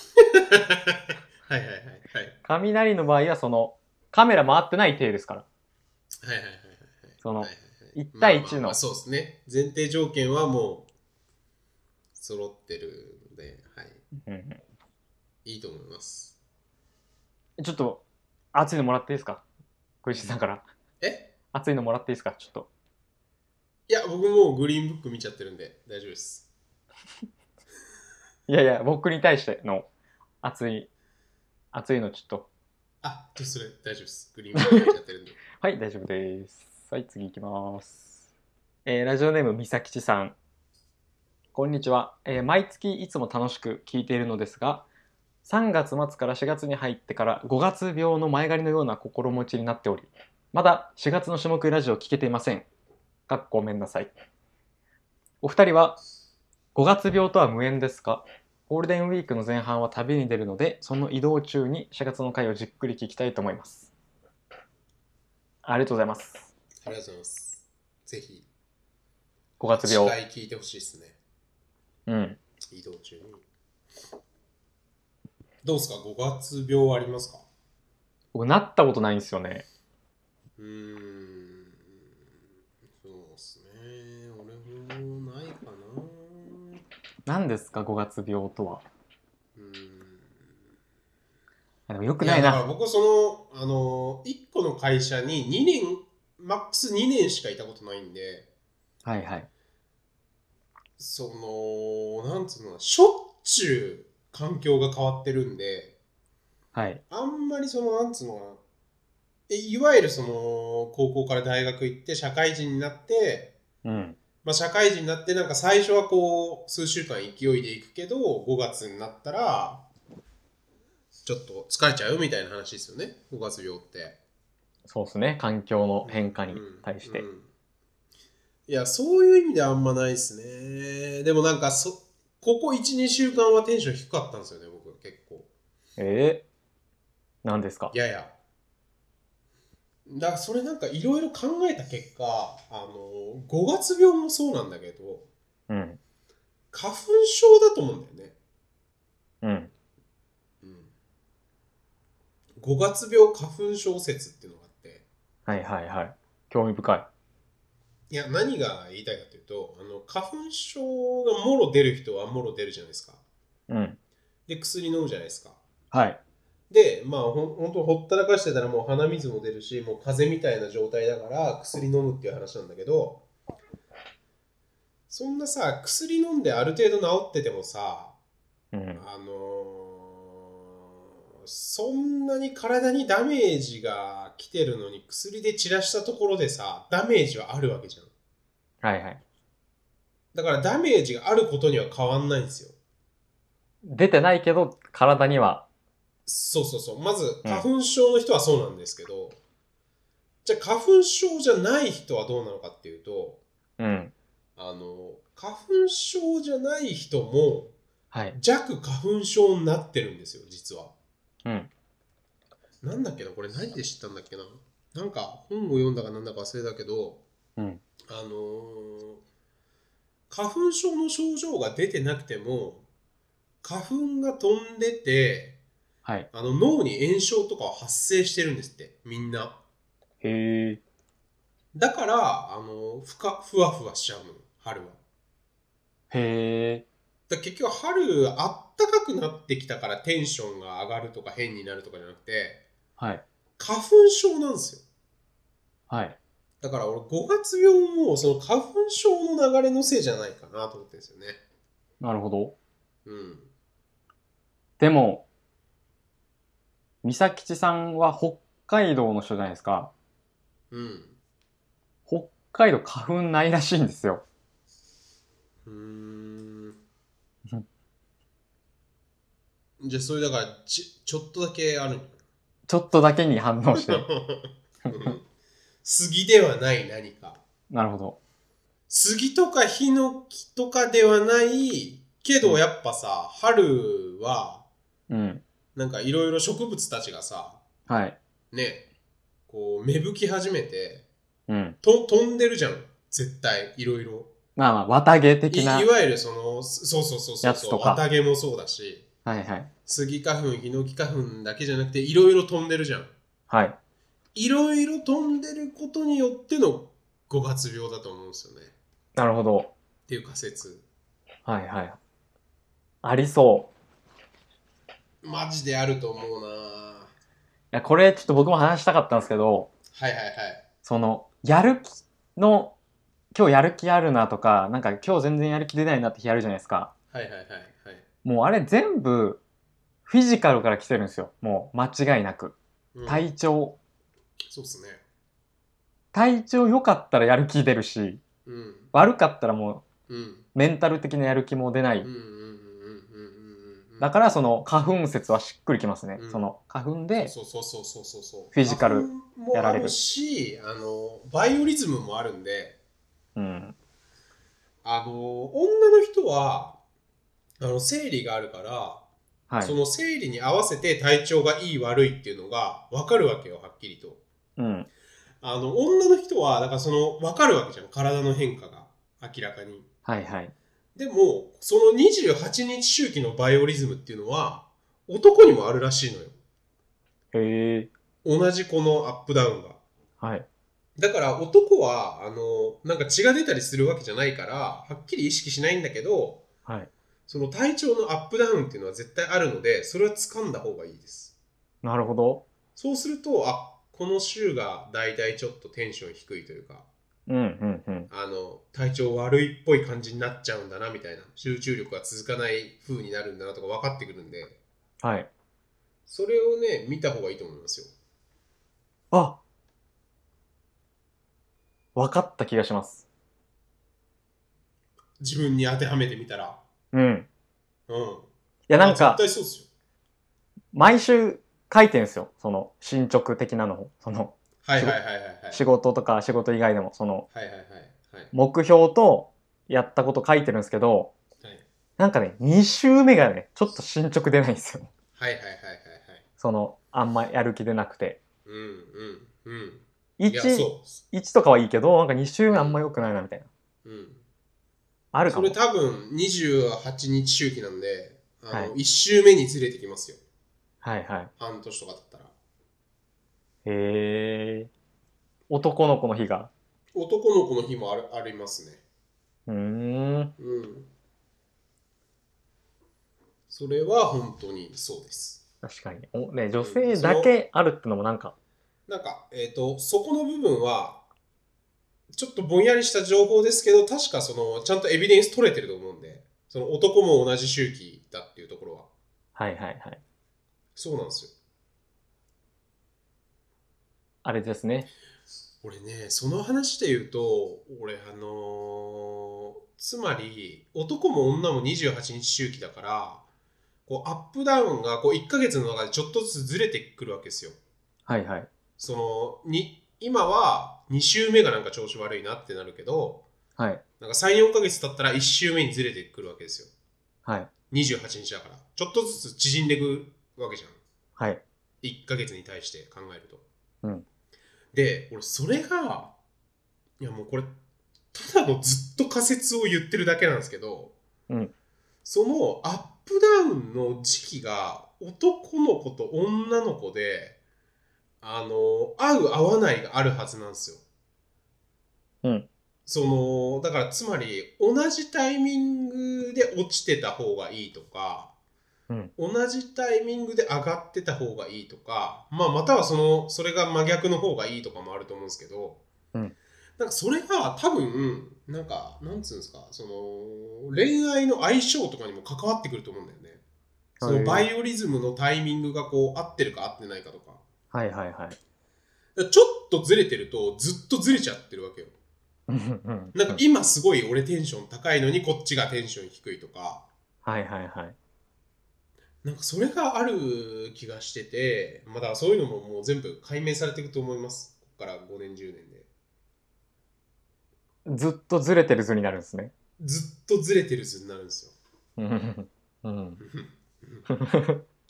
[SPEAKER 2] はいはいはいはい。
[SPEAKER 1] 雷の場合はそのカメラ回ってない体ですから
[SPEAKER 2] はいはいはいはいはい。
[SPEAKER 1] その
[SPEAKER 2] はいはいはい
[SPEAKER 1] 一対一の
[SPEAKER 2] まあまあまあそうですね。前提条件はもう揃ってるので、は
[SPEAKER 1] うんうん
[SPEAKER 2] い、いいと思います。
[SPEAKER 1] ちょっと熱いのもらっていいですか小石さんから
[SPEAKER 2] え
[SPEAKER 1] 熱いのもらっていいですかちょっと
[SPEAKER 2] いや、僕もうグリーンブック見ちゃってるんで大丈夫です。
[SPEAKER 1] いやいや僕に対しての熱い熱いのちょっと
[SPEAKER 2] あ、それ大丈夫です。グリーンブック見ちゃって るんで。
[SPEAKER 1] はい大丈夫ですはい次行きますえーラジオネームみさきちさんこんにちは、えー毎月いつも楽しく聞いているのですが3月末から4月に入ってから5月病の前借りのような心持ちになっておりまだ4月の種目ラジオ聞けていませんかっこごめんなさいお二人は5月病とは無縁ですかゴールデンウィークの前半は旅に出るのでその移動中に4月の回をじっくり聞きたいと思いますありがとうございます
[SPEAKER 2] ありがとうございます。ぜひ、
[SPEAKER 1] 5月
[SPEAKER 2] 次
[SPEAKER 1] 病
[SPEAKER 2] 回聞いてほしいですね。
[SPEAKER 1] うん
[SPEAKER 2] 移動中に。どうですか ?5 月病ありますか
[SPEAKER 1] 僕なったことないんですよね
[SPEAKER 2] うーん。そうですね。俺もないかな。
[SPEAKER 1] 何ですか5月病とは
[SPEAKER 2] うーん。
[SPEAKER 1] あでもよく
[SPEAKER 2] い
[SPEAKER 1] な
[SPEAKER 2] や
[SPEAKER 1] い
[SPEAKER 2] だ
[SPEAKER 1] な
[SPEAKER 2] から僕その、あの、1個の会社に2年、マックス2年しかいたことないんで、
[SPEAKER 1] はいはい
[SPEAKER 2] その、なんつうの、しょっちゅう環境が変わってるんで、
[SPEAKER 1] はい
[SPEAKER 2] あんまりその、なんつうのかな。えいわゆるその、高校から大学行って、社会人になって、
[SPEAKER 1] うん
[SPEAKER 2] まあ、社会人になって、なんか最初はこう、数週間勢いでいくけど、5月になったら、ちょっと疲れちゃうみたいな話ですよね、5月病って。
[SPEAKER 1] そうですね環境の変化に対して
[SPEAKER 2] うんうんいや、そういう意味ではあんまないですね。でもなんかそ、ここ1、2週間はテンション低かったんですよね、僕、結構。
[SPEAKER 1] えー、何ですか
[SPEAKER 2] いやいや。だからそれなんかいろいろ考えた結果、あの、5月病もそうなんだけど、
[SPEAKER 1] うん
[SPEAKER 2] 花粉症だと思うんだよね。
[SPEAKER 1] うん
[SPEAKER 2] うん。5月病花粉症説っていうのがあって、
[SPEAKER 1] はいはいはい興味深い
[SPEAKER 2] いや、何が言いたいかというと、あの、花粉症がもろ出る人はもろ出るじゃないですか。
[SPEAKER 1] うん
[SPEAKER 2] で、薬飲むじゃないですか。
[SPEAKER 1] はい
[SPEAKER 2] で、まあ、ほんほんとほったらかしてたらもう鼻水も出るし、もう風邪みたいな状態だから薬飲むっていう話なんだけど、そんなさ、薬飲んである程度治っててもさ、
[SPEAKER 1] うん
[SPEAKER 2] あのーそんなに体にダメージが来てるのに薬で散らしたところでさ、ダメージはあるわけじゃん。
[SPEAKER 1] はいはい
[SPEAKER 2] だからダメージがあることには変わんないんですよ。
[SPEAKER 1] 出てないけど体には
[SPEAKER 2] そうそうそう。まず、花粉症の人はそうなんですけど、じゃあ花粉症じゃない人はどうなのかっていうと、
[SPEAKER 1] うん
[SPEAKER 2] あの、花粉症じゃない人も
[SPEAKER 1] はい
[SPEAKER 2] 弱花粉症になってるんですよ、実は。
[SPEAKER 1] うん
[SPEAKER 2] なんだっけな、これ何で知ったんだっけな。なんか本を読んだかなんだか忘れたけど、
[SPEAKER 1] うん
[SPEAKER 2] あのー花粉症の症状が出てなくても、花粉が飛んでて、
[SPEAKER 1] はい
[SPEAKER 2] あの脳に炎症とかは発生してるんですってみんな
[SPEAKER 1] へえ
[SPEAKER 2] だからあのふかふわふわしちゃうの春は
[SPEAKER 1] へえ
[SPEAKER 2] だから結局春あったかくなってきたからテンションが上がるとか変になるとかじゃなくて
[SPEAKER 1] はい
[SPEAKER 2] 花粉症なんですよ
[SPEAKER 1] はい
[SPEAKER 2] だから俺5月病もその花粉症の流れのせいじゃないかなと思ってるんですよね
[SPEAKER 1] なるほど
[SPEAKER 2] うん
[SPEAKER 1] でも美咲吉さんは北海道の人じゃないですか
[SPEAKER 2] うん
[SPEAKER 1] 北海道花粉ないらしいんですよ
[SPEAKER 2] うーんじゃあそれだからちちょっとだけあるんじゃない
[SPEAKER 1] ちょっとだけに反応して
[SPEAKER 2] うん杉ではない何か
[SPEAKER 1] なるほど
[SPEAKER 2] 杉とかヒノキとかではないけどやっぱさ春は
[SPEAKER 1] うん
[SPEAKER 2] なんかいろいろ植物たちがさ
[SPEAKER 1] はい
[SPEAKER 2] ねこう芽吹き始めて
[SPEAKER 1] うん
[SPEAKER 2] と飛んでるじゃん絶対いろいろ
[SPEAKER 1] まあまあ綿毛
[SPEAKER 2] い
[SPEAKER 1] 的
[SPEAKER 2] い
[SPEAKER 1] な
[SPEAKER 2] わゆるそのそうそうそうそう
[SPEAKER 1] やつ
[SPEAKER 2] そ
[SPEAKER 1] と
[SPEAKER 2] う
[SPEAKER 1] か
[SPEAKER 2] 綿毛もそうだし
[SPEAKER 1] はいはい
[SPEAKER 2] 杉花粉ヒノキ花粉だけじゃなくていろいろ飛んでるじゃん
[SPEAKER 1] はい
[SPEAKER 2] いろいろ飛んでることによっての5月病だと思うんですよねっ
[SPEAKER 1] なるほど
[SPEAKER 2] ていう仮説
[SPEAKER 1] はいはいありそ
[SPEAKER 2] マジであると思うなぁ
[SPEAKER 1] うやこれちょっと僕も話したかったんですけど
[SPEAKER 2] はいはいはい。
[SPEAKER 1] そのやる気の今日やる気あるなとかなんか今日全然やる気出ないなって日あるじゃないですか
[SPEAKER 2] はいはいはいはい。
[SPEAKER 1] もうあれ全部フィジカルから来てるんですよもう間違いなく
[SPEAKER 2] うん
[SPEAKER 1] 体調、
[SPEAKER 2] そうっすね。
[SPEAKER 1] 体調良かったらやる気出るし
[SPEAKER 2] うん。
[SPEAKER 1] 悪かったらも
[SPEAKER 2] うん。
[SPEAKER 1] うメンタル的なやる気も出ない、
[SPEAKER 2] うんうんうんうんうんうん。
[SPEAKER 1] だからその花粉説はしっくりきますね、
[SPEAKER 2] うん
[SPEAKER 1] その花粉で
[SPEAKER 2] そうそうそうそうそうそう。
[SPEAKER 1] フィジカルやられる
[SPEAKER 2] 花粉もあし、あの、バイオリズムもあるんで、
[SPEAKER 1] うん
[SPEAKER 2] あの、女の人は、あの、生理があるから、
[SPEAKER 1] はい
[SPEAKER 2] その生理に合わせて体調がいい悪いっていうのが分かるわけよ、はっきりと。
[SPEAKER 1] うん
[SPEAKER 2] あの、女の人は、だからその、分かるわけじゃん、体の変化が、明らかに。
[SPEAKER 1] はいはい
[SPEAKER 2] でも、その28日周期のバイオリズムっていうのは、男にもあるらしいのよ。
[SPEAKER 1] へえ
[SPEAKER 2] 同じこのアップダウンが。
[SPEAKER 1] はい
[SPEAKER 2] だから男は、あの、なんか血が出たりするわけじゃないから、はっきり意識しないんだけど、
[SPEAKER 1] はい
[SPEAKER 2] その体調のアップダウンっていうのは絶対あるので、それは掴んだ方がいいです。
[SPEAKER 1] なるほど
[SPEAKER 2] そうすると、あ、この週が大体ちょっとテンション低いというか、
[SPEAKER 1] うんうんうん
[SPEAKER 2] あの、体調悪いっぽい感じになっちゃうんだなみたいな、集中力が続かない風になるんだなとか分かってくるんで、
[SPEAKER 1] はい
[SPEAKER 2] それをね、見た方がいいと思いますよ。
[SPEAKER 1] あ分かった気がします
[SPEAKER 2] 自分に当てはめてみたら。
[SPEAKER 1] うん
[SPEAKER 2] うん。い
[SPEAKER 1] いやなんか
[SPEAKER 2] 絶対そうですよ。
[SPEAKER 1] 毎週書いてるんですよその進捗的なのをその
[SPEAKER 2] はいはいはいはいはい。
[SPEAKER 1] 仕事とか仕事以外でもその
[SPEAKER 2] はいはいはいはい。
[SPEAKER 1] 目標とやったこと書いてるんですけど
[SPEAKER 2] はい
[SPEAKER 1] なんかね2週目がねちょっと進捗出ないんですよ
[SPEAKER 2] はいはいはいはいはい。
[SPEAKER 1] そのあんまやる気出なくて
[SPEAKER 2] うんうんうん。いや、
[SPEAKER 1] 1
[SPEAKER 2] そ
[SPEAKER 1] 一とかはいいけどなんか2週目あんま良くないなみたいな
[SPEAKER 2] う。うん。
[SPEAKER 1] あるか
[SPEAKER 2] そ
[SPEAKER 1] も
[SPEAKER 2] れ多分28日周期なんで、あ
[SPEAKER 1] は
[SPEAKER 2] の、1週目にずれてきますよ。
[SPEAKER 1] はいはい
[SPEAKER 2] 半年とかだったら。
[SPEAKER 1] へえ男の子の日が
[SPEAKER 2] 男の子の日もあるありますね。
[SPEAKER 1] うーん
[SPEAKER 2] うん。それは本当にそうです。
[SPEAKER 1] 確かにおね女性だけあるってのもなんか
[SPEAKER 2] なんか、えっ、と、そこの部分は、ちょっとぼんやりした情報ですけど、確かその、ちゃんとエビデンス取れてると思うんで、その男も同じ周期だっていうところは。
[SPEAKER 1] はいはいはい
[SPEAKER 2] そうなんですよ。
[SPEAKER 1] あれですね
[SPEAKER 2] 俺ね、その話で言うと、俺、あのーつまり、男も女も28日周期だから、こう、アップダウンが、こう、1ヶ月の中でちょっとずつずれてくるわけですよ。
[SPEAKER 1] はいはい
[SPEAKER 2] その、に、今は、2週目がなんか調子悪いなってなるけど、
[SPEAKER 1] はい
[SPEAKER 2] なんか3、4ヶ月経ったら1週目にずれてくるわけですよ。
[SPEAKER 1] はい
[SPEAKER 2] 28日だから。ちょっとずつ縮んでくわけじゃん。
[SPEAKER 1] はい
[SPEAKER 2] 1ヶ月に対して考えると。
[SPEAKER 1] うん
[SPEAKER 2] で、俺、それが、いやもうこれ、ただのずっと仮説を言ってるだけなんですけど、
[SPEAKER 1] うん
[SPEAKER 2] そのアップダウンの時期が男の子と女の子で、あの、合う合わないがあるはずなんですよ。
[SPEAKER 1] うん
[SPEAKER 2] その、だからつまり、同じタイミングで落ちてた方がいいとか、同じタイミングで上がってた方がいいとか、まあ、またはそのそれが真逆の方がいいとかもあると思うんですけど、
[SPEAKER 1] うん
[SPEAKER 2] なんかそれが多分なんかなんつうんですかその恋愛の相性とかにも関わってくると思うんだよね。そのバイオリズムのタイミングがこう合ってるか合ってないかとか。
[SPEAKER 1] はいはいはい
[SPEAKER 2] だからちょっとずれてるとずっとずれちゃってるわけよ。
[SPEAKER 1] うんうん
[SPEAKER 2] なんか今すごい俺テンション高いのにこっちがテンション低いとか。
[SPEAKER 1] はいはいはい
[SPEAKER 2] なんかそれがある気がしてて、まあだからそういうのももう全部解明されていくと思います。ここから5年、10年で。
[SPEAKER 1] ずっとずれてる図になるんですね
[SPEAKER 2] ずっとずれてる図になるんですよ。
[SPEAKER 1] うんうん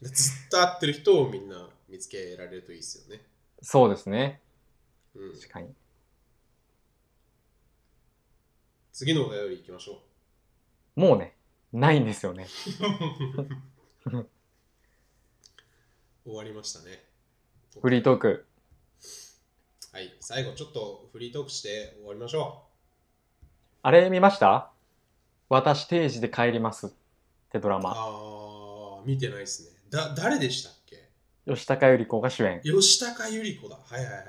[SPEAKER 2] ずっと合ってる人をみんな見つけられるといいですよね。
[SPEAKER 1] そうですね
[SPEAKER 2] うん、
[SPEAKER 1] 確かに
[SPEAKER 2] 次のお便り行きましょ
[SPEAKER 1] もうねないんですよね
[SPEAKER 2] う。終わりましたね。
[SPEAKER 1] フリートーク
[SPEAKER 2] はい、最後ちょっとフリートークして終わりましょ
[SPEAKER 1] あれ見ました私定時で帰りますってドラ
[SPEAKER 2] う。
[SPEAKER 1] マ
[SPEAKER 2] あー、見てないですね。だ、誰でしたっけ
[SPEAKER 1] 吉高由里子が主演。
[SPEAKER 2] 吉高由里子だ。はいはいはいはい。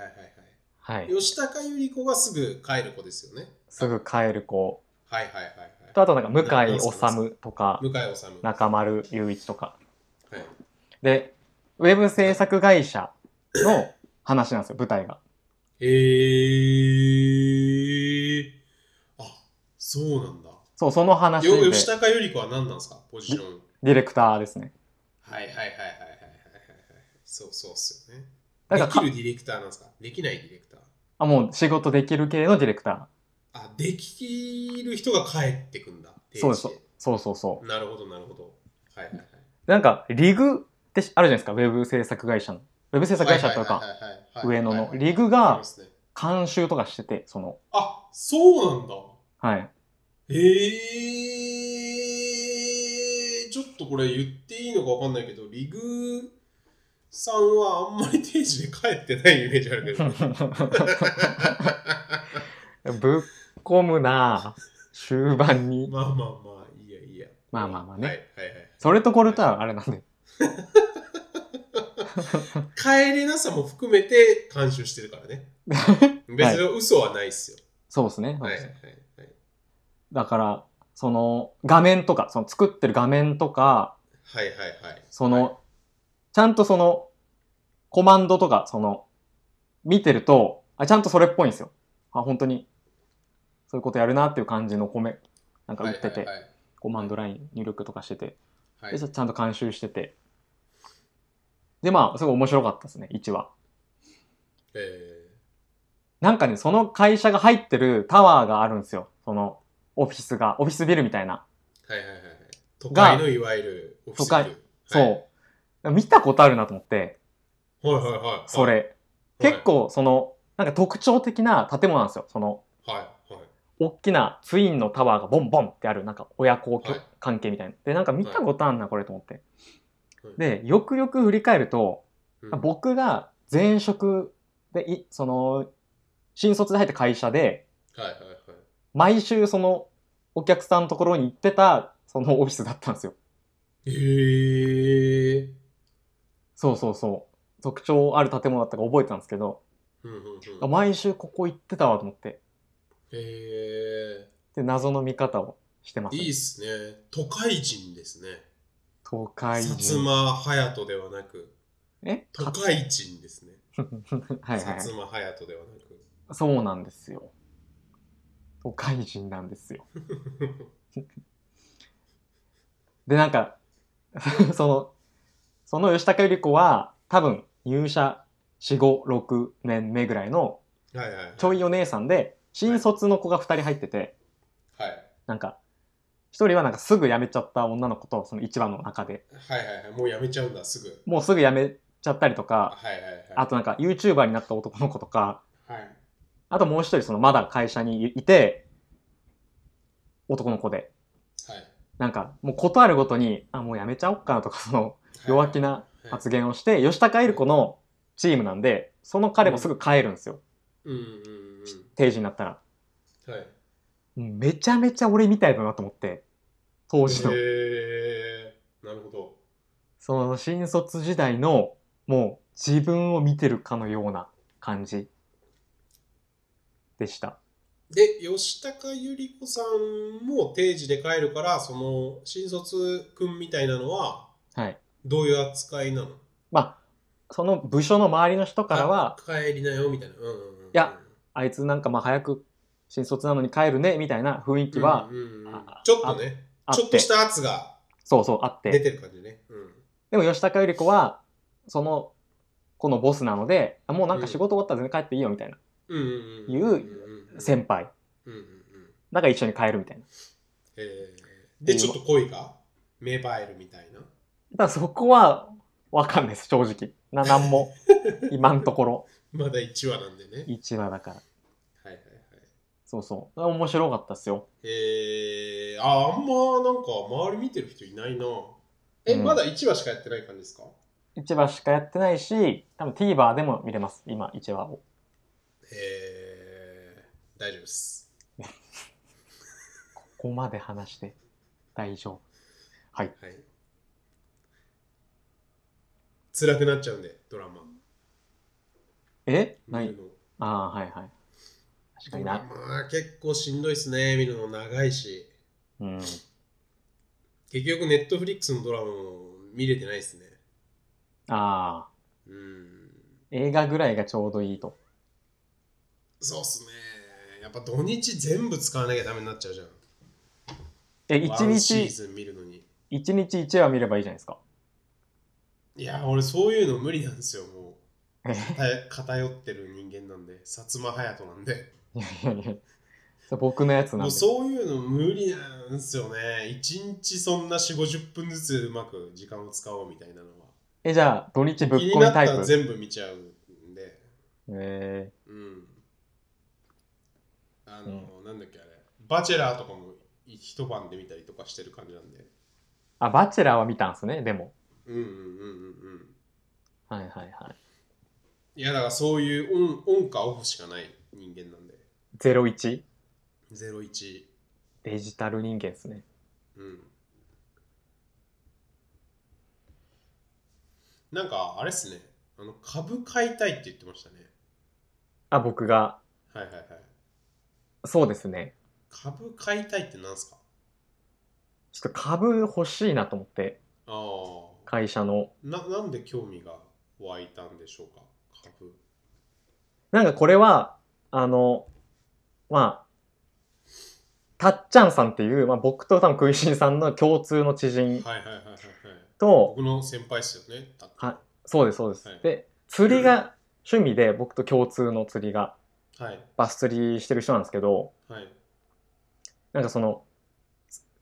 [SPEAKER 1] は
[SPEAKER 2] はいい、。吉高由里子がすぐ帰る子ですよね。
[SPEAKER 1] すぐ帰る子。
[SPEAKER 2] はいはいはい
[SPEAKER 1] と、
[SPEAKER 2] は
[SPEAKER 1] あとなんか、向井治とか
[SPEAKER 2] い。、向井治。はい。
[SPEAKER 1] 中丸雄一とか。で、ウェブ制作会社の話なんですよ、舞台が。
[SPEAKER 2] へえ。あ、そうなんだ。
[SPEAKER 1] そう、その話で、
[SPEAKER 2] よ
[SPEAKER 1] デ
[SPEAKER 2] 吉高由里子は何なんですかポジション。
[SPEAKER 1] ィレクターですね。
[SPEAKER 2] はいはいはいはいはいはいはいはい。そうそうっすよね。
[SPEAKER 1] だからか
[SPEAKER 2] できるディレクターなんですかできないディレクター。
[SPEAKER 1] あ、もう仕事できる系のディレクタ
[SPEAKER 2] あ、できる人が帰ってくんだ。
[SPEAKER 1] ー。そうです
[SPEAKER 2] 定時で。
[SPEAKER 1] そうそうそう。
[SPEAKER 2] なるほどなるほど。はいはいはい。
[SPEAKER 1] なんか、リグってしあるじゃないですか、ウェブ制作会社の。ウェブ制作会社という
[SPEAKER 2] はい
[SPEAKER 1] か、
[SPEAKER 2] はいはいはいはい
[SPEAKER 1] 上野の
[SPEAKER 2] はいはい
[SPEAKER 1] リグ
[SPEAKER 2] あり
[SPEAKER 1] が
[SPEAKER 2] ますね
[SPEAKER 1] 監修とかしてて、その、
[SPEAKER 2] あ、そうなんだ。
[SPEAKER 1] はい。
[SPEAKER 2] えー、ちょっとこれ言っていいのかわかんないけど、リグさんはあんまり定時で帰ってないイメージあるけど、ね、
[SPEAKER 1] ぶっ込むなぁ終盤に。
[SPEAKER 2] まあまあまあ、いいやいいや。
[SPEAKER 1] まあまあまあね
[SPEAKER 2] はいはいはい
[SPEAKER 1] それとこれとはあれなんで。
[SPEAKER 2] 帰れなさも含めて監修してるか らね。別に嘘はないっすよ。
[SPEAKER 1] そうですね。そう
[SPEAKER 2] はい
[SPEAKER 1] で
[SPEAKER 2] は
[SPEAKER 1] す
[SPEAKER 2] い
[SPEAKER 1] ね
[SPEAKER 2] はい。
[SPEAKER 1] だから、その画面とか、その作ってる画面とか、
[SPEAKER 2] はいはいはい。
[SPEAKER 1] その、ちゃんとその、コマンドとか、その、見てると、あ、ちゃんとそれっぽいんですよ。あ、本当に、そういうことやるなっていう感じの米、なんか
[SPEAKER 2] は
[SPEAKER 1] 売
[SPEAKER 2] い
[SPEAKER 1] ってて
[SPEAKER 2] は、いはい
[SPEAKER 1] コマンドライン入力とかしてて、
[SPEAKER 2] はい
[SPEAKER 1] でちゃちゃんと監修してて。で、まあ、すごい面白かったですね、1話。
[SPEAKER 2] え
[SPEAKER 1] なんかね、その会社が入ってるタワーがあるんですよ。その、オフィスが、オフィスビルみたいな。
[SPEAKER 2] ーはいはいはいはい。都会のいわゆるオフィスビル
[SPEAKER 1] 都会そう。見たことあるなと思って、
[SPEAKER 2] はいはいはいはい。
[SPEAKER 1] そ
[SPEAKER 2] はい。
[SPEAKER 1] れ。結構、その、なんか特徴的な建物なんですよ。その、
[SPEAKER 2] はいはい。
[SPEAKER 1] 大きなツインのタワーがボンボンってある、なんか親子きょ
[SPEAKER 2] はい
[SPEAKER 1] 関係みたいな。で、なんか見たことあるな、これと思って
[SPEAKER 2] はい。
[SPEAKER 1] で、よくよく振り返ると、
[SPEAKER 2] うん
[SPEAKER 1] 僕が前職で、いその、新卒で入った会社で、
[SPEAKER 2] はいはいはい。
[SPEAKER 1] 毎週そのお客さんのところに行ってたそのオフィスだったんですよ。
[SPEAKER 2] へえ。
[SPEAKER 1] そうそうそう。特徴ある建物だったか覚えてたんですけど、
[SPEAKER 2] うんうん
[SPEAKER 1] あ
[SPEAKER 2] うん。
[SPEAKER 1] 毎週ここ行ってたわと思って、
[SPEAKER 2] へえ。
[SPEAKER 1] で謎の見方をしてます、
[SPEAKER 2] いいっすね。都会人ですね。
[SPEAKER 1] 都会人。
[SPEAKER 2] 薩摩隼人ではなく、
[SPEAKER 1] え
[SPEAKER 2] 都
[SPEAKER 1] か
[SPEAKER 2] 会人ですね。
[SPEAKER 1] はいは
[SPEAKER 2] 薩
[SPEAKER 1] い。
[SPEAKER 2] 摩隼人ではなく。
[SPEAKER 1] そうなんですよ。都会人なんです よ。で、なんか、 その、その吉高由里子は多分入社4、5、6年目ぐらいの
[SPEAKER 2] はいはいはい。
[SPEAKER 1] ちょいお姉さんで、新卒の子が2人入ってて、
[SPEAKER 2] はい。
[SPEAKER 1] なんか、1人はなんかすぐ辞めちゃった女の子と、その一番の中で、
[SPEAKER 2] はいはいはい。もうやめちゃうんだ、すぐ。
[SPEAKER 1] もうすぐ辞めちゃったりとか、
[SPEAKER 2] はいはいはい。
[SPEAKER 1] あとなんか YouTuber になった男の子とか、
[SPEAKER 2] はい。
[SPEAKER 1] あともう1人そのまだ会社にいて、男の子で、
[SPEAKER 2] はい。
[SPEAKER 1] なんかもうことあるごとに、あ、もう辞めちゃおっかなとか、その弱気な
[SPEAKER 2] はい
[SPEAKER 1] 発言をして、吉高由里子のチームなんで、その彼もすぐ帰るんですよ。
[SPEAKER 2] うんうん
[SPEAKER 1] 定時になったら。
[SPEAKER 2] うん。はい。
[SPEAKER 1] うんめちゃめちゃ俺みたいだなと思って、当時の。
[SPEAKER 2] へえ。なるほど。
[SPEAKER 1] その新卒時代のもう自分を見てるかのような感じでした。
[SPEAKER 2] で、吉高由里子さんも定時で帰るから、その新卒くんみたいなのは、
[SPEAKER 1] はい。
[SPEAKER 2] どういう扱いなの
[SPEAKER 1] まあ、その部署の周りの人からは、
[SPEAKER 2] あ帰りなよみたいな。うんうんうん、い
[SPEAKER 1] や、あいつなんかまあ早く新卒なのに帰るね、みたいな雰囲気は、
[SPEAKER 2] うんうんうん
[SPEAKER 1] あ
[SPEAKER 2] ちょっとね
[SPEAKER 1] あ、
[SPEAKER 2] ちょっとした圧が
[SPEAKER 1] そうそうあっ
[SPEAKER 2] 出
[SPEAKER 1] て。
[SPEAKER 2] てる感じね。うん
[SPEAKER 1] でも吉高由里子は、その、このボスなので、あもうなんか仕事終わったら全然帰っていいよ、みたいな。
[SPEAKER 2] うんうん
[SPEAKER 1] い
[SPEAKER 2] うん
[SPEAKER 1] う
[SPEAKER 2] うんうんうん
[SPEAKER 1] 先輩。
[SPEAKER 2] うんうんうん
[SPEAKER 1] だから一緒に帰るみたいな。
[SPEAKER 2] えーで、ちょっと恋が芽生えるみたいな。
[SPEAKER 1] ただそこは、わかんないです、正直。な、なん も、今のところ、
[SPEAKER 2] まだ1話なんでね。
[SPEAKER 1] 一話だから。
[SPEAKER 2] はいはいはい。
[SPEAKER 1] そうそう。面白かったっすよ。
[SPEAKER 2] えー、あ、あんまなんか周り見てる人いないな。え、
[SPEAKER 1] うん
[SPEAKER 2] まだ1話しかやってない感じですか
[SPEAKER 1] 1話しかやってないし、多分 TVer でも見れます。今、1話を。
[SPEAKER 2] えー、大丈夫です。
[SPEAKER 1] ここまで話して大丈夫。
[SPEAKER 2] はい。辛くなっちゃうんで、ドラマ。
[SPEAKER 1] えな
[SPEAKER 2] 見
[SPEAKER 1] い
[SPEAKER 2] るの
[SPEAKER 1] ああーはいはい確かに
[SPEAKER 2] ドラ
[SPEAKER 1] な
[SPEAKER 2] マは結構しんどいっすね、見るの長いし。
[SPEAKER 1] うん
[SPEAKER 2] 結局、ネットフリックスのドラマも見れてないっすね。
[SPEAKER 1] ああ
[SPEAKER 2] うん。
[SPEAKER 1] 映画ぐらいがちょうどいいと
[SPEAKER 2] そうっすね。やっぱ土日全部使わなきゃダメになっちゃうじゃん。
[SPEAKER 1] え
[SPEAKER 2] ワ
[SPEAKER 1] 一
[SPEAKER 2] ンシー
[SPEAKER 1] 日
[SPEAKER 2] ズン見るのに。
[SPEAKER 1] 一日1話見ればいいじゃないですか
[SPEAKER 2] いや、俺そういうの無理なんですよ、も
[SPEAKER 1] え
[SPEAKER 2] う。偏偏ってる人間なんで、薩摩隼人なんで。
[SPEAKER 1] いやいやいやそれ僕のやつなん
[SPEAKER 2] も
[SPEAKER 1] で
[SPEAKER 2] うそういうの無理なんですよね。一日そんな4、50分ずつうまく時間を使おうみたいなのは。
[SPEAKER 1] えじゃあ土日ぶっ
[SPEAKER 2] 気に
[SPEAKER 1] こ
[SPEAKER 2] な
[SPEAKER 1] み
[SPEAKER 2] った
[SPEAKER 1] タイ
[SPEAKER 2] ら
[SPEAKER 1] プ
[SPEAKER 2] 全部見ちゃうんで。
[SPEAKER 1] え
[SPEAKER 2] うん。あの、なんだっけあれ。バチェラーとかも一晩で見たりとかしてる感じなんで。
[SPEAKER 1] ー、あバチェラーは見たんすねでも
[SPEAKER 2] うんうんうんうんうん。
[SPEAKER 1] はいはいはい
[SPEAKER 2] いやだからそういうオンオンかオフしかない人間なんで。
[SPEAKER 1] 01
[SPEAKER 2] 01。
[SPEAKER 1] デジタル人間ですね
[SPEAKER 2] うん。なんかあれっすね。あの株買いたいって言ってましたね。
[SPEAKER 1] あ僕が
[SPEAKER 2] はいはいはい。
[SPEAKER 1] そうですね
[SPEAKER 2] 株買いたいってなんすか
[SPEAKER 1] ちょっと株欲しいなと思って
[SPEAKER 2] ああ。
[SPEAKER 1] 会社の
[SPEAKER 2] ななんで興味が湧いたんでしょうか株。
[SPEAKER 1] なんかこれはあのまあたっちゃんさんっていう、まあ、僕と多分食いしんさんの共通の知人
[SPEAKER 2] はいはいはいはいはい。
[SPEAKER 1] と、
[SPEAKER 2] 僕の先輩っすよね。たっ
[SPEAKER 1] はそうですそうです、
[SPEAKER 2] はい
[SPEAKER 1] で釣りが趣味で僕と共通の釣りが
[SPEAKER 2] はい
[SPEAKER 1] バス釣りしてる人なんですけど
[SPEAKER 2] はい。
[SPEAKER 1] なんかその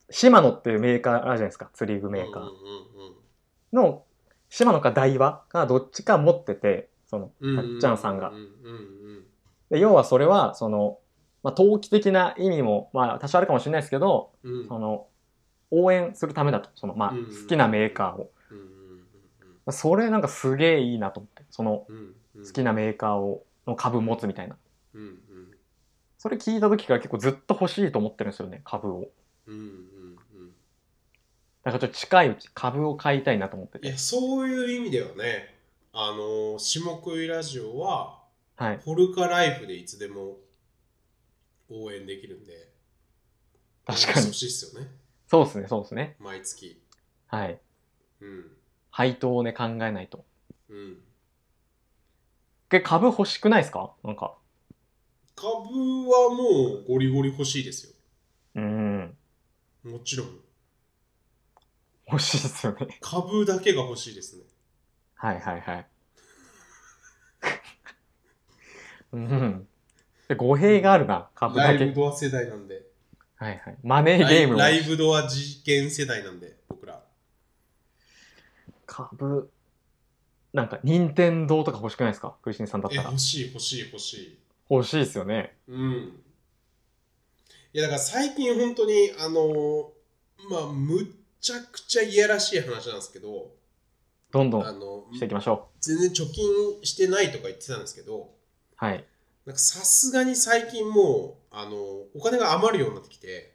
[SPEAKER 1] シマノっていうメーカーあるじゃないですか釣り具メーカ
[SPEAKER 2] うん
[SPEAKER 1] ー
[SPEAKER 2] う
[SPEAKER 1] のシマノかダイワがどっちか持っててその
[SPEAKER 2] んうんうん。
[SPEAKER 1] たっちゃんさんが
[SPEAKER 2] うううんうん
[SPEAKER 1] で要はそれはその、まあ、投機的な意味も、まあ、多少あるかもしれないですけど
[SPEAKER 2] うんうん。
[SPEAKER 1] その応援するためだとその、まあ、
[SPEAKER 2] うん
[SPEAKER 1] 好きなメーカーを
[SPEAKER 2] うんうん
[SPEAKER 1] まあそれなんかすげえいいなと思ってその
[SPEAKER 2] うんうんうん
[SPEAKER 1] 好きなメーカーをの株持つみたいな
[SPEAKER 2] うんうん
[SPEAKER 1] それ聞いた時から結構ずっと欲しいと思ってるんですよね株を
[SPEAKER 2] うんうんうん
[SPEAKER 1] だからちょっと近いうち株を買いたいなと思って
[SPEAKER 2] い
[SPEAKER 1] て
[SPEAKER 2] やそういう意味ではねあの下食いラジオは
[SPEAKER 1] はい
[SPEAKER 2] ポルカライフでいつでも応援できるんで
[SPEAKER 1] 確かに
[SPEAKER 2] 欲しいっすよね
[SPEAKER 1] そうですねそうですね
[SPEAKER 2] 毎月
[SPEAKER 1] はい
[SPEAKER 2] うん
[SPEAKER 1] 配当をね考えないと
[SPEAKER 2] うん
[SPEAKER 1] で株欲しくないですかなんか
[SPEAKER 2] 株はもうゴリゴリ欲しいです
[SPEAKER 1] うーん
[SPEAKER 2] よもちろん
[SPEAKER 1] 欲しいですよね
[SPEAKER 2] 株だけが欲しいですね
[SPEAKER 1] はいはいはいうんで語弊があるな株
[SPEAKER 2] ラ
[SPEAKER 1] だ
[SPEAKER 2] イ
[SPEAKER 1] け
[SPEAKER 2] ブドア世代なんで
[SPEAKER 1] はいはいマネー
[SPEAKER 2] ラ
[SPEAKER 1] ゲー
[SPEAKER 2] イ
[SPEAKER 1] ムを
[SPEAKER 2] ライブドア事件世代なんで僕ら
[SPEAKER 1] 株なんか任天堂とか欲しくないですか食いしんさんだっ
[SPEAKER 2] え
[SPEAKER 1] たら
[SPEAKER 2] 欲しい欲しい欲しい
[SPEAKER 1] 欲しいですよね
[SPEAKER 2] うん。いやだから最近本当にあのーまあむっちゃくちゃいやらしい話なんですけど、
[SPEAKER 1] どんど
[SPEAKER 2] あ
[SPEAKER 1] ん
[SPEAKER 2] の
[SPEAKER 1] していきましょ
[SPEAKER 2] 全然貯金してないとか言ってたんですけど、
[SPEAKER 1] うはい
[SPEAKER 2] なんかさすがに最近もうあのーお金が余るようになってきて、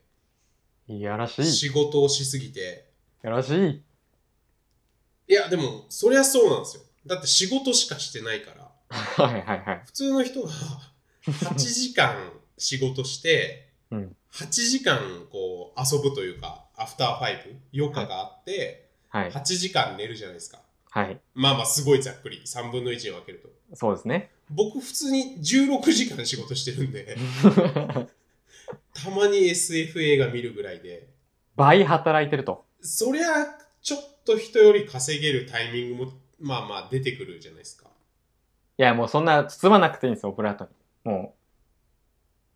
[SPEAKER 1] いやらしい
[SPEAKER 2] 仕事をしすぎて、
[SPEAKER 1] やらしい
[SPEAKER 2] いやでもそりゃそうなんですよ。だって仕事しかしてないから、
[SPEAKER 1] はいはいはい
[SPEAKER 2] 普通の人 が8時間仕事して、
[SPEAKER 1] うん
[SPEAKER 2] 8時間こう遊ぶというかアフターファイブ余暇があって、
[SPEAKER 1] はい
[SPEAKER 2] 8時間寝るじゃないですか
[SPEAKER 1] はい
[SPEAKER 2] まあまあすごいざっくり3分の1に分けると
[SPEAKER 1] そうですね
[SPEAKER 2] 僕普通に16時間仕事してるんでたまに SF 映画見るぐらいで
[SPEAKER 1] 倍働いてると
[SPEAKER 2] そりゃちょっと人より稼げるタイミングもまあまあ出てくるじゃないですか
[SPEAKER 1] いやもうそんな包まなくていいんですよオブラートにも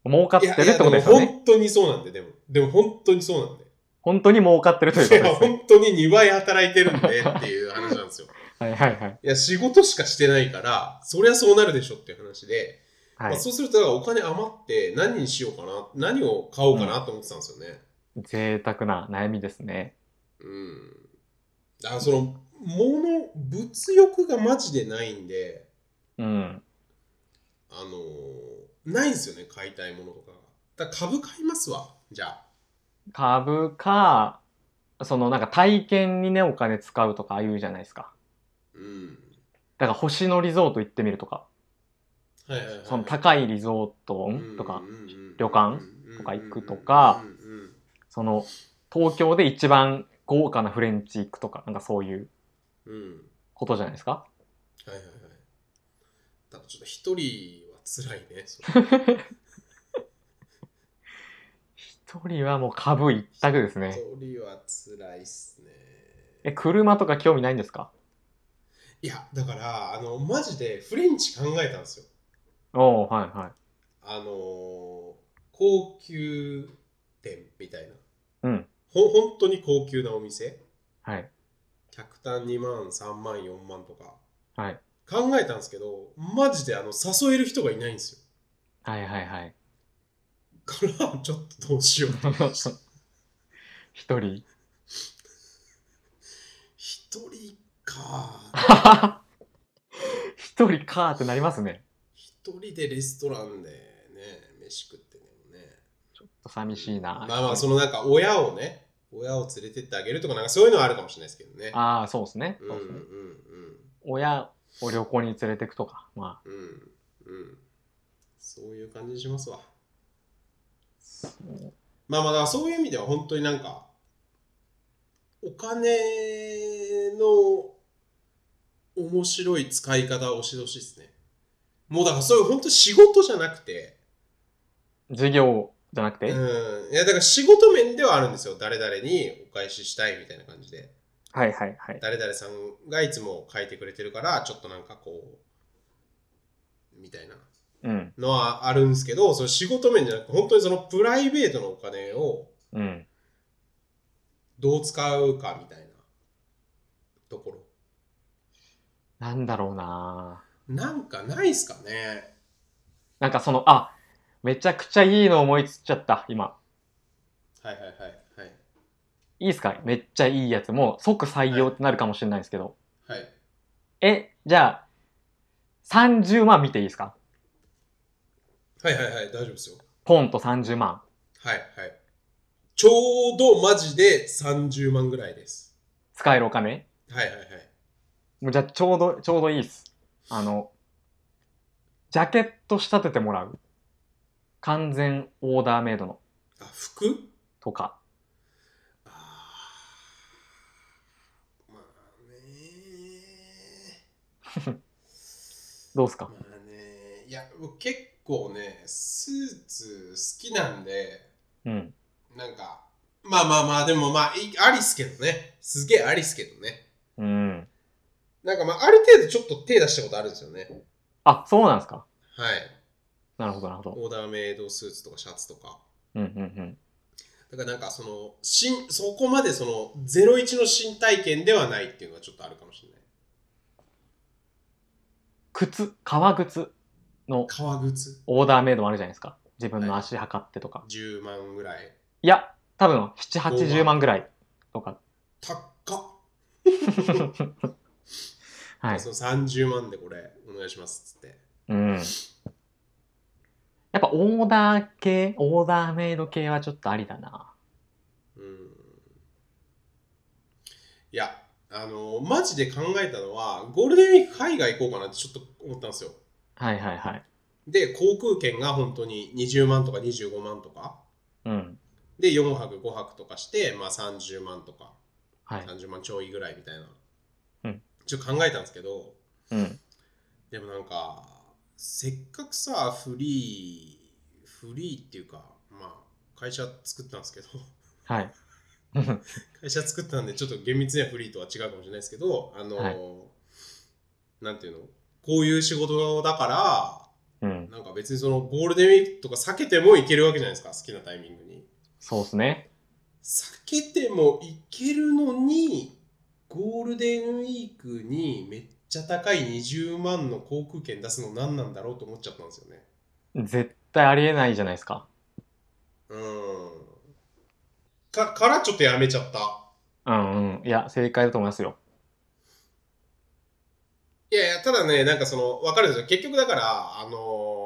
[SPEAKER 1] う儲かっ
[SPEAKER 2] い
[SPEAKER 1] てるっ
[SPEAKER 2] やい
[SPEAKER 1] て
[SPEAKER 2] やで
[SPEAKER 1] こと
[SPEAKER 2] も
[SPEAKER 1] ですよね
[SPEAKER 2] 本当にそうなんででもでも本当にそうなんで
[SPEAKER 1] 本当に儲かってるという
[SPEAKER 2] い
[SPEAKER 1] こと
[SPEAKER 2] や
[SPEAKER 1] ですね
[SPEAKER 2] 本当に2倍働いてるんでっていう話な んですよ。
[SPEAKER 1] はいはいはい
[SPEAKER 2] いや、仕事しかしてないから、そりゃそうなるでしょっていう話で、
[SPEAKER 1] は
[SPEAKER 2] ま
[SPEAKER 1] い
[SPEAKER 2] あ、そうすると、お金余って何にしようかな、何を買おうかなと思ってたんですよね。
[SPEAKER 1] 贅沢な悩みですね
[SPEAKER 2] うん。だから、その、物、物欲がマジでないんで、
[SPEAKER 1] うん
[SPEAKER 2] あのーないんですよね、買いたいものとかが。だから株買いますわ、じゃあ。
[SPEAKER 1] 株かそのなんか体験にねお金使うとかああいうじゃないですか
[SPEAKER 2] ううん。
[SPEAKER 1] だから星野リゾート行ってみるとか
[SPEAKER 2] はいはいはい。
[SPEAKER 1] その高いリゾートんとか
[SPEAKER 2] うんうんうんうん
[SPEAKER 1] 旅館とか行くとか
[SPEAKER 2] うんうんうん
[SPEAKER 1] その東京で一番豪華なフレンチ行くとかなんかそういう
[SPEAKER 2] うんうん。
[SPEAKER 1] ことじゃないですか
[SPEAKER 2] はいはいはい。だからちょっと一人は辛いね。それ
[SPEAKER 1] 一人はもう株一択です ね
[SPEAKER 2] 一人は辛いっすね。
[SPEAKER 1] え車とか興味ないんですか
[SPEAKER 2] いや、だから、あの、マジでフレンチ考えたんですよ。
[SPEAKER 1] おおはいはい
[SPEAKER 2] あのー高級店みたいな。
[SPEAKER 1] うん
[SPEAKER 2] ほ本当に高級なお店。
[SPEAKER 1] はい
[SPEAKER 2] 客単2万、3万、4万とか。
[SPEAKER 1] はい
[SPEAKER 2] 考えたんですけど、マジであの誘える人がいないんですよ。
[SPEAKER 1] はいはいはい
[SPEAKER 2] から、ちょっとどうしようって話した。
[SPEAKER 1] 一人
[SPEAKER 2] 一人か。
[SPEAKER 1] 一人かーってなりますね
[SPEAKER 2] 一人でレストランでね、飯食ってんのもね。
[SPEAKER 1] ちょっと寂しいな
[SPEAKER 2] まあまあ、そのなんか親をね、親を連れてってあげるとか、なんかそういうのはあるかもしれないですけどね。
[SPEAKER 1] ああそうですね,、
[SPEAKER 2] うんうん
[SPEAKER 1] そううんですね親を旅行に連れてくとかまあ
[SPEAKER 2] うんうん。うん。そういう感じにしますわ。
[SPEAKER 1] そう
[SPEAKER 2] まあまあ、だからそういう意味では本当になんか、お金の面白い使い方を教えてほしいですね。もうだからそういう本当仕事じゃなくて、
[SPEAKER 1] 授業じゃなくて、
[SPEAKER 2] うん。いや、だから仕事面ではあるんですよ。誰々にお返ししたいみたいな感じで。
[SPEAKER 1] はいはいはい
[SPEAKER 2] 誰々さんがいつも書いてくれてるから、ちょっとなんかこう、みたいな
[SPEAKER 1] うん
[SPEAKER 2] のはあるんですけど、その仕事面じゃなくて、本当にそのプライベートのお金を
[SPEAKER 1] うん
[SPEAKER 2] どう使うかみたいなところ。
[SPEAKER 1] なんだろうな
[SPEAKER 2] なんかないっすかね。
[SPEAKER 1] なんかそのあめちゃくちゃいいの思いつっちゃった今
[SPEAKER 2] はいはいはいはい。
[SPEAKER 1] いいですかめっちゃいいやつもう即採用ってなるかもしれないですけど、
[SPEAKER 2] はい。
[SPEAKER 1] えじゃあ30万見ていいですか
[SPEAKER 2] はいはいはい、大丈夫ですよ。
[SPEAKER 1] ポンと30万
[SPEAKER 2] はいはい。ちょうどマジで30万ぐらいです。
[SPEAKER 1] 使えるお金
[SPEAKER 2] はいはいはい。
[SPEAKER 1] もうじゃあちょうどちょうどいいっすあのジャケット仕立ててもらう完全オーダーメイドの
[SPEAKER 2] あ、服
[SPEAKER 1] とか
[SPEAKER 2] あーまあね
[SPEAKER 1] どうっすか
[SPEAKER 2] まあねいや、僕結構ね、スーツ好きなんで、
[SPEAKER 1] うん
[SPEAKER 2] なんか、まあまあまあ、でもまあ、いありっすけどね。すげえありっすけどね。
[SPEAKER 1] うん
[SPEAKER 2] なんかまあ、ある程度ちょっと手出したことあるんですよね。
[SPEAKER 1] あそうなんですか
[SPEAKER 2] はい。
[SPEAKER 1] なるほどなるほど
[SPEAKER 2] オーダーメイドスーツとかシャツとか。
[SPEAKER 1] うんうんうん
[SPEAKER 2] だからなんかその、しんそこまでその、01の新体験ではないっていうのはちょっとあるかもしれない。
[SPEAKER 1] 靴革靴の
[SPEAKER 2] 革靴
[SPEAKER 1] オーダーメイドもあるじゃないですか自分の足測ってとか、
[SPEAKER 2] 10万ぐらい。
[SPEAKER 1] い、や多分780万ぐらいとか
[SPEAKER 2] 高っ
[SPEAKER 1] はい
[SPEAKER 2] その30万でこれ、お願いしますっつって。
[SPEAKER 1] うんやっぱオーダー系オーダーメイド系はちょっとありだな
[SPEAKER 2] うん。いや、あのマジで考えたのは、ゴールデンウィーク海外行こうかなってちょっと思ったんですよ。
[SPEAKER 1] はいはいはい
[SPEAKER 2] で、航空券が本当に20万とか25万とか。
[SPEAKER 1] うん
[SPEAKER 2] で、4泊5泊とかして、まあ30万とか、
[SPEAKER 1] はい
[SPEAKER 2] 30万ちょいぐらいみたいな。
[SPEAKER 1] うん
[SPEAKER 2] ちょっと考えたんですけど、
[SPEAKER 1] うん
[SPEAKER 2] でもなんか、せっかくさ、フリー、フリーっていうか、まあ、会社作ったんですけど、
[SPEAKER 1] はい
[SPEAKER 2] 会社作ったんで、ちょっと厳密にはフリーとは違うかもしれないですけど、あの、
[SPEAKER 1] はい
[SPEAKER 2] なんていうの、こういう仕事だから、
[SPEAKER 1] うん
[SPEAKER 2] なんか別にそのゴールデンウィークとか避けてもいけるわけじゃないですか、好きなタイミングに。
[SPEAKER 1] そうっすね
[SPEAKER 2] 避けてもいけるのにゴールデンウィークにめっちゃ高い20万の航空券出すの何なんだろうと思っちゃったんですよね
[SPEAKER 1] 絶対ありえないじゃないですか
[SPEAKER 2] うんかからちょっとやめちゃった
[SPEAKER 1] うんうんいや正解だと思いますよ
[SPEAKER 2] いやいやただねなんかその分かるんですよ結局だからあのー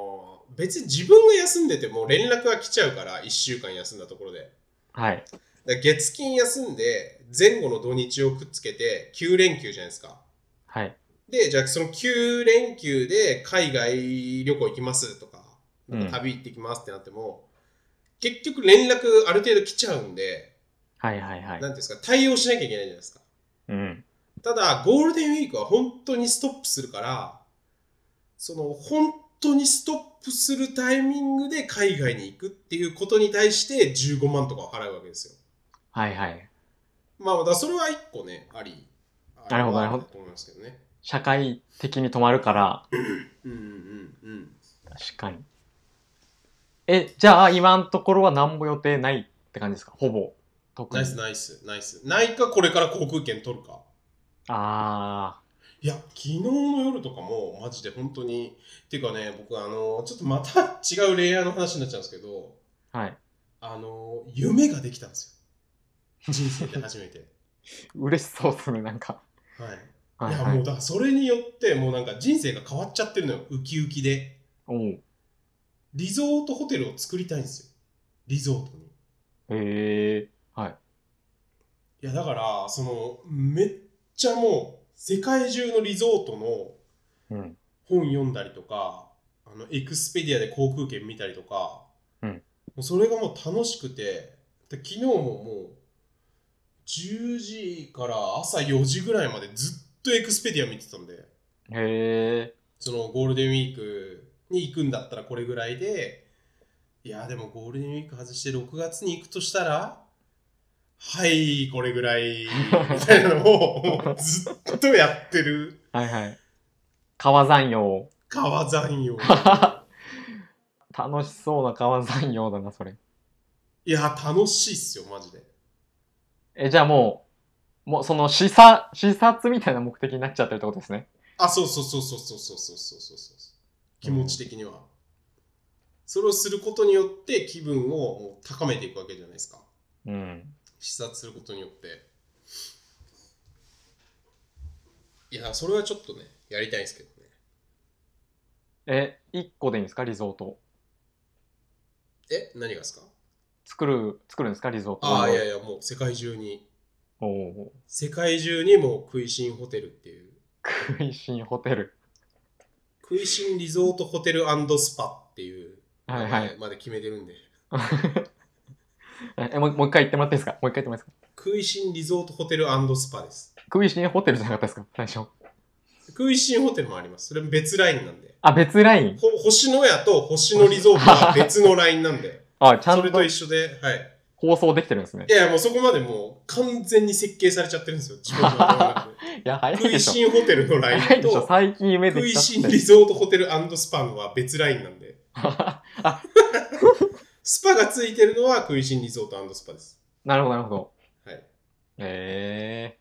[SPEAKER 2] 別に自分が休んでても連絡が来ちゃうから1週間休んだところで
[SPEAKER 1] はい
[SPEAKER 2] だから月金休んで前後の土日をくっつけて9連休じゃないですか
[SPEAKER 1] はい
[SPEAKER 2] で、じゃあその9連休で海外旅行行きますとか、
[SPEAKER 1] うん
[SPEAKER 2] なんか旅行ってきますってなっても、結局連絡ある程度来ちゃうんで、
[SPEAKER 1] はいはいはい
[SPEAKER 2] なんていうんですか、対応しなきゃいけないじゃないですか。
[SPEAKER 1] うん
[SPEAKER 2] ただ、ゴールデンウィークは本当にストップするから、その本当にストップするタイミングで海外に行くっていうことに対して15万とかを払うわけですよ。
[SPEAKER 1] はいはい
[SPEAKER 2] まあ、だからそれは一個ね、あり。
[SPEAKER 1] なるほど
[SPEAKER 2] あ
[SPEAKER 1] なるほど
[SPEAKER 2] と思いますけどね。
[SPEAKER 1] 社会的に止まるから
[SPEAKER 2] うんうんうんうん。
[SPEAKER 1] 確かにえじゃあ今のところは何も予定ないって感じですかほぼ特
[SPEAKER 2] ナ
[SPEAKER 1] に
[SPEAKER 2] イスナイスナイス。ないかこれから航空券取るか。
[SPEAKER 1] あ
[SPEAKER 2] いや、昨日の夜とかもマジで本当に。っていうかね、僕あの、ちょっとまた違うレイヤーの話になっちゃうんですけど、
[SPEAKER 1] あはい
[SPEAKER 2] あの、夢ができたんですよ。人生で初めて。
[SPEAKER 1] 嬉しそうですねなんか
[SPEAKER 2] はい。
[SPEAKER 1] はい
[SPEAKER 2] いや、
[SPEAKER 1] は
[SPEAKER 2] も
[SPEAKER 1] いう
[SPEAKER 2] だからそれによって、もうなんか人生が変わっちゃってるのよ。ウキウキで。
[SPEAKER 1] おう
[SPEAKER 2] リゾートホテルを作りたいんですよ。リゾート
[SPEAKER 1] へ
[SPEAKER 2] に。
[SPEAKER 1] えはい
[SPEAKER 2] いやだからそのめっちゃもう世界中のリゾートの
[SPEAKER 1] うん
[SPEAKER 2] 本読んだりとかあのエクスペディアで航空券見たりとか、
[SPEAKER 1] うん
[SPEAKER 2] もうそれがもう楽しくてで昨日ももう10時から朝4時ぐらいまでずっとエクスペディア見てたんで
[SPEAKER 1] へえ
[SPEAKER 2] そのゴールデンウィークに行くんだったらこれぐらいでいやでもゴールデンウィーク外して6月に行くとしたらはいこれぐらいみたいなのをもうずっとやってる
[SPEAKER 1] はいはい川山陽
[SPEAKER 2] 川山用
[SPEAKER 1] 楽しそうな川山陽だなそれ
[SPEAKER 2] いや楽しいっすよマジで
[SPEAKER 1] えじゃあもうもうその視察視察みたいな目的になっちゃってるってことですね
[SPEAKER 2] あそうそうそうそうそうそうそうそうそうそう気持ち的には、それをすることによって気分をもう高めていくわけじゃないですか
[SPEAKER 1] うん
[SPEAKER 2] 視察することによっていやそれはちょっとねやりたいんですけどね
[SPEAKER 1] え、1個でいいんですかリゾート。
[SPEAKER 2] え何がですか
[SPEAKER 1] 作る、作るんですかリゾート。
[SPEAKER 2] ああいやいやもう世界中に
[SPEAKER 1] おお
[SPEAKER 2] 世界中にもう食いしんホテルっていう
[SPEAKER 1] ー。食いしんホテル。
[SPEAKER 2] 食いしんリゾートホテルスパっていう
[SPEAKER 1] はいはい。
[SPEAKER 2] まで決めてるんで、
[SPEAKER 1] え、もうもう一回言ってもらっていいですかもう一回言ってもらっていいで
[SPEAKER 2] 食いしんリゾートホテルスパです
[SPEAKER 1] すか食いしんホテルじゃなかったですか最初。
[SPEAKER 2] 食いしんホテルもありますそれ別ラインなんで
[SPEAKER 1] あ、別ライン。
[SPEAKER 2] ほ星のやと星のリゾートは別のラインなんで
[SPEAKER 1] あ、 ちゃ
[SPEAKER 2] そ
[SPEAKER 1] ん
[SPEAKER 2] れ
[SPEAKER 1] と
[SPEAKER 2] と一緒ではい
[SPEAKER 1] 放送できてるんですね
[SPEAKER 2] い。やいやもうそこまでもう完全に設計されちゃってるんですよ、自分の頭の中 で
[SPEAKER 1] いや、早い
[SPEAKER 2] 食
[SPEAKER 1] で
[SPEAKER 2] い
[SPEAKER 1] し
[SPEAKER 2] しんホテルの
[SPEAKER 1] ょ。
[SPEAKER 2] ラ
[SPEAKER 1] 早
[SPEAKER 2] イン
[SPEAKER 1] いでしょ。
[SPEAKER 2] と、
[SPEAKER 1] 最近夢で
[SPEAKER 2] 食い
[SPEAKER 1] き
[SPEAKER 2] しん
[SPEAKER 1] たっ
[SPEAKER 2] リ
[SPEAKER 1] て。
[SPEAKER 2] ゾートホテルスパのは別ラインな んで、スパがついてるのは食いしんリゾートスパです。
[SPEAKER 1] なるほど、なるほど。
[SPEAKER 2] はい。
[SPEAKER 1] ええ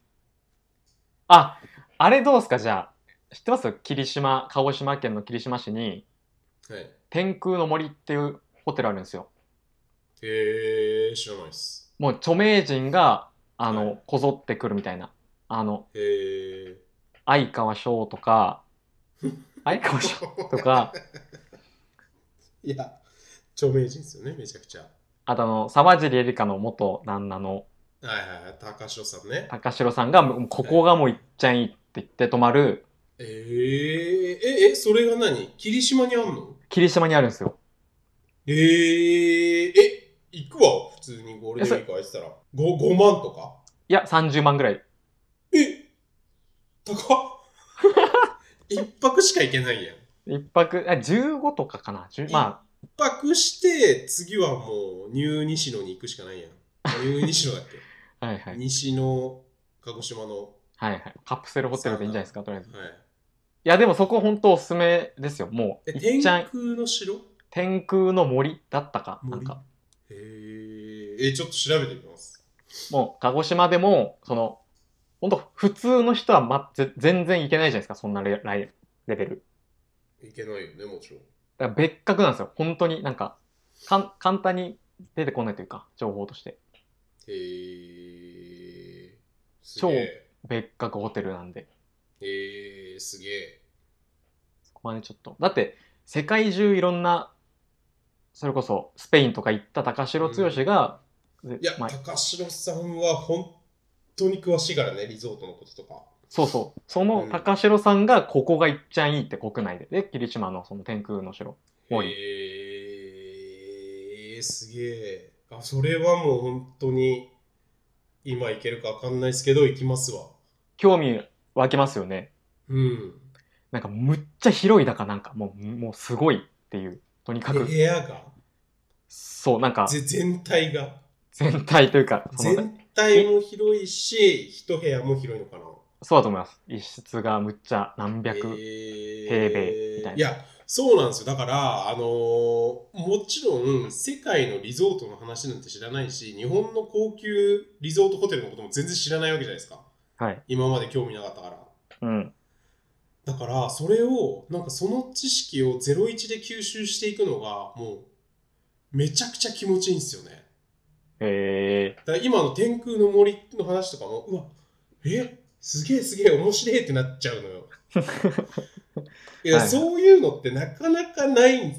[SPEAKER 1] あ、あれどうですかじゃあ。知ってます霧島、鹿児島県の霧島市に、
[SPEAKER 2] はい、
[SPEAKER 1] 天空の森っていうホテルあるんですよ。
[SPEAKER 2] へー、知らないです。
[SPEAKER 1] もう著名人が、あの、
[SPEAKER 2] はい
[SPEAKER 1] こぞってくるみたいな。あの、
[SPEAKER 2] へー。
[SPEAKER 1] 相川翔と か、相川翔とか、
[SPEAKER 2] いや、著名人ですよね、めちゃくちゃ。
[SPEAKER 1] あとあの、沢尻エリカの元旦那の
[SPEAKER 2] はいはいはい、高城さんね。
[SPEAKER 1] 高城さんが、もうここがもう行っちゃいいって言って泊まる、
[SPEAKER 2] えー、え、え、それが何霧島にあんの
[SPEAKER 1] 霧島にあるんですよ。
[SPEAKER 2] えー、え、行くわ、普通にゴールデンウィーク空いてたら。5, 5万とか
[SPEAKER 1] いや、30万ぐらい。
[SPEAKER 2] え 高っ一泊しか行けないやん。
[SPEAKER 1] 一泊、あ、15とかかな。10ま
[SPEAKER 2] 一泊して、次はもう、ニュー西野に行くしかないやん。ニュー西野だっけ
[SPEAKER 1] あ、 はいはい。
[SPEAKER 2] 西野、鹿児島の。
[SPEAKER 1] はいはい。カプセルホテルでいいんじゃないですか、とりあえず。い
[SPEAKER 2] はい。
[SPEAKER 1] や、でもそこ本当おすすめですよ。もう、
[SPEAKER 2] え、
[SPEAKER 1] い
[SPEAKER 2] 天
[SPEAKER 1] っちゃ
[SPEAKER 2] 空
[SPEAKER 1] ん、
[SPEAKER 2] の城
[SPEAKER 1] 天空の森だったか、な
[SPEAKER 2] 森
[SPEAKER 1] んか。
[SPEAKER 2] へーえ、ちょっと調べてみます。
[SPEAKER 1] もう鹿児島でもその本当普通の人は、ま、ぜ全然行けないじゃないですかそんなレライレベル
[SPEAKER 2] 行けないよね、もちろん。
[SPEAKER 1] だから別格なんですよ本当になんかかん簡単に出てこないというか情報として
[SPEAKER 2] へえ。す
[SPEAKER 1] 超
[SPEAKER 2] げえ。
[SPEAKER 1] 別格ホテルなんで
[SPEAKER 2] へえ、すげえ。
[SPEAKER 1] そこまでちょっとだって世界中いろんなそれこそスペインとか行った高城剛が、で
[SPEAKER 2] いや、
[SPEAKER 1] まあ
[SPEAKER 2] 高城さんは本当に詳しいからね、リゾートのこととか。
[SPEAKER 1] そうそう。その高城さんがここがいっちゃいいって国内で。で、霧島のその天空の城。多い
[SPEAKER 2] えー、すげえ。あ、それはもう本当に、今行けるかわかんないですけど、行きますわ。
[SPEAKER 1] 興味湧きますよね。
[SPEAKER 2] うん。
[SPEAKER 1] なんかむっちゃ広いだかなんか、もう、もうすごいっていう。とにか
[SPEAKER 2] え
[SPEAKER 1] く
[SPEAKER 2] 部、屋が
[SPEAKER 1] そう、なんか
[SPEAKER 2] ぜ全体が。
[SPEAKER 1] 全体というか、その
[SPEAKER 2] 全体も広いし、一部屋も広いのかな。
[SPEAKER 1] そうだと思います。一室がむっちゃ何百。米
[SPEAKER 2] 平
[SPEAKER 1] みたいない
[SPEAKER 2] や、そうなんですよ。だから、あのーもちろん、世界のリゾートの話なんて知らないし、日本の高級リゾートホテルのことも全然知らないわけじゃないですか。
[SPEAKER 1] はい。
[SPEAKER 2] 今まで興味なかったから。
[SPEAKER 1] うん。
[SPEAKER 2] だから、それを、なんかその知識を01で吸収していくのが、もう、めちゃくちゃ気持ちいいんですよね。
[SPEAKER 1] え
[SPEAKER 2] だから今の天空の森の話とかも、うわ、えすげえすげえ面白いってなっちゃうの よ。いや、
[SPEAKER 1] はい
[SPEAKER 2] そういうのってなかなかないん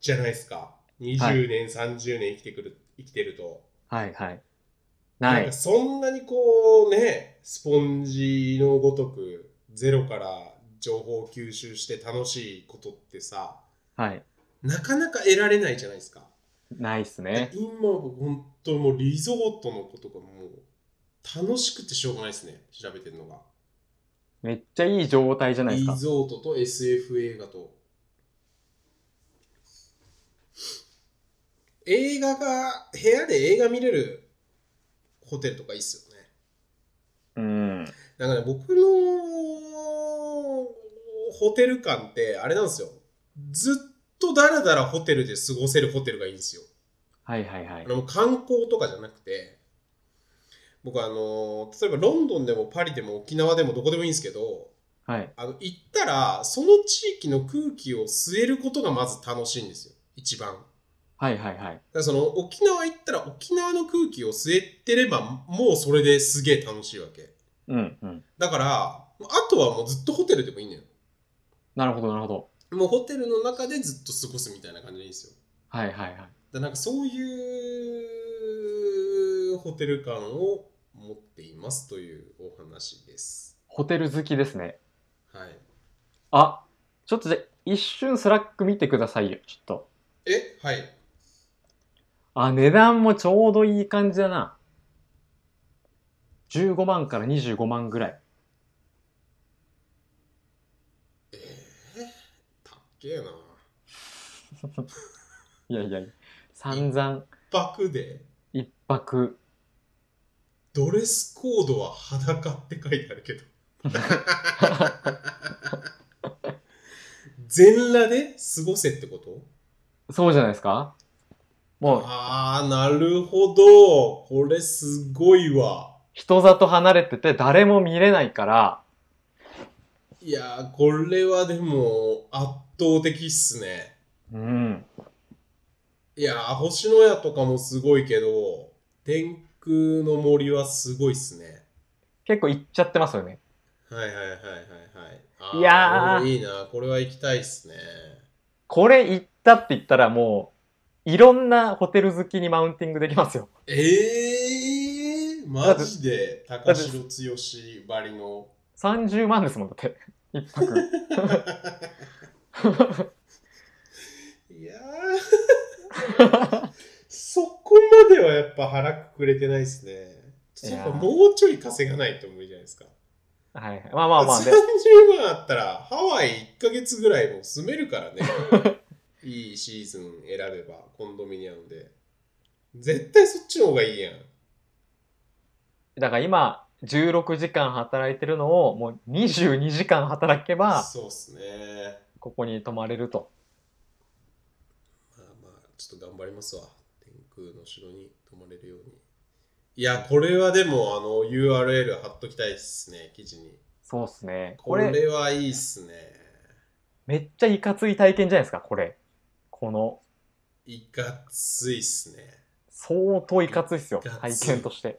[SPEAKER 2] じゃないですか。
[SPEAKER 1] は
[SPEAKER 2] 20年、30年生きてくる、生きてると。
[SPEAKER 1] ー、はいはい。
[SPEAKER 2] な
[SPEAKER 1] なん
[SPEAKER 2] か
[SPEAKER 1] い。
[SPEAKER 2] そんなにこうね、スポンジのごとく、ゼロから情報を吸収して楽しいことってさ、
[SPEAKER 1] はい。
[SPEAKER 2] なかなか得られないじゃないですか。
[SPEAKER 1] ないっすね。
[SPEAKER 2] 今僕本当もうリゾートのことがもう楽しくてしょうがないですね調べてるのが
[SPEAKER 1] めっちゃいい状態じゃないで
[SPEAKER 2] リ
[SPEAKER 1] すか。
[SPEAKER 2] ゾートと SF 映画と映画が部屋で映画見れるホテルとかいいっすよね
[SPEAKER 1] うん。
[SPEAKER 2] だから僕のホテル感ってあれなんですよずっとだらだらホテルで過ごせるホテルがいいんですよ
[SPEAKER 1] はいはいはい
[SPEAKER 2] あ。の観光とかじゃなくて僕はあの例えばロンドンでもパリでも沖縄でもどこでもいいんですけど
[SPEAKER 1] はい。
[SPEAKER 2] あの行ったらその地域の空気を吸えることがまず楽しいんですよ一番だか
[SPEAKER 1] はいはいはい。
[SPEAKER 2] らその沖縄行ったら沖縄の空気を吸えてればもうそれですげえ楽しいわけ
[SPEAKER 1] うんうん。
[SPEAKER 2] だからあとはもうずっとホテルでもいいんだよ
[SPEAKER 1] なるほどなるほど。
[SPEAKER 2] もうホテルの中でずっと過ごすみたいな感じでいいんですよ
[SPEAKER 1] はいはいはい。
[SPEAKER 2] だからなんかそういうホテル感を持っていますというお話です。
[SPEAKER 1] ホテル好きですね。
[SPEAKER 2] はい、
[SPEAKER 1] あ、ちょっとじゃあ一瞬スラック見てくださいよ。ちょっと。
[SPEAKER 2] えはい。
[SPEAKER 1] あ、値段もちょうどいい感じだな。15万から25万ぐらい。
[SPEAKER 2] えー、たっけえな。
[SPEAKER 1] いやいやいや。散々、
[SPEAKER 2] バクで
[SPEAKER 1] 一泊。
[SPEAKER 2] ドレスコードは裸って書いてあるけ ど。全裸で過ごせってこと
[SPEAKER 1] そうじゃないですかもう、
[SPEAKER 2] ああ、なるほど。これすごいわ。
[SPEAKER 1] 人里離れてて誰も見れないから、
[SPEAKER 2] いやー、これはでも圧倒的っすね。
[SPEAKER 1] うん。
[SPEAKER 2] いやー、星のやとかもすごいけど、天空の森はすごいっすね。
[SPEAKER 1] 結構行っちゃってますよね。
[SPEAKER 2] はいはいはいはいはいあー。
[SPEAKER 1] いやー
[SPEAKER 2] いいな、これは行きたいっすね。
[SPEAKER 1] これ行ったって言ったらもう、いろんなホテル好きにマウンティングできますよ。
[SPEAKER 2] えー、マジで高城剛ばりの。
[SPEAKER 1] 30万ですもん、だって。一泊。
[SPEAKER 2] いやー、 そこまではやっぱ腹くくれてないっすね。ちょっとやっぱ
[SPEAKER 1] いや
[SPEAKER 2] もうちょい稼がないと思うじゃないですか。
[SPEAKER 1] はいはい。まあまあまあ、で、
[SPEAKER 2] 30万あったらハワイ1ヶ月ぐらいもう住めるから ねいいシーズン選べばコンドミニアムで絶対そっちの方がいいやん
[SPEAKER 1] だから今、16時間働いてるのを、もう22時間働けば、
[SPEAKER 2] そうっすね
[SPEAKER 1] ここに泊まれると。
[SPEAKER 2] まあまあちょっと頑張りますわ天空の城に泊まれるようにいやこれはでもあの URL 貼っときたいっすね記事に
[SPEAKER 1] そうっすね。
[SPEAKER 2] こ
[SPEAKER 1] こ
[SPEAKER 2] れ
[SPEAKER 1] れ、
[SPEAKER 2] はいいっすね
[SPEAKER 1] めっちゃいかつい体験じゃないですか、これ。この、
[SPEAKER 2] いかついっすね
[SPEAKER 1] 相当いかついっすよ、
[SPEAKER 2] いか
[SPEAKER 1] 体
[SPEAKER 2] つい
[SPEAKER 1] 験として。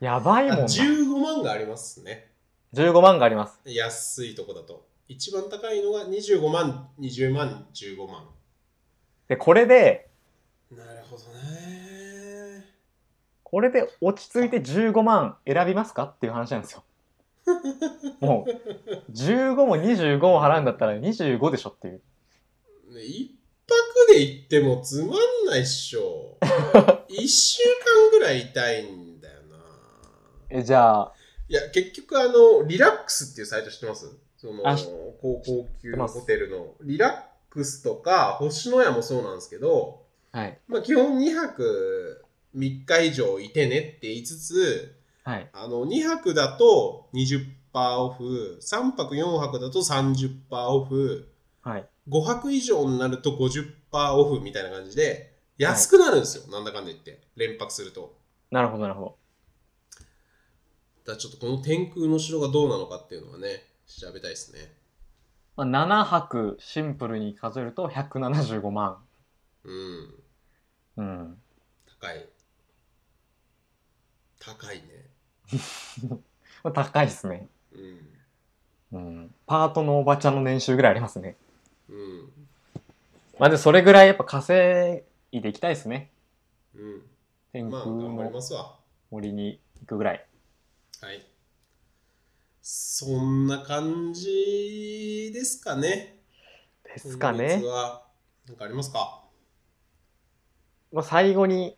[SPEAKER 1] やばい
[SPEAKER 2] あ
[SPEAKER 1] もんな。
[SPEAKER 2] 15万がありますね
[SPEAKER 1] 15万があります。
[SPEAKER 2] 安いとこだと一番高いのが25万20万15万
[SPEAKER 1] で、これで、
[SPEAKER 2] なるほどね
[SPEAKER 1] これで落ち着いて15万選びますかっていう話なん ですよ。もう15も25も払うんだったら25でしょっていう。
[SPEAKER 2] ね一泊で行ってもつまんないっ しょ。一週間ぐらい痛いんだよな。
[SPEAKER 1] えじゃあ
[SPEAKER 2] いや、結局、あの、リラックスっていうサイト知ってますその
[SPEAKER 1] あ知っ、
[SPEAKER 2] 高高級
[SPEAKER 1] てます
[SPEAKER 2] ホテルの。リラックスとか、星のやもそうなんですけど、
[SPEAKER 1] はい
[SPEAKER 2] まあ、基本2泊3日以上いてねって言いつつ、
[SPEAKER 1] はい
[SPEAKER 2] あの、2泊だと20%オフ、3泊4泊だと30%オフ、
[SPEAKER 1] はい。
[SPEAKER 2] 5泊以上になると50%オフみたいな感じで、安くなるんですよ、なんだかんだ言って、連泊すると。
[SPEAKER 1] なるほどなるほど。
[SPEAKER 2] だからちょっとこの天空の城がどうなのかっていうのはね、調べたいですね。
[SPEAKER 1] まあ、7泊シンプルに数えると175万。
[SPEAKER 2] うん。
[SPEAKER 1] うん。
[SPEAKER 2] 高い。高いね。
[SPEAKER 1] まあ高いですね。う
[SPEAKER 2] うん。
[SPEAKER 1] ん。パートのおばちゃんの年収ぐらいありますね。
[SPEAKER 2] うん。
[SPEAKER 1] まあでもそれぐらいやっぱ稼いでいきたいですね。
[SPEAKER 2] うん。
[SPEAKER 1] 天
[SPEAKER 2] まあ、
[SPEAKER 1] 空
[SPEAKER 2] 頑張り
[SPEAKER 1] の
[SPEAKER 2] ますわ。
[SPEAKER 1] 森に行くぐらい。
[SPEAKER 2] はい。そんな感じですかね。
[SPEAKER 1] で
[SPEAKER 2] です
[SPEAKER 1] かね。
[SPEAKER 2] はなんかありますか、は
[SPEAKER 1] まあ、最後に、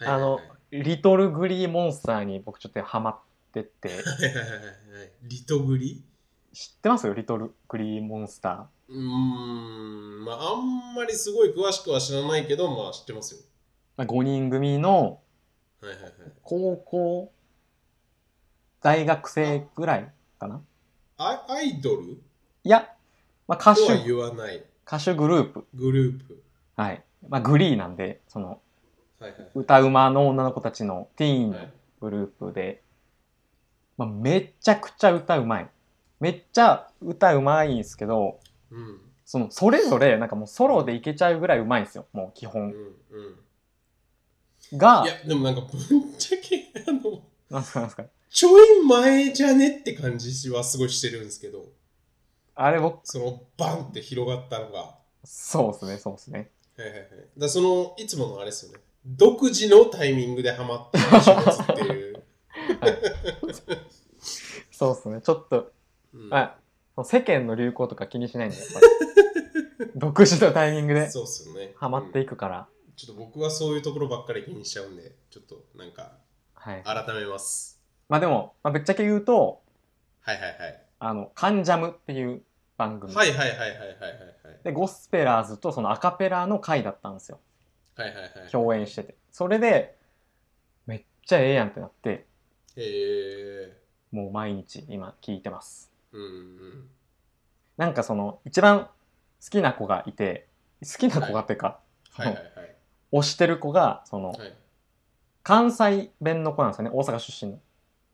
[SPEAKER 2] い
[SPEAKER 1] あの
[SPEAKER 2] はいは、
[SPEAKER 1] リトルグリーモンスターに僕ちょっとハマって て、
[SPEAKER 2] いはいはいはい。リトグリ
[SPEAKER 1] 知ってますリトルグリーモンスター。
[SPEAKER 2] うーん。まあ、あんまりすごい詳しくは知らないけど、まあ知ってますよ。
[SPEAKER 1] まあ、5人組の
[SPEAKER 2] はいはいはい。
[SPEAKER 1] 高校、大学生ぐらいかな
[SPEAKER 2] アアイドル
[SPEAKER 1] いや、まあ、歌
[SPEAKER 2] とは
[SPEAKER 1] 手、
[SPEAKER 2] 言わない
[SPEAKER 1] 歌手グループ。
[SPEAKER 2] グループ。
[SPEAKER 1] はい。まあ、グリーなんで、その、
[SPEAKER 2] はいはい
[SPEAKER 1] 歌うまの女の子たちのティーン
[SPEAKER 2] は
[SPEAKER 1] の
[SPEAKER 2] い。
[SPEAKER 1] グループで、まあ、めちゃくちゃ歌うまい。めっちゃ歌うまいんですけど、
[SPEAKER 2] うん。
[SPEAKER 1] その、それぞれ、なんかもうソロでいけちゃうぐらいうまいんですよ。もう基
[SPEAKER 2] うん
[SPEAKER 1] 本。
[SPEAKER 2] うん。
[SPEAKER 1] が
[SPEAKER 2] い、や、でもなんか、ぶっちゃけ、あの、
[SPEAKER 1] なんすかなんすか
[SPEAKER 2] ちょい前じゃねって感じはすごいしてるんですけど、
[SPEAKER 1] あれ僕、
[SPEAKER 2] その、バンって広がったのが。は
[SPEAKER 1] そうですね、そうですね。
[SPEAKER 2] いはいはい。だからその、いつものあれですよね。独自のタイミングでハマった話って いう。
[SPEAKER 1] そうですね。ちょっと、
[SPEAKER 2] うん
[SPEAKER 1] あ世間の流行とか気にしないんで、やっぱり 独自のタイミングで
[SPEAKER 2] そうっすよね。
[SPEAKER 1] ハマってい
[SPEAKER 2] く、
[SPEAKER 1] くから、
[SPEAKER 2] ちょっと僕はそういうところばっかり気にしちゃうんで、ちょっとなんか、
[SPEAKER 1] はい。
[SPEAKER 2] 改めます。
[SPEAKER 1] まあでも、まあ、ぶっちゃけ言うと、
[SPEAKER 2] はいはいはい。
[SPEAKER 1] あの、カンジャムっていう番組。
[SPEAKER 2] はいはいはいはいはいはいはい。
[SPEAKER 1] で、ゴスペラーズとそのアカペラの回だったんですよ。
[SPEAKER 2] はいはいはい。
[SPEAKER 1] 共演してて。それで、めっちゃええやんってなって、
[SPEAKER 2] へえ
[SPEAKER 1] もう毎日今聞いてます。
[SPEAKER 2] うんうん。
[SPEAKER 1] なんかその、一番好きな子がいて、好きな子がっていうか、
[SPEAKER 2] はいはいはい。
[SPEAKER 1] 推してる子が、その、
[SPEAKER 2] はい。
[SPEAKER 1] 関西弁の子なんですよね。大阪出身の。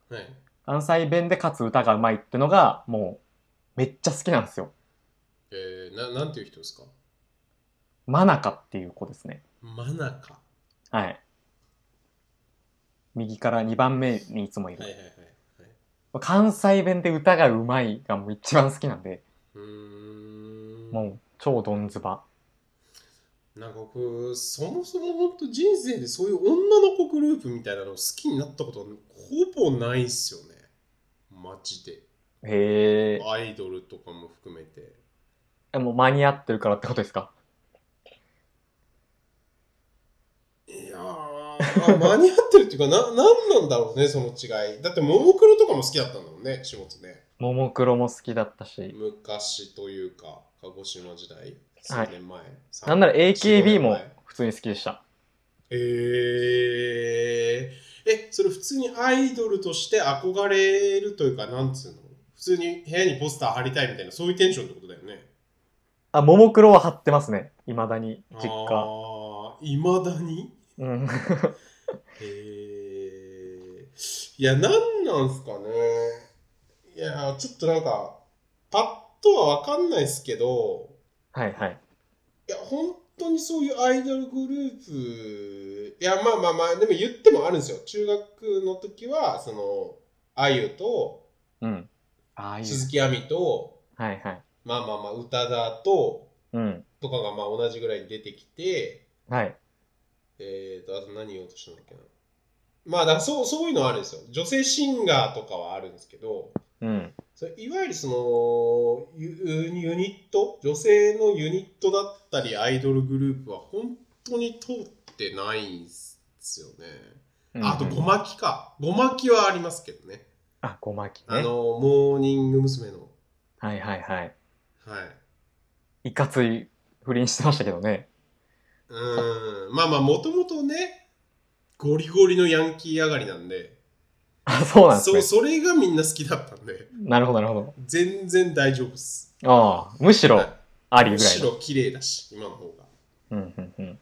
[SPEAKER 2] はい。
[SPEAKER 1] 関西弁でかつ歌がうまいってのが、もう、めっちゃ好きなんですよ。
[SPEAKER 2] えー、ななんていう人ですか
[SPEAKER 1] マナカっていう子ですね。
[SPEAKER 2] 真中。
[SPEAKER 1] はい。右から2番目にいつもいる。
[SPEAKER 2] はいはいはい。はい、
[SPEAKER 1] 関西弁で歌がうまいがもう一番好きなんで、
[SPEAKER 2] うーん。
[SPEAKER 1] もう超ドンズバ。
[SPEAKER 2] なんか僕、そもそも本当人生でそういう女の子グループみたいなの好きになったことほぼないっすよね。マジで。
[SPEAKER 1] へ
[SPEAKER 2] アイドルとかも含めて。
[SPEAKER 1] え。もう間に合ってるからってことですか
[SPEAKER 2] いやー、あ間に合ってるっていうか、な、なんなんだろうね、その違い。だって、ももクロとかも好きだったんだもんね、仕事ね。
[SPEAKER 1] ももクロも好きだったし、
[SPEAKER 2] 昔というか、鹿児島時代、
[SPEAKER 1] はい
[SPEAKER 2] 3年前。三
[SPEAKER 1] なんなら
[SPEAKER 2] 四年
[SPEAKER 1] AKB も
[SPEAKER 2] 前
[SPEAKER 1] 普通に好きでした。
[SPEAKER 2] えー、え、それ普通にアイドルとして憧れるというか、なんつうの普通に部屋にポスター貼りたいみたいな、そういうテンションってことだよね。
[SPEAKER 1] あ、ももクロは張ってますね。未だに、実家。
[SPEAKER 2] ああ、いまだに
[SPEAKER 1] うん。
[SPEAKER 2] えー、いや、なんなんすかね。いや、ちょっとなんか、パッとはわかんないですけど、
[SPEAKER 1] はいはい。
[SPEAKER 2] いや、本当にそういうアイドルグループ、いや、まあまあまあ、でも言ってもあるんですよ。中学の時は、その、あゆと、
[SPEAKER 1] うん。ああいう。
[SPEAKER 2] 鈴木亜美と、
[SPEAKER 1] はいはい。
[SPEAKER 2] まあまあまあ、宇多田と、
[SPEAKER 1] うん。
[SPEAKER 2] とかがまあ同じぐらいに出てきて、
[SPEAKER 1] はい。
[SPEAKER 2] えーと、あと何言おうとしたんだっけな。まあ、だからそうそういうのはあるんですよ。女性シンガーとかはあるんですけど、
[SPEAKER 1] うん。
[SPEAKER 2] それいわゆるそのユユニット、女性のユニットだったりアイドルグループは本当に通ってないんですよね。あと、
[SPEAKER 1] うん
[SPEAKER 2] ごまきか。ごまきはありますけどね。
[SPEAKER 1] あ、ごまきね。
[SPEAKER 2] あの、モーニング娘。の。
[SPEAKER 1] はいはいはい。
[SPEAKER 2] はい。
[SPEAKER 1] いかつい不倫してましたけどね。
[SPEAKER 2] うーん。まあまあ、もともとね、ゴリゴリのヤンキー上がりなんで、
[SPEAKER 1] あ、そうなんです
[SPEAKER 2] そ
[SPEAKER 1] ね
[SPEAKER 2] う。それがみんな好きだったんで、
[SPEAKER 1] なるほどなるほ
[SPEAKER 2] 全然大丈夫っす。
[SPEAKER 1] ど。ああ、むしろ
[SPEAKER 2] は
[SPEAKER 1] あり
[SPEAKER 2] いむ
[SPEAKER 1] ぐら
[SPEAKER 2] し
[SPEAKER 1] いの。
[SPEAKER 2] ろ綺麗だし、今の方が。
[SPEAKER 1] うんうんうん。
[SPEAKER 2] っ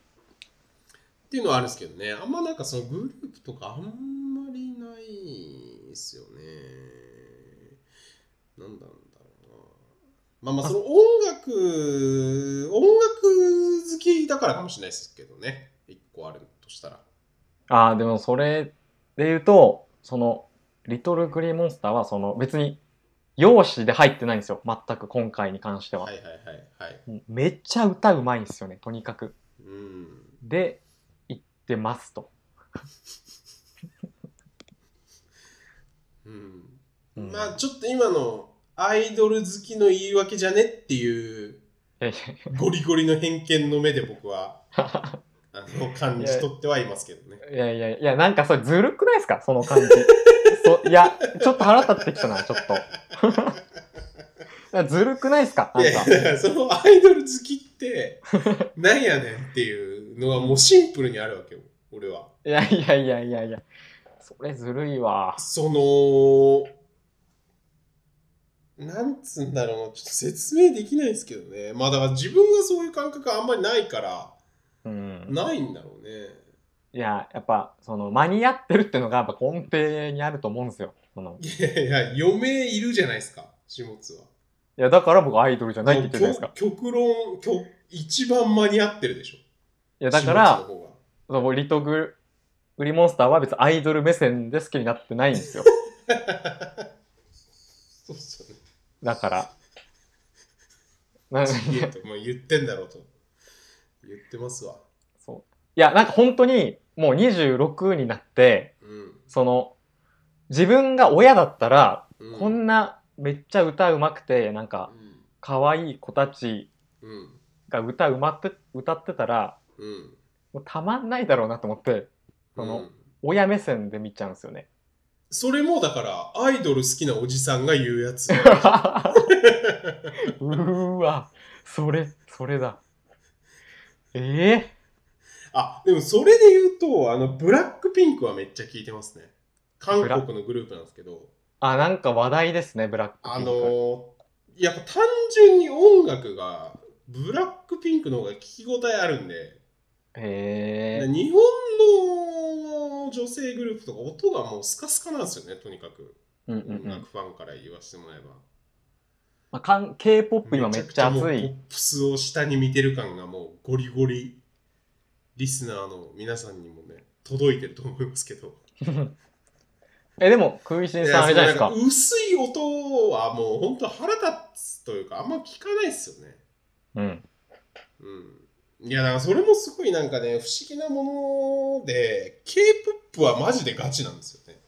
[SPEAKER 2] ていうのはあるんですけどね、あんまなんかそのグループとかあんまりないですよね。なんだんだろうな。まあまあその音楽、音楽好きだからかもしれないですけどね、一個あるとしたら。
[SPEAKER 1] ああ、でもそれで言うと、その、リトルグリーンモンスターは、その、別に、容姿で入ってないんですよ。全く今回に関しては。
[SPEAKER 2] はいはいはいはい。
[SPEAKER 1] もうめっちゃ歌うまいんですよね、とにかく。
[SPEAKER 2] うん。
[SPEAKER 1] で、行ってますと。
[SPEAKER 2] うん
[SPEAKER 1] うん
[SPEAKER 2] まあちょっと今のアイドル好きの言い訳じゃねっていう
[SPEAKER 1] いやい
[SPEAKER 2] ゴリゴリの偏見の目で僕はあの感じ取ってはいますけどね。
[SPEAKER 1] やいやいやいや、なんかそれずるくないですかその感じ。 そいや、ちょっと腹立ってきたな、ちょっと。いや ずるくないですか
[SPEAKER 2] い
[SPEAKER 1] なん
[SPEAKER 2] や
[SPEAKER 1] か
[SPEAKER 2] い。やだからそのアイドル好きって なんやねんっていうのはもうシンプルにあるわけよ俺はい
[SPEAKER 1] やいやいやいやいや。それずるいわ。
[SPEAKER 2] そのなんつうんだろうなちょっと説明できないですけどねまあだから自分がそういう感覚があんまりないから
[SPEAKER 1] うん。
[SPEAKER 2] ないんだろうね
[SPEAKER 1] いや、やっぱ、その、間に合ってるってのが、やっぱ根底にあると思うんですよ。その、い
[SPEAKER 2] いやいや余命いるじゃないですか始末は
[SPEAKER 1] や、だから僕アイドルじゃないって言ってるじゃないですか。
[SPEAKER 2] 極極論極一番間に合ってるでしょ
[SPEAKER 1] いや、だか
[SPEAKER 2] 始
[SPEAKER 1] ら、
[SPEAKER 2] 末の方が
[SPEAKER 1] そのリトグ、グリモンスターは別にアイドル目線で好きになってないんですよ。
[SPEAKER 2] そうっすよね
[SPEAKER 1] だから。なんか
[SPEAKER 2] ち
[SPEAKER 1] い
[SPEAKER 2] げえ
[SPEAKER 1] や
[SPEAKER 2] ともう言ってんだろうと言ってますわ
[SPEAKER 1] そういや、なんか本当に、もう26になって、
[SPEAKER 2] うん
[SPEAKER 1] その、自分が親だったら、
[SPEAKER 2] うん
[SPEAKER 1] こんなめっちゃ歌うまくて、なんか、可愛い子たち
[SPEAKER 2] うん
[SPEAKER 1] が歌うまって、歌ってたら、
[SPEAKER 2] うん
[SPEAKER 1] もうたまんないだろうなと思って、その
[SPEAKER 2] うん
[SPEAKER 1] 親目線で見ちゃうんですよね。
[SPEAKER 2] それもだからアイドル好きなおじさんが言うやつ
[SPEAKER 1] うーわ、それ、それだ。え
[SPEAKER 2] あでもそれで言うとあのブラックピンクはめっちゃ聞いてますね韓国のグループなんですけど
[SPEAKER 1] ーあ、なんか話題ですね、ブラックピンク。
[SPEAKER 2] あのーやっぱ単純に音楽がブラックピンクの方が聞き応えあるんで
[SPEAKER 1] へ
[SPEAKER 2] で
[SPEAKER 1] え。
[SPEAKER 2] 日本の女性グループとか音がもうスカスカなんですよねとにかく
[SPEAKER 1] うんうん
[SPEAKER 2] 音
[SPEAKER 1] うん
[SPEAKER 2] 楽ファンから言わせてもらえば、
[SPEAKER 1] まあかん、K-POP 今めっちゃ熱
[SPEAKER 2] めちゃくちゃもう
[SPEAKER 1] い。
[SPEAKER 2] ポップスを下に見てる感がもうゴリゴリリスナーの皆さんにもね届いてると思いますけど
[SPEAKER 1] え、でも、クイシンさんあれじゃないです
[SPEAKER 2] い
[SPEAKER 1] か
[SPEAKER 2] や。そのん薄い音はもう本当腹立つというかあんま聞かないですよね
[SPEAKER 1] うん。
[SPEAKER 2] うんいやだからそれもすごいなんかね不思議なもので K-POP はマジでガチなんですよね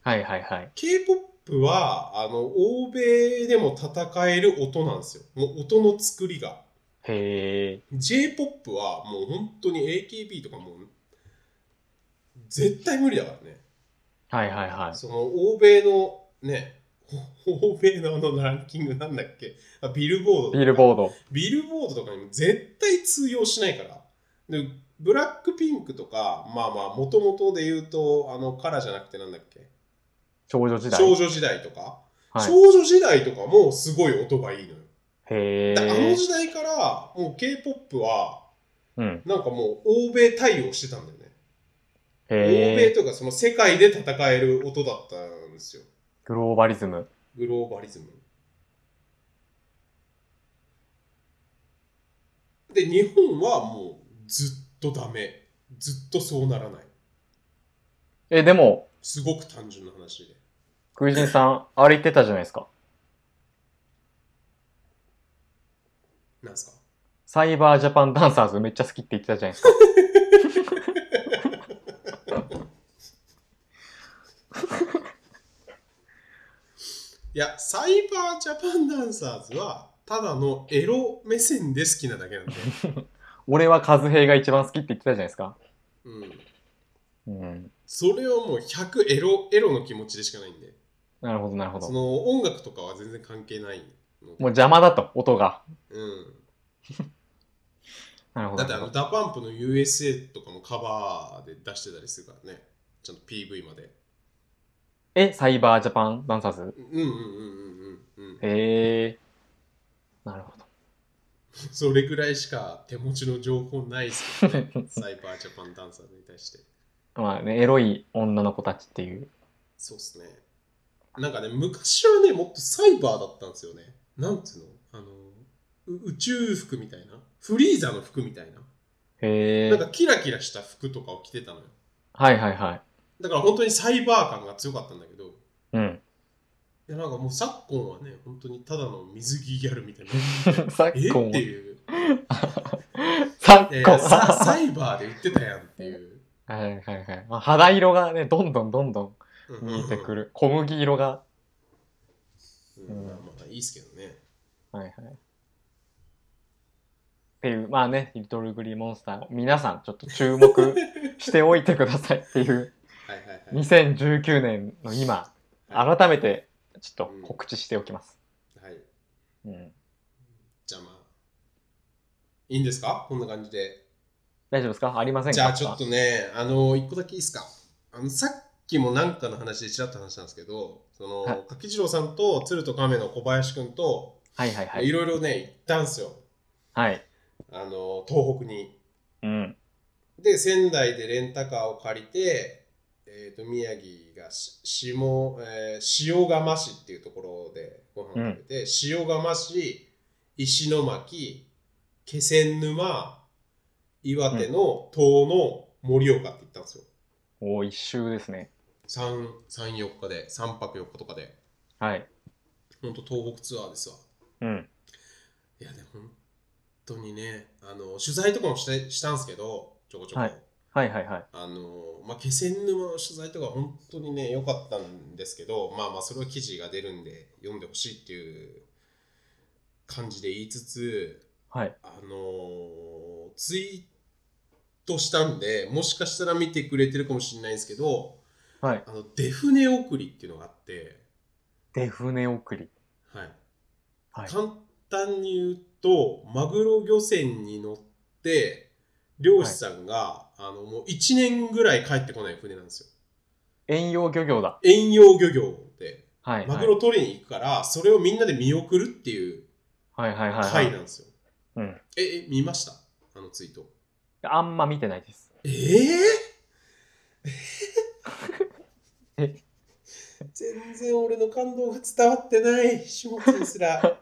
[SPEAKER 1] はいはいはい。
[SPEAKER 2] K-POP はあの欧米でも戦える音なんですよもう音の作りが
[SPEAKER 1] へえ。
[SPEAKER 2] J-POP はもう本当に AKB とかもう絶対無理だからね
[SPEAKER 1] はいはいはい。
[SPEAKER 2] その欧米のねほ欧米のあのランキングなんだっけあビルボードとか
[SPEAKER 1] ビルボード。
[SPEAKER 2] ビルボードとかにも絶対通用しないからでブラックピンクとかまあまあもともとで言うとあのカラーじゃなくてなんだっけ
[SPEAKER 1] 少女時代。
[SPEAKER 2] 少女時代とか、
[SPEAKER 1] はい
[SPEAKER 2] 少女時代とかもすごい音がいいのよ、
[SPEAKER 1] へ
[SPEAKER 2] であの
[SPEAKER 1] え。
[SPEAKER 2] 時代からもう K-POP は
[SPEAKER 1] うん。
[SPEAKER 2] なんかもう欧米対応してたんだよね、欧米
[SPEAKER 1] へえ。
[SPEAKER 2] というかその世界で戦える音だったんですよ
[SPEAKER 1] グローバリズム。
[SPEAKER 2] グローバリズムで日本はもうずっとダメずっとそうならない
[SPEAKER 1] え、でも、
[SPEAKER 2] すごく単純な話で
[SPEAKER 1] クイシンさん、あれ言ってたじゃないですか。
[SPEAKER 2] なんすか
[SPEAKER 1] サイバージャパンダンサーズめっちゃ好きって言ってたじゃないですか。
[SPEAKER 2] いや、サイバージャパンダンサーズは、ただのエロ目線で好きなだけなんで。
[SPEAKER 1] 俺は和平が一番好きって言ってたじゃないですか。
[SPEAKER 2] うん。
[SPEAKER 1] うん。
[SPEAKER 2] それをもう100エロ、エロの気持ちでしかないんで。
[SPEAKER 1] なるほど、なるほど。
[SPEAKER 2] そ
[SPEAKER 1] も
[SPEAKER 2] の音楽とかは全然関係ないの
[SPEAKER 1] う
[SPEAKER 2] で。
[SPEAKER 1] 邪魔だと、音が。
[SPEAKER 2] う
[SPEAKER 1] なるほ
[SPEAKER 2] ん。
[SPEAKER 1] ど。
[SPEAKER 2] だってあの、ダパンプの USA とかもカバーで出してたりするからね。ちゃんと PV まで。
[SPEAKER 1] え、サイバージャパンダンサーズ
[SPEAKER 2] うんうんうんうんうんうん。
[SPEAKER 1] へえ。なるほど。
[SPEAKER 2] それぐらいしか手持ちの情報ないですけどね。サイバージャパンダンサーズに対して。
[SPEAKER 1] まあね、エロい女の子たちっていう。
[SPEAKER 2] そうっすね。なんかね、昔はね、もっとサイバーだったんですよね。なんつうのあの、う宇宙服みたいな。フリーザの服みたいな。
[SPEAKER 1] へえ
[SPEAKER 2] なん。かキラキラした服とかを着てたのよ。
[SPEAKER 1] はいはいはい。
[SPEAKER 2] だから本当にサイバー感が強かったんだけど、い
[SPEAKER 1] うん。
[SPEAKER 2] やなんかもう昨今はね、本当にただの水着ギャルみたいな。
[SPEAKER 1] 昨
[SPEAKER 2] えっ
[SPEAKER 1] 今
[SPEAKER 2] て。いう。
[SPEAKER 1] 昨
[SPEAKER 2] え
[SPEAKER 1] 今。
[SPEAKER 2] ササイバーで売ってたやんっていう。
[SPEAKER 1] はいはいはい。まあ、肌色がね、どんどんどんどん
[SPEAKER 2] うんうんうん
[SPEAKER 1] 見えてくる。小麦色が。
[SPEAKER 2] うん、まあまあいいっすけどね。
[SPEAKER 1] はいはい。っていう、まあね、リトルグリーモンスター、皆さんちょっと注目しておいてくださいっていう、
[SPEAKER 2] はいはいはい。
[SPEAKER 1] 2019年の今、
[SPEAKER 2] は
[SPEAKER 1] 改めてちょっと告知しておきます。
[SPEAKER 2] い。
[SPEAKER 1] うん。
[SPEAKER 2] じゃあまあ、いいんですかこんな感じで。
[SPEAKER 1] 大丈夫ですかありませんか
[SPEAKER 2] じゃあちょっとね、あの、一個だけいいですか。あの、さっきもなんかの話でちらっと話したんですけど、その、
[SPEAKER 1] はい
[SPEAKER 2] 柿次郎さんと鶴と亀の小林くんと、、
[SPEAKER 1] はいはいはいい。
[SPEAKER 2] ろいろね、行ったんですよ。
[SPEAKER 1] はい。
[SPEAKER 2] あの、東北に。
[SPEAKER 1] うん。
[SPEAKER 2] で、仙台でレンタカーを借りて、えっ、と、宮城がし下、えー塩釜市っていうところでご飯食べて、塩釜市、石巻、気仙沼、岩手の東の盛岡って行ったんですよ。
[SPEAKER 1] おー一周ですね。
[SPEAKER 2] 3、三4日で、3泊4日とかで、
[SPEAKER 1] はい。
[SPEAKER 2] ほんと東北ツアーですわ。
[SPEAKER 1] うん。
[SPEAKER 2] いや、でも本当にね、あの、取材とかもしてしたんですけど、ちょこちょこ。
[SPEAKER 1] はいはいはいはい。
[SPEAKER 2] あの、まあ、気仙沼の取材とか本当にね、良かったんですけど、まあまあ、それは記事が出るんで、読んでほしいっていう感じで言いつつ、
[SPEAKER 1] はい。
[SPEAKER 2] あの、ツイートしたんで、もしかしたら見てくれてるかもしれないんですけど、
[SPEAKER 1] はい。
[SPEAKER 2] あの、デフネ送りっていうのがあって、
[SPEAKER 1] デフネ送り。
[SPEAKER 2] はい。
[SPEAKER 1] はい。
[SPEAKER 2] 簡単に言うとマグロ漁船に乗って漁師さんが、あのもう1年ぐらい帰ってこない船なんですよ
[SPEAKER 1] 遠洋漁業だ。
[SPEAKER 2] 遠洋漁業で
[SPEAKER 1] はい。
[SPEAKER 2] マグロ取りに行くから、それをみんなで見送るっていう
[SPEAKER 1] はいはいはいはい
[SPEAKER 2] 回
[SPEAKER 1] はい。
[SPEAKER 2] なんですよ、
[SPEAKER 1] うん。
[SPEAKER 2] ええ見ましたあのツイート
[SPEAKER 1] あんま見てないです。
[SPEAKER 2] ええ
[SPEAKER 1] え
[SPEAKER 2] 全然俺の感動が伝わってない始末で すら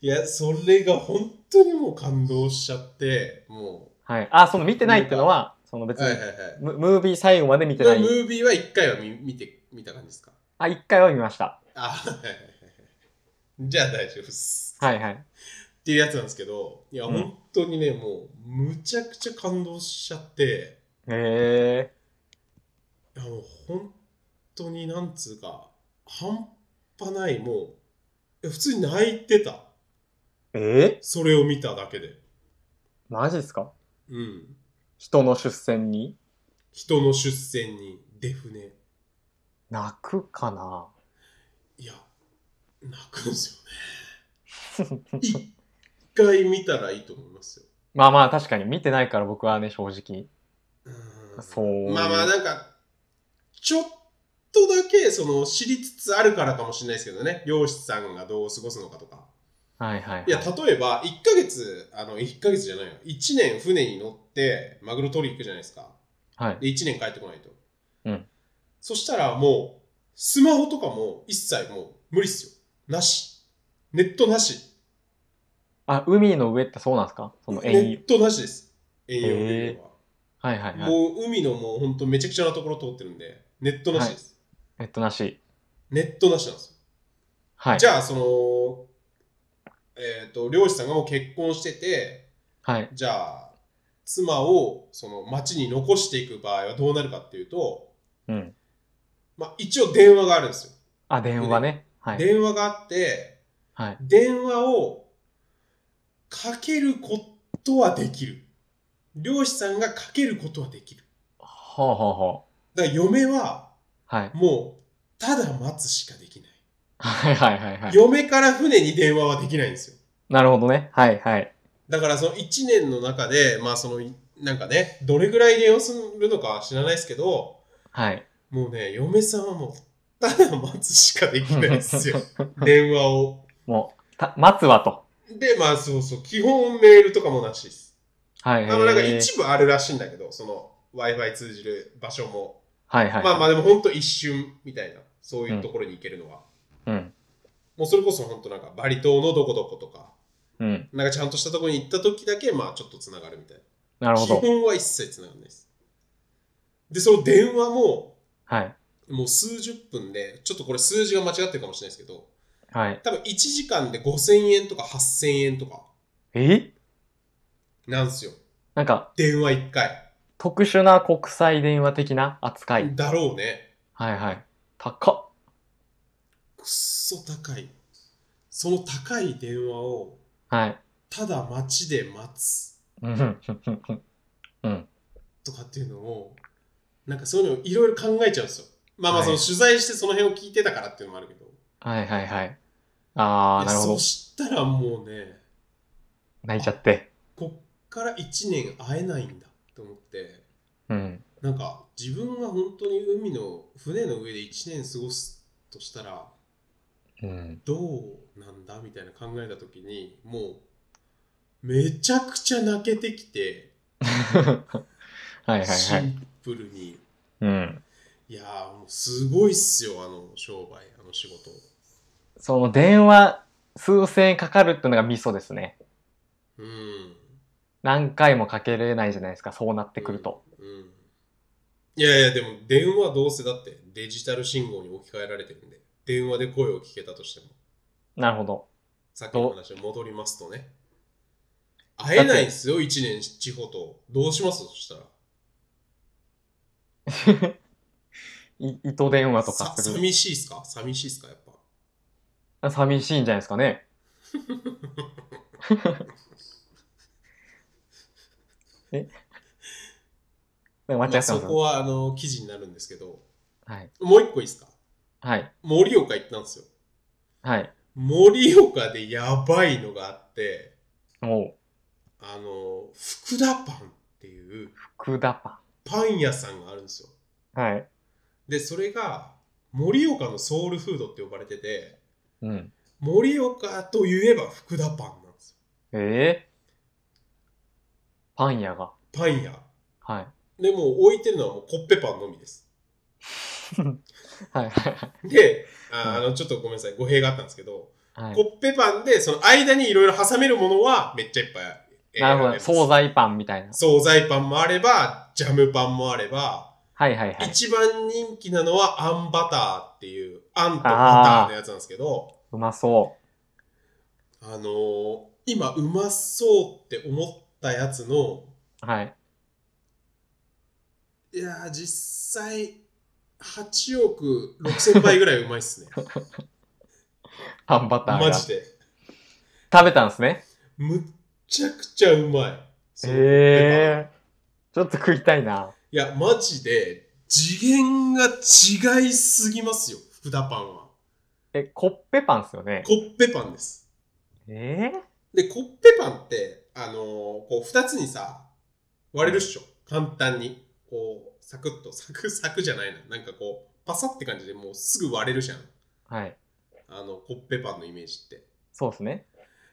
[SPEAKER 2] いやそれが本当にもう感動しちゃってもう
[SPEAKER 1] はい。あ、その見てないってのは、その別
[SPEAKER 2] はい
[SPEAKER 1] に
[SPEAKER 2] はいはい。
[SPEAKER 1] ムムービー最後まで見てな
[SPEAKER 2] で
[SPEAKER 1] い
[SPEAKER 2] ム。ービーは1回は見見て見た感じですか
[SPEAKER 1] あ、一回は見ました。
[SPEAKER 2] あはいはいはいはい。じゃあ大丈夫っす。
[SPEAKER 1] はいはい。
[SPEAKER 2] っていうやつなんですけど、いや、
[SPEAKER 1] うん
[SPEAKER 2] 本当にね、もう、むちゃくちゃ感動しちゃって、
[SPEAKER 1] へえ。
[SPEAKER 2] いや、もう本当になんつうか、半端ない、もう、いや普通に泣いてた。
[SPEAKER 1] え
[SPEAKER 2] それを見ただけで。
[SPEAKER 1] マジですか
[SPEAKER 2] うん。
[SPEAKER 1] 人の出船に
[SPEAKER 2] 人の出船に、デフネ。
[SPEAKER 1] 泣くかない
[SPEAKER 2] や、泣くんです よね。一回見たらいいと思いますよ。
[SPEAKER 1] まあまあ確かに見てないから僕はね、正直。
[SPEAKER 2] うん
[SPEAKER 1] そう
[SPEAKER 2] まあまあなんかちょっとだけその知りつつあるからかもしれないですけどね漁師さんがどう過ごすのかとか
[SPEAKER 1] はいはい
[SPEAKER 2] いや
[SPEAKER 1] はい。
[SPEAKER 2] 例えば1ヶ月あの1ヶ月じゃないよ1年船に乗ってマグロ取り行くじゃないですか
[SPEAKER 1] はい。
[SPEAKER 2] で1年帰ってこないと、
[SPEAKER 1] うん
[SPEAKER 2] そしたらもうスマホとかも一切もう無理っすよなしネットなし
[SPEAKER 1] あ、海の上ってそうなんですかその
[SPEAKER 2] ネ
[SPEAKER 1] 遠洋
[SPEAKER 2] ッ。トなしです遠洋っていうのは、
[SPEAKER 1] はいはいはい。
[SPEAKER 2] もう海のもうほんとめちゃくちゃなところ通ってるんでネットなしです、
[SPEAKER 1] えっとなし。
[SPEAKER 2] ネットなしなんですよ。
[SPEAKER 1] はい
[SPEAKER 2] じ。ゃあ、その、えっ、と、漁師さんがもう結婚してて、
[SPEAKER 1] はい。
[SPEAKER 2] じゃあ、妻をその町に残していく場合はどうなるかっていうと、
[SPEAKER 1] うん。
[SPEAKER 2] まあ、一応電話があるんですよ。
[SPEAKER 1] あ、電話ね。はい。
[SPEAKER 2] 電話があって、
[SPEAKER 1] はい。
[SPEAKER 2] 電話をかけることはできる。漁師さんがかけることはできる。
[SPEAKER 1] ほうほうほ
[SPEAKER 2] だから嫁は
[SPEAKER 1] う。はい。
[SPEAKER 2] もうただ待つしかできない。
[SPEAKER 1] はいはいはいはい。
[SPEAKER 2] 嫁から船に電話はできないんですよ。
[SPEAKER 1] なるほどね。はいはい。
[SPEAKER 2] だからその1年の中で、まあその、なんかね、どれぐらい電話するのかは知らないですけど、
[SPEAKER 1] はい。
[SPEAKER 2] もうね、嫁さんはもう、ただ待つしかできないです よ。電話を。
[SPEAKER 1] もう、た待つわと。
[SPEAKER 2] で、まあそうそう、基本メールとかもなしです。
[SPEAKER 1] はい。
[SPEAKER 2] あ
[SPEAKER 1] へ
[SPEAKER 2] の、なんか
[SPEAKER 1] ー
[SPEAKER 2] 一部あるらしいんだけど、その、Wi-Fi 通じる場所も。
[SPEAKER 1] はいはい。
[SPEAKER 2] まあまあでも本当一瞬みたいな、そういうところに行けるのは。
[SPEAKER 1] うん。
[SPEAKER 2] もうそれこそ本当なんか、バリ島のどこどことか、
[SPEAKER 1] うん。
[SPEAKER 2] なんかちゃんとしたところに行った時だけ、まあちょっと繋がるみたいな。
[SPEAKER 1] なるほど
[SPEAKER 2] 基。本は一切繋がんないです。で、その電話も、
[SPEAKER 1] はい。
[SPEAKER 2] もう数十分で、ちょっとこれ数字が間違ってるかもしれないですけど、
[SPEAKER 1] はい。
[SPEAKER 2] 多分1時間で5000円とか8000円とか
[SPEAKER 1] え
[SPEAKER 2] なんですよ。
[SPEAKER 1] なんか、
[SPEAKER 2] 電話1回。
[SPEAKER 1] 特殊な国際電話的な扱い。
[SPEAKER 2] だろうね。
[SPEAKER 1] はいはい。高っ。
[SPEAKER 2] くっそ高い。その高い電話を
[SPEAKER 1] はい。
[SPEAKER 2] ただ街で待つ
[SPEAKER 1] うんうんうんうん
[SPEAKER 2] とかっていうのを、なんかそういうのをいろいろ考えちゃうんですよ。まあまあ
[SPEAKER 1] はい
[SPEAKER 2] その取材してその辺を聞いてたからっていうのもあるけど。
[SPEAKER 1] はいはいはい。あー、
[SPEAKER 2] い
[SPEAKER 1] な
[SPEAKER 2] や
[SPEAKER 1] るほど
[SPEAKER 2] そ。したらもうね、
[SPEAKER 1] 泣いちゃって。
[SPEAKER 2] こっから1年会えないんだと思って、
[SPEAKER 1] うん。
[SPEAKER 2] なんか自分が本当に海の船の上で1年過ごすとしたら、
[SPEAKER 1] うん。
[SPEAKER 2] どうなんだみたいな考えた時にもうめちゃくちゃ泣けてきて、
[SPEAKER 1] はいはい
[SPEAKER 2] シ
[SPEAKER 1] はい。
[SPEAKER 2] ンプルに
[SPEAKER 1] うん。
[SPEAKER 2] いやーもうすごいっすよあの商売あの仕事
[SPEAKER 1] その電話、数千円かかるってのがミソですね。
[SPEAKER 2] うん
[SPEAKER 1] 何回もかけれないじゃないですか、そうなってくると。
[SPEAKER 2] うん、うんいやいやでも電話どうせだってデジタル信号に置き換えられてるんで電話で声を聞けたとしても
[SPEAKER 1] なるほど。
[SPEAKER 2] さっきの話に戻りますとね会えないんですよ1年地方とどうしますそしたら
[SPEAKER 1] い糸電話とか
[SPEAKER 2] さ
[SPEAKER 1] する。
[SPEAKER 2] 寂しいっすか寂しいっすかやっぱ
[SPEAKER 1] 寂しいんじゃないですか ね。えなんか間違ってま
[SPEAKER 2] まあ、
[SPEAKER 1] す
[SPEAKER 2] そこはあの記事になるんですけど、
[SPEAKER 1] はい。
[SPEAKER 2] もう一個いいですか
[SPEAKER 1] はい。
[SPEAKER 2] 盛岡行ったんですよ。
[SPEAKER 1] はい。
[SPEAKER 2] 盛岡でやばいのがあって、
[SPEAKER 1] おう、
[SPEAKER 2] あの、福田パンっていう
[SPEAKER 1] 福田パ
[SPEAKER 2] パン屋さんがあるんですよ。
[SPEAKER 1] ン。はい。
[SPEAKER 2] で、それが盛岡のソウルフードって呼ばれてて、
[SPEAKER 1] うん。
[SPEAKER 2] 盛岡といえば福田パンなんです
[SPEAKER 1] ええパン屋が。
[SPEAKER 2] よ。パン屋。
[SPEAKER 1] はい。
[SPEAKER 2] でもう置いてるのはもうコッペパンのみです。
[SPEAKER 1] はいはい
[SPEAKER 2] で、ああ
[SPEAKER 1] う
[SPEAKER 2] の、ちょっとごめんなさい、語弊があったんですけど、
[SPEAKER 1] はい。は
[SPEAKER 2] コッペパンでその間にいろいろ挟めるものはめっちゃいっぱい
[SPEAKER 1] い、
[SPEAKER 2] 選べ
[SPEAKER 1] なるほ
[SPEAKER 2] ま
[SPEAKER 1] ど。
[SPEAKER 2] す
[SPEAKER 1] 惣菜パンみたいな。
[SPEAKER 2] 惣菜パンもあれば、ジャムパンもあれば、
[SPEAKER 1] はいはいはい。
[SPEAKER 2] 一番人気なのはあんバターっていう、あんとバターのやつなんですけど、
[SPEAKER 1] うまそう
[SPEAKER 2] あのー今うまそうって思ったやつの、
[SPEAKER 1] う。はい。
[SPEAKER 2] いやー、実際、8億6000倍ぐらいうまいっすね。
[SPEAKER 1] あ んバター
[SPEAKER 2] マ
[SPEAKER 1] が。
[SPEAKER 2] ジで。
[SPEAKER 1] 食べたんですね。
[SPEAKER 2] むっちゃくちゃうまい。その
[SPEAKER 1] ええちょっと食いたいな。
[SPEAKER 2] いや、マジで、次元が違いすぎますよ、福田パンは。
[SPEAKER 1] え、コッペパンっすよね。
[SPEAKER 2] コッペパンです。
[SPEAKER 1] ええ
[SPEAKER 2] で、コッペパンって、あのーこう、二つにさ、割れるっしょ。簡単に。こう、サクッと、サクサクじゃないな。なんかこう、パサって感じでもうすぐ割れるじゃん。
[SPEAKER 1] はい。
[SPEAKER 2] あの、コッペパンのイメージって。
[SPEAKER 1] そうですね。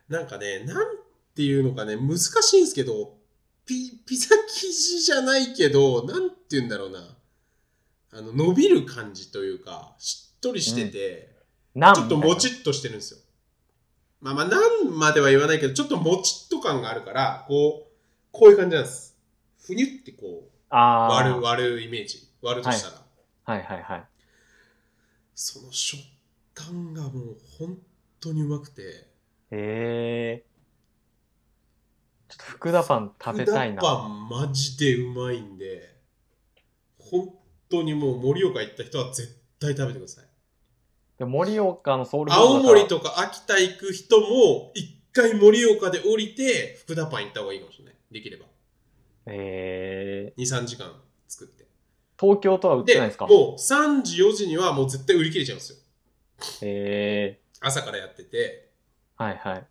[SPEAKER 2] なんかね、なんていうのかね、難しいんですけど、ピ、ピザ生地じゃないけど、なんて言うんだろうな。あの、伸びる感じというか、しっとりしてて、
[SPEAKER 1] ナン
[SPEAKER 2] ちょっと
[SPEAKER 1] みたい
[SPEAKER 2] も
[SPEAKER 1] な
[SPEAKER 2] ちっとしてるんですよ。まあまあ、なんまでは言わないけど、ちょっともちっと感があるから、こう、こういう感じなんです。ふにゅってこう、
[SPEAKER 1] あ
[SPEAKER 2] 割
[SPEAKER 1] あ。
[SPEAKER 2] る、割るイメージ。割るとしたら。
[SPEAKER 1] はいはいはい。
[SPEAKER 2] その食感がもう本当にうまくて。
[SPEAKER 1] ええちょっと福田パン食べたい
[SPEAKER 2] 福田
[SPEAKER 1] な。
[SPEAKER 2] パンマジでうまいんで、本当にもう盛岡行った人は絶対食べてください。
[SPEAKER 1] で盛岡のソウルフードだ
[SPEAKER 2] 青
[SPEAKER 1] から
[SPEAKER 2] 森とか秋田行く人も、一回盛岡で降りて、福田パン行った方がいいかもしれない。できれば。
[SPEAKER 1] え
[SPEAKER 2] 2、3時間作って。
[SPEAKER 1] ー、東京とは売って
[SPEAKER 2] で、
[SPEAKER 1] ない
[SPEAKER 2] も
[SPEAKER 1] ですか
[SPEAKER 2] う3時、4時にはもう絶対売り切れちゃうんですよ。
[SPEAKER 1] え
[SPEAKER 2] 朝からやってて。
[SPEAKER 1] ー、はいはい。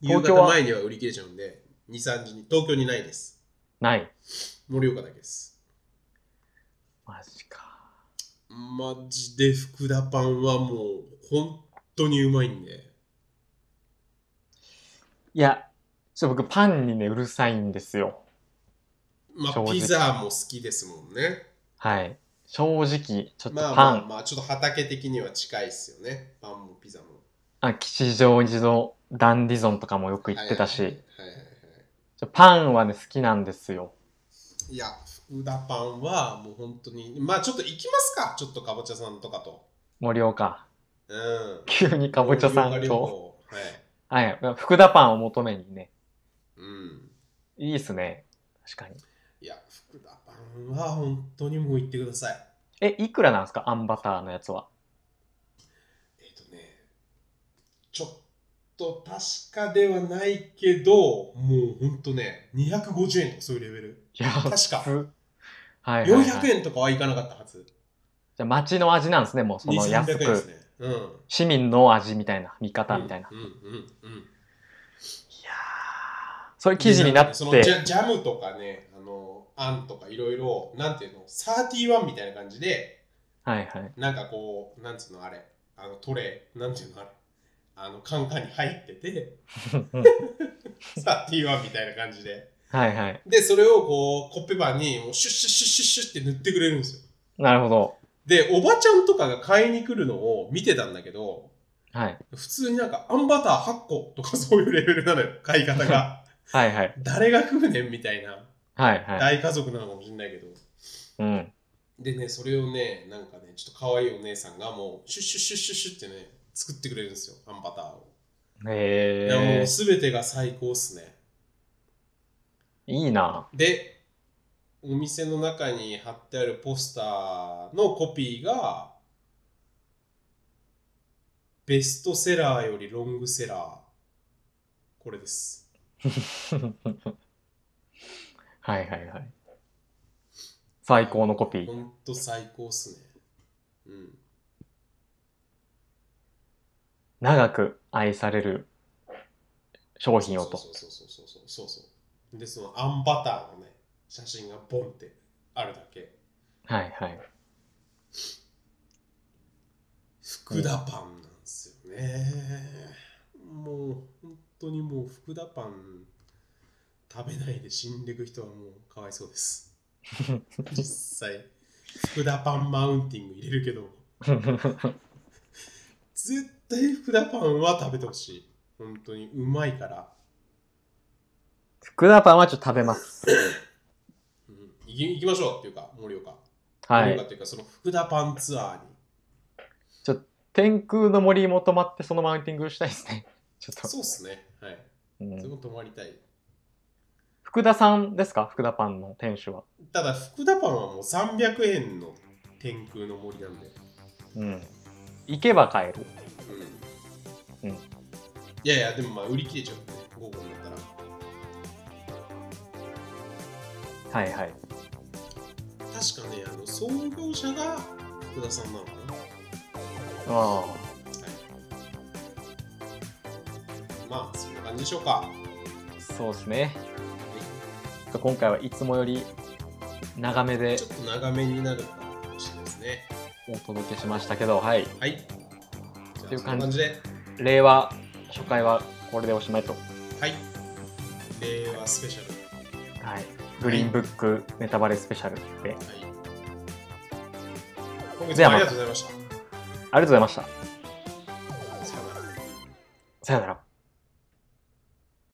[SPEAKER 2] 夕
[SPEAKER 1] 東京
[SPEAKER 2] 方
[SPEAKER 1] は
[SPEAKER 2] 前には売り切れちゃうんで、2、3時に、東京にないです。
[SPEAKER 1] ない。
[SPEAKER 2] 盛岡だけです。
[SPEAKER 1] マジか。
[SPEAKER 2] マジで福田パンはもう、本当にうまいんで。
[SPEAKER 1] いや、ちょっと僕パンにね、うるさいんですよ。
[SPEAKER 2] ま
[SPEAKER 1] 正
[SPEAKER 2] あ、
[SPEAKER 1] 直
[SPEAKER 2] ピザも好きですもんね。
[SPEAKER 1] はい。正直、ちょっと
[SPEAKER 2] まあ
[SPEAKER 1] パン、
[SPEAKER 2] まあまあ、ちょっと畑的には近いっすよね。パンもピザも。
[SPEAKER 1] あ、吉祥寺のダンディゾンとかもよく行ってたし、
[SPEAKER 2] はいはいはいはい
[SPEAKER 1] ちょパンはね、好きなんですよ。
[SPEAKER 2] いや、福田パンはもう本当に、まあちょっと行きますか、ちょっとかぼちゃさんとかと。
[SPEAKER 1] 盛岡。
[SPEAKER 2] うん。
[SPEAKER 1] 急にかぼちゃさ
[SPEAKER 2] 盛岡
[SPEAKER 1] ん
[SPEAKER 2] 旅
[SPEAKER 1] と。
[SPEAKER 2] 行はい。
[SPEAKER 1] はい。福田パンを求めにね。
[SPEAKER 2] うん。
[SPEAKER 1] いいっすね。確かに。
[SPEAKER 2] いや、福田パンは本当にもう行ってください。
[SPEAKER 1] え、いくらなんですかあんバターのやつは。
[SPEAKER 2] えっ、とね、ちょっと確かではないけど、もう本当ね、250円とかそういうレベル。
[SPEAKER 1] いや、
[SPEAKER 2] 確か
[SPEAKER 1] 普通はいはい、はい。
[SPEAKER 2] 400円とかはいかなかったはず。
[SPEAKER 1] じゃあ町の味なんですね、もうそ
[SPEAKER 2] 2、
[SPEAKER 1] の安
[SPEAKER 2] 300円です
[SPEAKER 1] く。
[SPEAKER 2] ね。うん。
[SPEAKER 1] 市民の味みたいな、味方みたいな。
[SPEAKER 2] うんうんうんうん。
[SPEAKER 1] いやーそれ記事になっ
[SPEAKER 2] そのジ
[SPEAKER 1] て、
[SPEAKER 2] ャジャムとかね、あの、あんとかいろいろ、なんていうの、サーティワンみたいな感じで、
[SPEAKER 1] はいはい。
[SPEAKER 2] なんかこう、なんつうのあれ、あのトレー、なんていうのあれ、あの、カンカンに入ってて、サーティワンみたいな感じで。
[SPEAKER 1] はいはい。
[SPEAKER 2] で、それをこう、コッペパンにもうシュッシュッシュッシュッシュッって塗ってくれるんですよ。
[SPEAKER 1] なるほど。
[SPEAKER 2] で、おばちゃんとかが買いに来るのを見てたんだけど、
[SPEAKER 1] はい。
[SPEAKER 2] 普通になんかあんバター8個とかそういうレベルなのよ、買い方が。
[SPEAKER 1] はいはい。
[SPEAKER 2] 誰が食うねんみたいな。
[SPEAKER 1] はいはい。
[SPEAKER 2] 大家族なのかもしれないけど。
[SPEAKER 1] うん。
[SPEAKER 2] でね、それをね、なんかね、ちょっと可愛いお姉さんがもう、シュッシュッシュッシュッシュってね、作ってくれるんですよ、あんバターを。いや、も
[SPEAKER 1] へ
[SPEAKER 2] うすべてが最高っすね。
[SPEAKER 1] え。いいな。
[SPEAKER 2] で、お店の中に貼ってあるポスターのコピーが、ベストセラーよりロングセラー。これです。
[SPEAKER 1] はいはいはい。最高のコピー
[SPEAKER 2] ほ。んと最高っすね。うん。
[SPEAKER 1] 長く愛される商品をと。
[SPEAKER 2] そうそうそうそうそうそうそうでそのあんバターのね写真がボンってあるだけ
[SPEAKER 1] はいはい。
[SPEAKER 2] 福田パンなんですよねもう本当にもう福田パン食べないで死んでいく人はもうかわいそうです 実際福田パンマウンティング入れる けど絶対福田パンは食べてほしい本当にうまいから、
[SPEAKER 1] 福田パンはちょっと食べ ます。
[SPEAKER 2] うん、行き行きましょうっていうか盛岡
[SPEAKER 1] は
[SPEAKER 2] 盛岡
[SPEAKER 1] い。
[SPEAKER 2] っていうかその福田パンツアーに
[SPEAKER 1] 天空の森も泊まってそのマウンティングしたいですね。 ちょっと。
[SPEAKER 2] そうっすね。はい。
[SPEAKER 1] う
[SPEAKER 2] それ
[SPEAKER 1] ん、
[SPEAKER 2] も泊まりたい。
[SPEAKER 1] 福田さんですか福田パンの店主は。
[SPEAKER 2] ただ、福田パンはもう300円の天空の森なんで。
[SPEAKER 1] うん。行けば買える。
[SPEAKER 2] うん。
[SPEAKER 1] うん
[SPEAKER 2] いやいや、でもまあ、売り切れちゃうんでね、午後になったら。
[SPEAKER 1] はいはい。
[SPEAKER 2] 確かね、あの創業者が福田さんなのかな。は
[SPEAKER 1] ああ。
[SPEAKER 2] い。まあ、そんな感じでしょうか。
[SPEAKER 1] そうですね。ちょっと今回はいつもより長めで
[SPEAKER 2] ちょっと長めになるかもしれないですね。
[SPEAKER 1] お届けしましたけど、はい。
[SPEAKER 2] はい。じゃ
[SPEAKER 1] という感じ
[SPEAKER 2] あ、そんな感じで。
[SPEAKER 1] 令和初回はこれでおしまいと。
[SPEAKER 2] はい。令和スペシャル。
[SPEAKER 1] はい。グリーンブックネタバレスペシャルで。
[SPEAKER 2] はい。今月
[SPEAKER 1] で
[SPEAKER 2] も
[SPEAKER 1] は
[SPEAKER 2] あ
[SPEAKER 1] また
[SPEAKER 2] りがとうございました。
[SPEAKER 1] ありがとうございました。
[SPEAKER 2] さよなら。
[SPEAKER 1] さよなら。